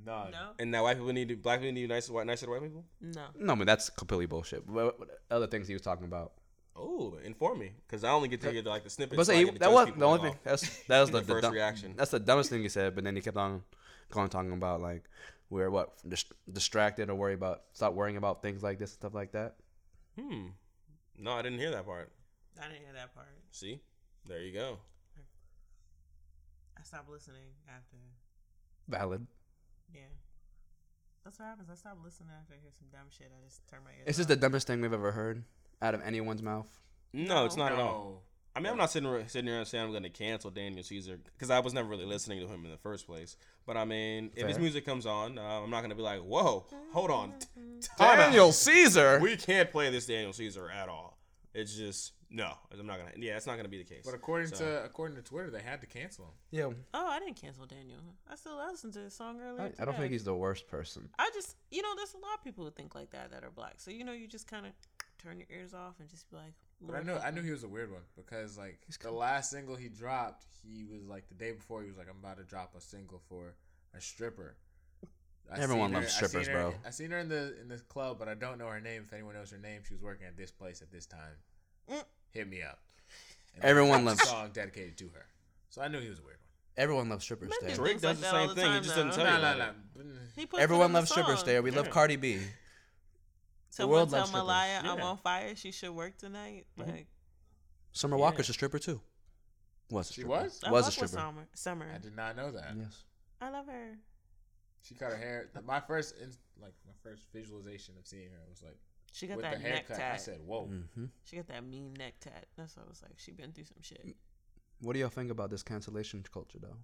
[SPEAKER 4] No.
[SPEAKER 2] No,
[SPEAKER 1] And now white people need to black people need to be nice white nicer to white people.
[SPEAKER 2] no.
[SPEAKER 5] No, I mean that's completely bullshit. What, what other things he was talking about?
[SPEAKER 1] Oh, inform me, because I only get to hear like the snippets.
[SPEAKER 5] But
[SPEAKER 1] so I
[SPEAKER 5] say
[SPEAKER 1] get to
[SPEAKER 5] that
[SPEAKER 1] judge
[SPEAKER 5] was
[SPEAKER 1] people
[SPEAKER 5] the only
[SPEAKER 1] off.
[SPEAKER 5] thing. That's that was the,
[SPEAKER 1] The
[SPEAKER 5] the
[SPEAKER 1] first
[SPEAKER 5] dumb-
[SPEAKER 1] reaction.
[SPEAKER 5] That's the dumbest thing he said. But then he kept on going talking about like we're what dis- distracted or worry about stop worrying about things like this and stuff like that.
[SPEAKER 1] Hmm. No, I didn't hear that part.
[SPEAKER 2] I didn't hear that part.
[SPEAKER 1] See, there you go.
[SPEAKER 2] I stopped listening after.
[SPEAKER 5] Valid.
[SPEAKER 2] Yeah, that's what happens. I stop listening after I hear some dumb shit. I just turn my ears.
[SPEAKER 5] It's just the dumbest thing we've ever heard out of anyone's mouth.
[SPEAKER 1] No, it's not at all.
[SPEAKER 4] No.
[SPEAKER 1] I mean, I'm not sitting re- sitting here and saying I'm going to cancel Daniel Caesar because I was never really listening to him in the first place. But I mean, if his
[SPEAKER 5] Fair.
[SPEAKER 1] music comes on, uh, I'm not going to be like, "Whoa, hold on, t- time out.
[SPEAKER 5] Daniel Caesar.
[SPEAKER 1] we can't play this Daniel Caesar at all." It's just no, I'm not gonna. Yeah, it's not gonna be the case.
[SPEAKER 4] But according
[SPEAKER 1] So-
[SPEAKER 4] to according to Twitter, they had to cancel him.
[SPEAKER 5] Yeah,
[SPEAKER 2] Oh, I didn't cancel Daniel. I still I listened to his song earlier.
[SPEAKER 5] I, I don't
[SPEAKER 2] today.
[SPEAKER 5] think he's the worst person.
[SPEAKER 2] I just, you know, there's a lot of people who think like that that are black. So you know, you just kind of turn your ears off and just be like,
[SPEAKER 4] But I
[SPEAKER 2] "Lord,
[SPEAKER 4] knew I knew he was a weird one because like the last single he dropped, he was like the day before he was like, I'm about to drop a single for a stripper. I seen
[SPEAKER 5] Everyone
[SPEAKER 4] her-
[SPEAKER 5] loves
[SPEAKER 4] I seen
[SPEAKER 5] strippers,
[SPEAKER 4] her-
[SPEAKER 5] bro.
[SPEAKER 4] I seen her in the in the club, but I don't know her name. If anyone knows her name, she was working at this place at this time.
[SPEAKER 2] Mm.
[SPEAKER 4] Hit me up. And
[SPEAKER 5] Everyone
[SPEAKER 4] dropped a
[SPEAKER 5] loves-
[SPEAKER 4] song dedicated to her. So I knew he was a weird one.
[SPEAKER 5] Everyone loves strippers
[SPEAKER 2] Men
[SPEAKER 5] there.
[SPEAKER 2] do
[SPEAKER 1] Drake
[SPEAKER 2] things like
[SPEAKER 1] does the
[SPEAKER 2] that
[SPEAKER 1] same
[SPEAKER 2] all
[SPEAKER 1] thing, he
[SPEAKER 2] time
[SPEAKER 1] just doesn't
[SPEAKER 2] now.
[SPEAKER 4] No,
[SPEAKER 1] tell you.
[SPEAKER 4] no, no.
[SPEAKER 2] He puts it in
[SPEAKER 5] Everyone
[SPEAKER 2] the
[SPEAKER 5] loves strippers
[SPEAKER 2] song.
[SPEAKER 5] there. We love
[SPEAKER 1] Yeah.
[SPEAKER 5] Cardi B.
[SPEAKER 2] Someone
[SPEAKER 5] world
[SPEAKER 2] tell
[SPEAKER 5] loves Mm-hmm. strippers.
[SPEAKER 2] Malaya I'm
[SPEAKER 1] Yeah.
[SPEAKER 2] on fire. She should work tonight. Like
[SPEAKER 5] Summer
[SPEAKER 4] Yeah.
[SPEAKER 5] Walker's a stripper too. Was a
[SPEAKER 4] She
[SPEAKER 5] stripper.
[SPEAKER 4] was?
[SPEAKER 2] I love
[SPEAKER 5] Was a
[SPEAKER 2] her
[SPEAKER 5] stripper.
[SPEAKER 2] Summer. Summer.
[SPEAKER 4] I did not know that.
[SPEAKER 5] Yes.
[SPEAKER 2] I love her.
[SPEAKER 4] She cut her hair. My first, in, like my first visualization of seeing her was like
[SPEAKER 2] She got
[SPEAKER 4] with the
[SPEAKER 2] that neck
[SPEAKER 4] haircut. I
[SPEAKER 2] tat.
[SPEAKER 4] said, "Whoa,
[SPEAKER 5] Mm-hmm.
[SPEAKER 2] She got that mean neck tat. That's what I was like. She been through some
[SPEAKER 4] Mm.
[SPEAKER 2] shit.
[SPEAKER 5] What do y'all think about this cancellation culture, though?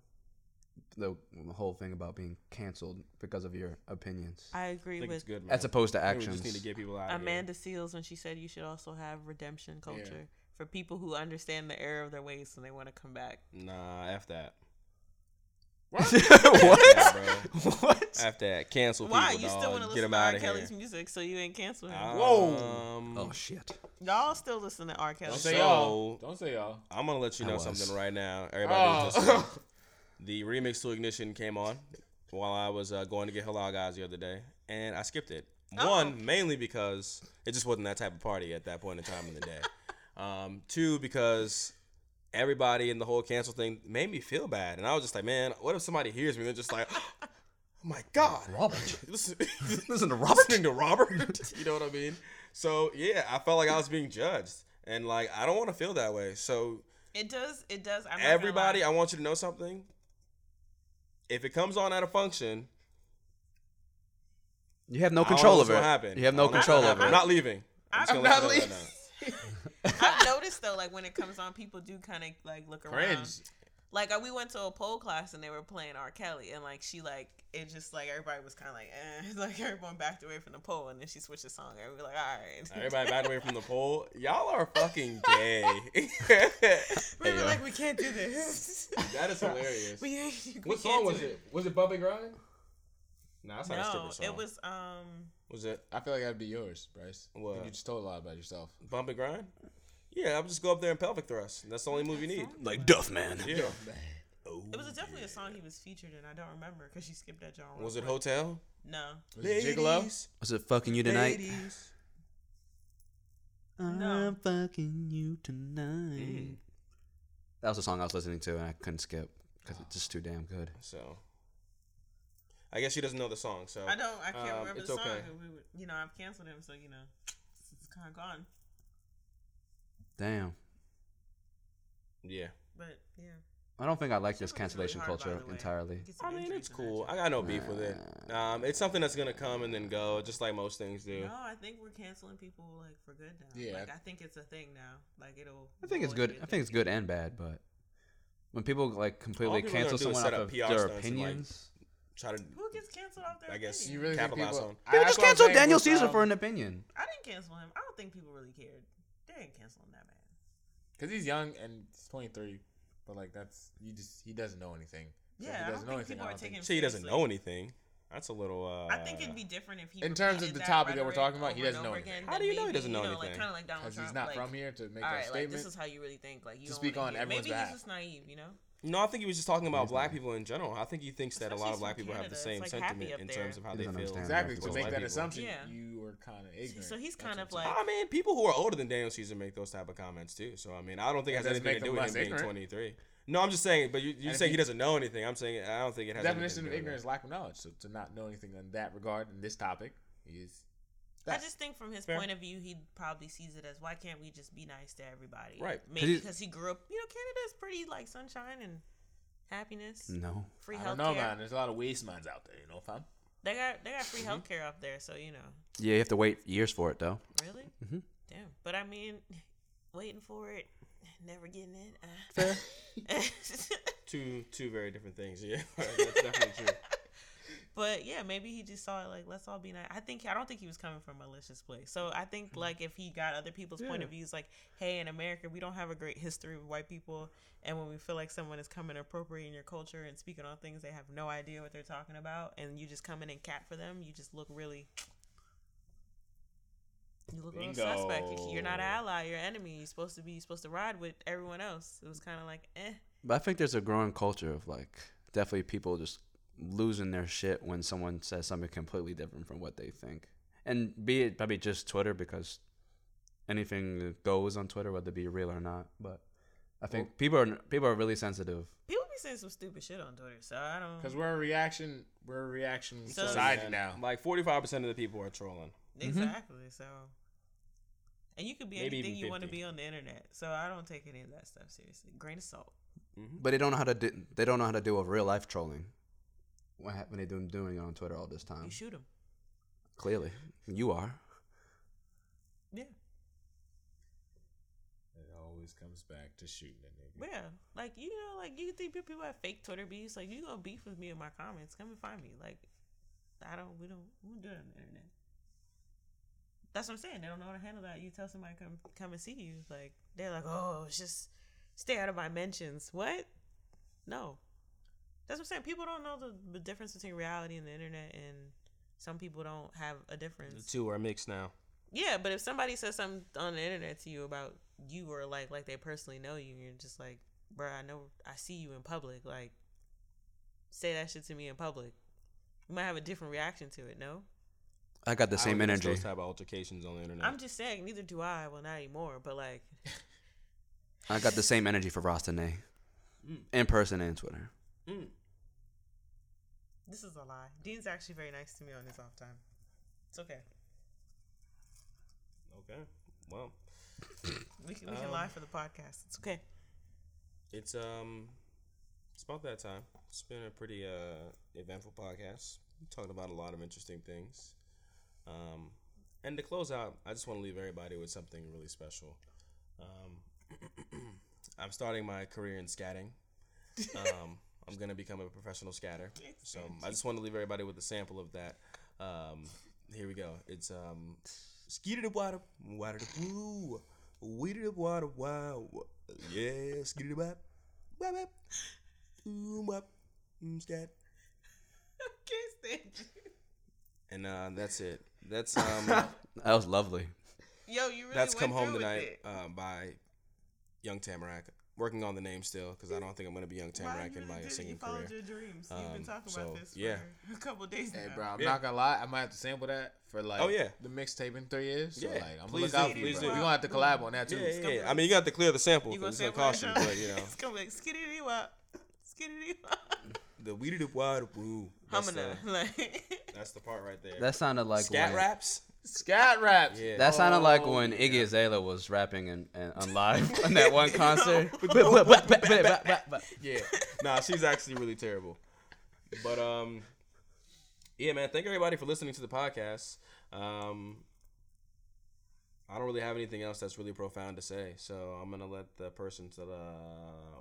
[SPEAKER 5] The, the whole thing about being canceled because of your opinions,
[SPEAKER 2] I
[SPEAKER 1] I
[SPEAKER 2] agree
[SPEAKER 1] think it's
[SPEAKER 2] with
[SPEAKER 1] good, man.
[SPEAKER 5] as opposed to
[SPEAKER 1] I think
[SPEAKER 5] actions.
[SPEAKER 1] We just need to get people out. of here.
[SPEAKER 2] Amanda Seals when she said you should also have redemption culture for people who understand the error of their ways and they want to come back.
[SPEAKER 1] Nah, after that.
[SPEAKER 5] what?
[SPEAKER 1] bro.
[SPEAKER 5] what?
[SPEAKER 1] After that, cancel
[SPEAKER 2] Why
[SPEAKER 1] people.
[SPEAKER 2] you still want to
[SPEAKER 1] dog. Get
[SPEAKER 2] listen
[SPEAKER 1] them
[SPEAKER 2] to
[SPEAKER 1] out
[SPEAKER 2] R.
[SPEAKER 1] of
[SPEAKER 2] Kelly's
[SPEAKER 1] here. Uh, Um,
[SPEAKER 2] music? So you ain't canceling him.
[SPEAKER 1] Whoa.
[SPEAKER 5] Oh shit!
[SPEAKER 2] Y'all still listen to R. Kelly?
[SPEAKER 4] don't say
[SPEAKER 1] So-
[SPEAKER 4] y'all, don't say y'all."
[SPEAKER 1] I'm gonna let you
[SPEAKER 5] I
[SPEAKER 1] know
[SPEAKER 5] was.
[SPEAKER 1] something right now. Everybody, who's listening,
[SPEAKER 4] Oh,
[SPEAKER 1] the remix to Ignition came on while I was uh, going to get halal guys the other day, and I skipped it.
[SPEAKER 2] Oh.
[SPEAKER 1] One, mainly because it just wasn't that type of party at that point in time in the day. um, two, because everybody in the whole cancel thing made me feel bad, and I was just like, man, what if somebody hears me? They're just like, oh my god,
[SPEAKER 5] Robert,
[SPEAKER 1] Listen-
[SPEAKER 5] listen to
[SPEAKER 1] listening
[SPEAKER 5] Robert.
[SPEAKER 1] to Robert. you know what I mean? So yeah, I felt like I was being judged, and like I don't want to feel that way. So
[SPEAKER 2] It does. It does. I'm not gonna
[SPEAKER 1] everybody,
[SPEAKER 2] lie.
[SPEAKER 1] I want you to know something. If it comes on at a function,
[SPEAKER 5] You have no
[SPEAKER 1] I don't know
[SPEAKER 5] control
[SPEAKER 1] what's
[SPEAKER 5] over it.
[SPEAKER 1] gonna Happen.
[SPEAKER 5] You have
[SPEAKER 1] I
[SPEAKER 5] no
[SPEAKER 1] don't know what's
[SPEAKER 5] control
[SPEAKER 1] gonna
[SPEAKER 5] over
[SPEAKER 1] happen.
[SPEAKER 5] it.
[SPEAKER 1] I'm not leaving. I'm, just
[SPEAKER 2] I'm
[SPEAKER 1] gonna let
[SPEAKER 2] not
[SPEAKER 1] you know that
[SPEAKER 2] leaving.
[SPEAKER 1] now.
[SPEAKER 2] I've noticed though, like when it comes on, people do kind of like look around.
[SPEAKER 4] cringe.
[SPEAKER 2] Like I, we went to a pole class and they were playing R. Kelly, and like she like it just like everybody was kind of like, eh. like everyone backed away from the pole, and then she switched the song. And we were like, all right.
[SPEAKER 1] Everybody back away from the pole. Y'all are fucking gay.
[SPEAKER 2] we were
[SPEAKER 5] Yeah.
[SPEAKER 2] like, we can't do this.
[SPEAKER 1] that is hilarious.
[SPEAKER 2] we ain't. we
[SPEAKER 1] What
[SPEAKER 2] can't
[SPEAKER 1] song
[SPEAKER 2] do
[SPEAKER 1] was it? Was it Bump and Grind? Nah, that's not
[SPEAKER 2] No,
[SPEAKER 1] a stripper song.
[SPEAKER 2] it was um.
[SPEAKER 1] Was it
[SPEAKER 4] I feel like that'd be yours, Bryce. I think
[SPEAKER 1] What?
[SPEAKER 4] You just told a lot about yourself.
[SPEAKER 1] Bump and Grind? Yeah, I'll just go up there and pelvic thrust. That's the only move you need.
[SPEAKER 5] Like Duff Man.
[SPEAKER 1] Yeah.
[SPEAKER 2] It was definitely a song he was featured in. I don't remember because she skipped that genre.
[SPEAKER 1] Was it Hotel?
[SPEAKER 2] No,
[SPEAKER 4] Was it Gigolo?
[SPEAKER 5] Was it fucking you tonight?
[SPEAKER 1] ladies.
[SPEAKER 2] No.
[SPEAKER 8] I'm fucking you tonight.
[SPEAKER 1] Mm.
[SPEAKER 5] That was a song I was listening to and I couldn't skip because it's just too damn good.
[SPEAKER 1] So, I guess she doesn't know the song. So
[SPEAKER 2] I don't. I can't
[SPEAKER 1] Um,
[SPEAKER 2] remember
[SPEAKER 1] it's
[SPEAKER 2] the song.
[SPEAKER 1] okay.
[SPEAKER 2] We were- you know, I've canceled him, so you know, it's kind of gone.
[SPEAKER 5] Damn.
[SPEAKER 1] Yeah.
[SPEAKER 2] But yeah.
[SPEAKER 5] I don't think I like this
[SPEAKER 2] Stripping is really
[SPEAKER 5] cancellation
[SPEAKER 2] hard, by
[SPEAKER 5] culture
[SPEAKER 2] the way.
[SPEAKER 5] entirely.
[SPEAKER 2] You get some
[SPEAKER 1] I mean,
[SPEAKER 2] injuries
[SPEAKER 1] it's
[SPEAKER 2] in that
[SPEAKER 1] cool.
[SPEAKER 2] shit.
[SPEAKER 1] I got no beef with it. Um, it's something that's gonna come and then go, just like most things do.
[SPEAKER 2] No, I think we're canceling people like for good now.
[SPEAKER 4] Yeah.
[SPEAKER 2] Like I think it's a thing now. Like it'll.
[SPEAKER 5] I think it's
[SPEAKER 2] always
[SPEAKER 5] good.
[SPEAKER 2] be a
[SPEAKER 5] I think it's good and bad, but when people like completely
[SPEAKER 1] people are gonna do
[SPEAKER 5] cancel
[SPEAKER 1] is
[SPEAKER 5] someone
[SPEAKER 1] set
[SPEAKER 5] off
[SPEAKER 1] up
[SPEAKER 5] of
[SPEAKER 1] PR
[SPEAKER 5] their
[SPEAKER 1] stunts and, like,
[SPEAKER 5] opinions,
[SPEAKER 1] Try to.
[SPEAKER 2] thing. Who gets canceled off their
[SPEAKER 1] I guess
[SPEAKER 4] You
[SPEAKER 2] opinion?
[SPEAKER 4] really think
[SPEAKER 1] capitalize
[SPEAKER 4] people-
[SPEAKER 1] on.
[SPEAKER 4] I-
[SPEAKER 5] people
[SPEAKER 4] that's
[SPEAKER 5] just
[SPEAKER 4] what I'm
[SPEAKER 5] canceled
[SPEAKER 4] saying,
[SPEAKER 5] Daniel
[SPEAKER 4] was,
[SPEAKER 5] Caesar
[SPEAKER 4] um,
[SPEAKER 5] for an opinion.
[SPEAKER 2] I didn't cancel him. I don't think people really cared. They didn't cancel him that bad.
[SPEAKER 4] Because he's young and he's 23, but like that's you just he doesn't know anything. So if
[SPEAKER 2] Yeah, I
[SPEAKER 4] he
[SPEAKER 2] don't
[SPEAKER 4] doesn't
[SPEAKER 2] think
[SPEAKER 4] know anything.
[SPEAKER 2] people
[SPEAKER 4] I
[SPEAKER 2] are
[SPEAKER 4] don't
[SPEAKER 2] taking.
[SPEAKER 4] think.
[SPEAKER 1] Say he doesn't
[SPEAKER 2] seriously.
[SPEAKER 1] know anything. That's a little. Uh,
[SPEAKER 2] I think it'd be different if he.
[SPEAKER 4] in terms
[SPEAKER 2] repeated
[SPEAKER 4] of the
[SPEAKER 2] that
[SPEAKER 4] topic that we're
[SPEAKER 2] rhetoric
[SPEAKER 4] talking about, he
[SPEAKER 2] over and
[SPEAKER 4] doesn't
[SPEAKER 2] over
[SPEAKER 4] know anything.
[SPEAKER 2] again,
[SPEAKER 1] How do
[SPEAKER 2] then
[SPEAKER 1] you know he doesn't know
[SPEAKER 2] like,
[SPEAKER 1] anything?
[SPEAKER 2] kind of like Donald
[SPEAKER 4] Because
[SPEAKER 2] Trump.
[SPEAKER 4] he's not
[SPEAKER 2] like,
[SPEAKER 4] from here to make
[SPEAKER 2] All
[SPEAKER 4] that
[SPEAKER 2] right, like
[SPEAKER 4] statement.
[SPEAKER 2] this is how you really think. Like you
[SPEAKER 4] To
[SPEAKER 2] don't
[SPEAKER 4] speak
[SPEAKER 2] wanna
[SPEAKER 4] on
[SPEAKER 2] hear-
[SPEAKER 4] everyone's
[SPEAKER 2] Maybe he's
[SPEAKER 4] behalf.
[SPEAKER 2] just naive, you know.
[SPEAKER 1] No, I think he was just talking about black people in general. I think he thinks that a lot
[SPEAKER 2] Especially
[SPEAKER 1] of black
[SPEAKER 2] from
[SPEAKER 1] people have the
[SPEAKER 2] Canada,
[SPEAKER 1] same
[SPEAKER 2] it's, like, happy
[SPEAKER 1] sentiment
[SPEAKER 2] up
[SPEAKER 1] in
[SPEAKER 2] there.
[SPEAKER 1] terms of how
[SPEAKER 5] He
[SPEAKER 1] they
[SPEAKER 5] doesn't
[SPEAKER 1] feel.
[SPEAKER 5] understand Yeah,
[SPEAKER 4] exactly. To
[SPEAKER 1] towards
[SPEAKER 4] make
[SPEAKER 1] white
[SPEAKER 4] that
[SPEAKER 1] people.
[SPEAKER 4] assumption,
[SPEAKER 2] Yeah.
[SPEAKER 4] you were kind of ignorant.
[SPEAKER 2] So he's
[SPEAKER 4] That's
[SPEAKER 2] kind
[SPEAKER 4] what
[SPEAKER 2] of
[SPEAKER 4] I'm saying.
[SPEAKER 2] like
[SPEAKER 1] I mean, people who are older than Daniel Caesar make those type of comments too. So I mean, I don't think it
[SPEAKER 4] That
[SPEAKER 1] has
[SPEAKER 4] doesn't
[SPEAKER 1] anything to
[SPEAKER 4] make
[SPEAKER 1] do
[SPEAKER 4] them
[SPEAKER 1] with him
[SPEAKER 4] less
[SPEAKER 1] being
[SPEAKER 4] ignorant.
[SPEAKER 1] 23. No, I'm just saying. But you, you
[SPEAKER 4] And if
[SPEAKER 1] say he,
[SPEAKER 4] he-
[SPEAKER 1] doesn't know anything. I'm saying I don't think it has. anything to
[SPEAKER 4] definition
[SPEAKER 1] do
[SPEAKER 4] of
[SPEAKER 1] with
[SPEAKER 4] ignorance
[SPEAKER 1] it.
[SPEAKER 4] is lack of knowledge. So to not know anything in that regard in this topic is
[SPEAKER 2] I
[SPEAKER 4] that.
[SPEAKER 2] just think from his
[SPEAKER 1] Fair.
[SPEAKER 2] point of view, he probably sees it as why can't we just be nice to everybody?
[SPEAKER 1] Right. 'Cause
[SPEAKER 2] Maybe
[SPEAKER 5] he's-
[SPEAKER 2] because he grew up, you know, Canada's pretty like sunshine and happiness,
[SPEAKER 1] Mm.
[SPEAKER 5] No,
[SPEAKER 2] free
[SPEAKER 4] I don't know,
[SPEAKER 2] healthcare. Mm-hmm.
[SPEAKER 4] man. There's a lot of waste minds out there, you know, fam.
[SPEAKER 2] They got they got free
[SPEAKER 4] Mm-hmm.
[SPEAKER 2] healthcare up there, so you know,
[SPEAKER 5] yeah, you have to wait years for it though.
[SPEAKER 2] really,
[SPEAKER 1] Mm-hmm.
[SPEAKER 5] Mhm.
[SPEAKER 2] damn. But I mean, waiting for it, never getting it. uh.
[SPEAKER 1] two two very different things. Yeah, that's definitely true.
[SPEAKER 2] But yeah, maybe he just saw it like let's all be nice. I think I don't think he was coming from a malicious place. So I think like if he got other people's point of views, like hey, in America we don't have a great history with white people, and when we feel like someone is coming appropriating your culture and speaking on things they have no idea what they're talking about, and you just come in and cat for them, you just look really. You look a little suspect. You- You're not an ally. You're an enemy. You're supposed to be. You're supposed to ride with everyone else. It was kind of like, eh.
[SPEAKER 5] But I think there's a growing culture of like definitely people just losing their shit when someone says something completely different from what they think. And be it probably just Twitter because anything goes on Twitter, whether it be real or not. But I think people are people are really sensitive.
[SPEAKER 2] People be be saying some stupid shit on Twitter, so I don't.
[SPEAKER 4] Because we're a reaction, we're a reaction
[SPEAKER 2] So-
[SPEAKER 4] society
[SPEAKER 1] And,
[SPEAKER 4] now.
[SPEAKER 1] Like forty five percent of the people are trolling.
[SPEAKER 2] Exactly. So, and you could be
[SPEAKER 1] Maybe
[SPEAKER 2] anything
[SPEAKER 1] even
[SPEAKER 2] you want to
[SPEAKER 1] 50.
[SPEAKER 2] be on the internet. So I don't take any of that stuff seriously. Grain of salt.
[SPEAKER 8] But they don't know how to do, they don't know how to deal with real life trolling. What hap- when they doing doing it on Twitter all this time?
[SPEAKER 1] Um,
[SPEAKER 2] You shoot them.
[SPEAKER 8] Clearly, you are.
[SPEAKER 2] Yeah.
[SPEAKER 4] It always comes back to shooting a nigga.
[SPEAKER 2] Yeah. Like you know, like you think people have fake Twitter beefs. Like you gonna beef with me in my comments? Come and find me. Like I don't. We don't. We don't do it on the internet. That's what I'm saying. They don't know how to handle that. You tell somebody come come and see you. Like they're like, oh, it's just stay out of my mentions. What? No. That's what I'm saying. People don't know the, the difference between reality and the internet, and some people don't have a
[SPEAKER 1] The
[SPEAKER 2] difference.
[SPEAKER 1] two are mixed now.
[SPEAKER 2] Yeah, but if somebody says something on the internet to you about you or like like they personally know you, you're just like, bruh, I know I see you in public. Like, say that shit to me in public. You might have a different reaction to it. No,
[SPEAKER 8] I got the
[SPEAKER 1] I
[SPEAKER 8] same
[SPEAKER 1] don't think it's
[SPEAKER 8] energy.
[SPEAKER 1] Those type of altercations on the internet.
[SPEAKER 2] I'm just saying. Neither do I. Well, not anymore. But like,
[SPEAKER 8] I got the same energy for Rostane. In person and Twitter.
[SPEAKER 2] this is a lie. Dean's actually very nice to me on his off time. It's okay.
[SPEAKER 1] okay. Well,
[SPEAKER 2] We can we
[SPEAKER 1] Um,
[SPEAKER 2] can lie for the podcast. It's okay.
[SPEAKER 1] it's um, it's about that time. It's been a pretty uh eventful podcast. We talked about a lot of interesting things. Um, and to close out, I just want to leave everybody with something really special. Um, I'm starting my career in scatting. Um, I'm gonna become a professional scatter. So I just want to leave everybody with a sample of that. Um, here we go. It's um, skeeter the water, water the woo, weeder the water, wow, yeah, skeeter the bop, bop, bop, ooh, bop, mm, scat.
[SPEAKER 2] Can't stand
[SPEAKER 1] And uh, that's it. That's um.
[SPEAKER 8] That was lovely.
[SPEAKER 2] you. Yo, you really
[SPEAKER 1] That's
[SPEAKER 2] went
[SPEAKER 1] Come Home
[SPEAKER 2] through with
[SPEAKER 1] Tonight
[SPEAKER 2] it.
[SPEAKER 1] uh, by Young Tamarack. Working on the name still because I don't think I'm going to be Young
[SPEAKER 2] Wow,
[SPEAKER 1] Tamarack
[SPEAKER 2] you
[SPEAKER 1] in my
[SPEAKER 2] really did. You
[SPEAKER 1] singing
[SPEAKER 2] followed
[SPEAKER 1] career.
[SPEAKER 2] your dreams. You've
[SPEAKER 1] Um,
[SPEAKER 2] been talking
[SPEAKER 1] so,
[SPEAKER 2] about this for
[SPEAKER 1] yeah.
[SPEAKER 2] a couple of days now.
[SPEAKER 4] Hey, bro, I'm
[SPEAKER 1] Yeah.
[SPEAKER 4] not gonna lie. I might have to sample that for like
[SPEAKER 1] Oh, yeah.
[SPEAKER 4] the mixtape in three years. So,
[SPEAKER 1] Yeah.
[SPEAKER 4] like, I'm
[SPEAKER 1] Please
[SPEAKER 4] gonna look
[SPEAKER 1] do,
[SPEAKER 4] out for
[SPEAKER 1] please
[SPEAKER 4] you.
[SPEAKER 1] do.
[SPEAKER 4] We're gonna have to collab on that too.
[SPEAKER 1] Yeah, yeah, yeah. I mean, you got to clear the sample
[SPEAKER 2] You gonna
[SPEAKER 1] because
[SPEAKER 2] say
[SPEAKER 1] it's going to
[SPEAKER 2] what
[SPEAKER 1] cost you,
[SPEAKER 2] now?
[SPEAKER 1] but you know.
[SPEAKER 2] it's gonna be like skiddy wop, skiddy wop.
[SPEAKER 1] The weedy doo wah woo.
[SPEAKER 2] I'm
[SPEAKER 1] That's,
[SPEAKER 2] gonna
[SPEAKER 1] the-
[SPEAKER 2] like.
[SPEAKER 1] that's the part right there.
[SPEAKER 5] That sounded like
[SPEAKER 1] Scat
[SPEAKER 5] when,
[SPEAKER 1] raps?
[SPEAKER 4] Scat rap.
[SPEAKER 1] Yeah.
[SPEAKER 5] That sounded like
[SPEAKER 4] Oh,
[SPEAKER 5] when Iggy Azalea was rapping and, and on live on that one concert.
[SPEAKER 1] yeah. Nah, she's actually really terrible. But um yeah, man, thank everybody for listening to the podcast. Um I don't really have anything else that's really profound to say, so I'm gonna let the person to the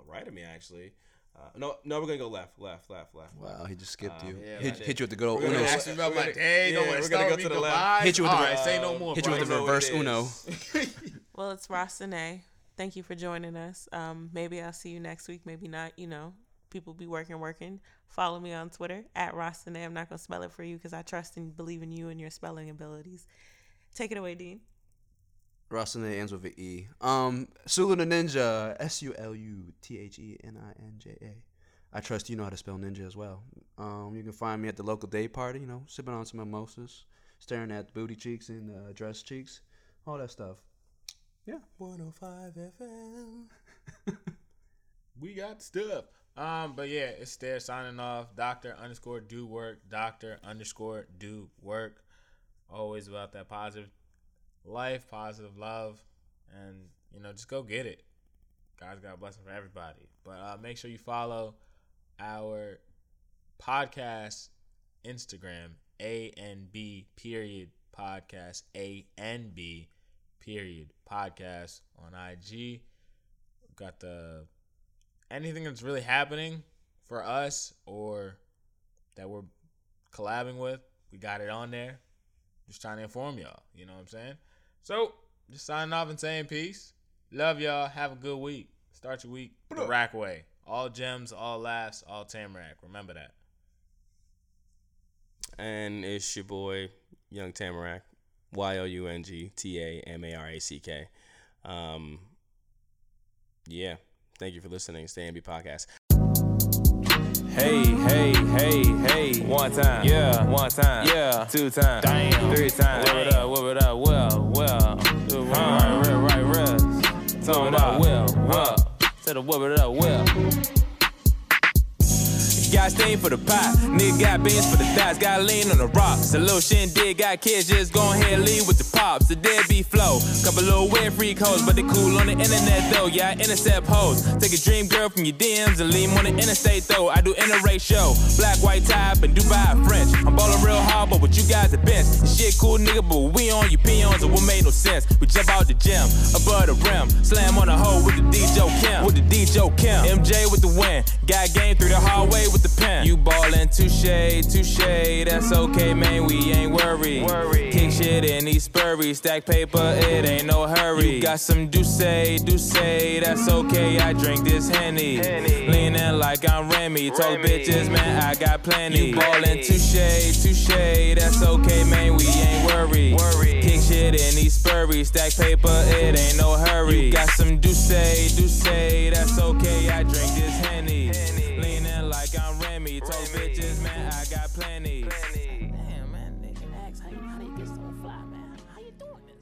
[SPEAKER 1] right of me actually. Uh, no, no, we're gonna go left, left, left, left.
[SPEAKER 8] Wow, he just skipped you.
[SPEAKER 4] yeah,
[SPEAKER 8] hit,
[SPEAKER 4] I did.
[SPEAKER 8] hit you with the good old
[SPEAKER 1] We're
[SPEAKER 4] When
[SPEAKER 8] Uno.
[SPEAKER 1] gonna
[SPEAKER 4] they
[SPEAKER 1] go-
[SPEAKER 4] asked me about my
[SPEAKER 1] we're gonna-
[SPEAKER 4] day,
[SPEAKER 1] yeah,
[SPEAKER 4] don't
[SPEAKER 1] we're
[SPEAKER 4] want to
[SPEAKER 1] gonna
[SPEAKER 4] start
[SPEAKER 1] go
[SPEAKER 4] me
[SPEAKER 1] to the
[SPEAKER 4] goodbye.
[SPEAKER 1] left.
[SPEAKER 8] Hit you with the-
[SPEAKER 4] All right, say no more.
[SPEAKER 8] Hit you with
[SPEAKER 1] I
[SPEAKER 8] the
[SPEAKER 1] know
[SPEAKER 4] bro.
[SPEAKER 1] what
[SPEAKER 8] reverse
[SPEAKER 1] it is.
[SPEAKER 8] Uno.
[SPEAKER 2] well, it's Rosane. Thank you for joining us. Um, maybe I'll see you next week. Maybe not. You know, people be working, working. Follow me on Twitter at Rosane. I'm not gonna spell it for you because I trust and believe in you and your spelling abilities. Take it away, Dean.
[SPEAKER 8] Rostane ends with an E. Um, Sulu the Ninja. S U L U T H E N I N J A. I trust you know how to spell ninja as well. Um, you can find me at the local day party. You know, sipping on some mimosas, staring at booty cheeks and uh, dress cheeks, all that stuff. Yeah.
[SPEAKER 1] 105 FM.
[SPEAKER 4] We got stuff. Um, but yeah, it's there signing off. Doctor underscore do work. Doctor underscore do work. Always about that positive life, positive love, and you know, just go get it. God's got a blessing for everybody. But uh, make sure you follow our podcast Instagram A N B period podcast A N B period podcast on IG. Got the anything that's really happening for us or that we're collabing with, we got it on there. Just trying to inform y'all. You know what I'm saying? So, just signing off and saying peace. Love y'all. Have a good week. Start your week the rack way. All gems, all laughs, all tamarack. Remember that.
[SPEAKER 1] And it's your boy, Young Tamarack. Y O U N G T A M A R A C K. Um, yeah. Thank you for listening. Stay and be podcast.
[SPEAKER 9] Hey, hey, hey, hey. One time. Yeah. One time. Yeah. Two times. Damn. Three times. Whip it up, whip it up. Well, well. Huh. Right, right, right. Talking about well, well. Said a whip it up, well. Got steam for the pot. Nigga got beans for the thighs. Got lean on the rocks. A little shindig. Got kids just gon' head lead with the pops. A deadbeat flow. Couple little weird freak hoes, but they cool on the internet though. Yeah, I intercept hoes. Take a dream girl from your DMs and leave 'em on the interstate though. I do interracial. Black, white, tie up in Dubai, French. I'm ballin' real hard, but with you guys the bench. This Shit cool nigga, but we on your peons and what made no sense. We jump out the gym, above the rim. Slam on the hole with the DJ Kim. With the DJ Kim. MJ with the win. Got game through the hallway with the pen. You ballin' touche, touche. That's okay, man. We ain't worried. Kick shit in these spurries. Stack paper, it ain't no hurry. You got some douce, douce. That's okay. I drink this henny. Leanin' like I'm Remy. Told bitches, man, I got plenty. You ballin' touche, touche. That's okay, man. We ain't worried. Kick shit in these spurries. Stack paper, it ain't no hurry. You got some douce, douce. That's okay. I drink this henny. Leanin' like I'm Remy. Told bitches, man, I got plenty.
[SPEAKER 10] Damn, man, they ask how you, how you get so fly, man. How you doing this?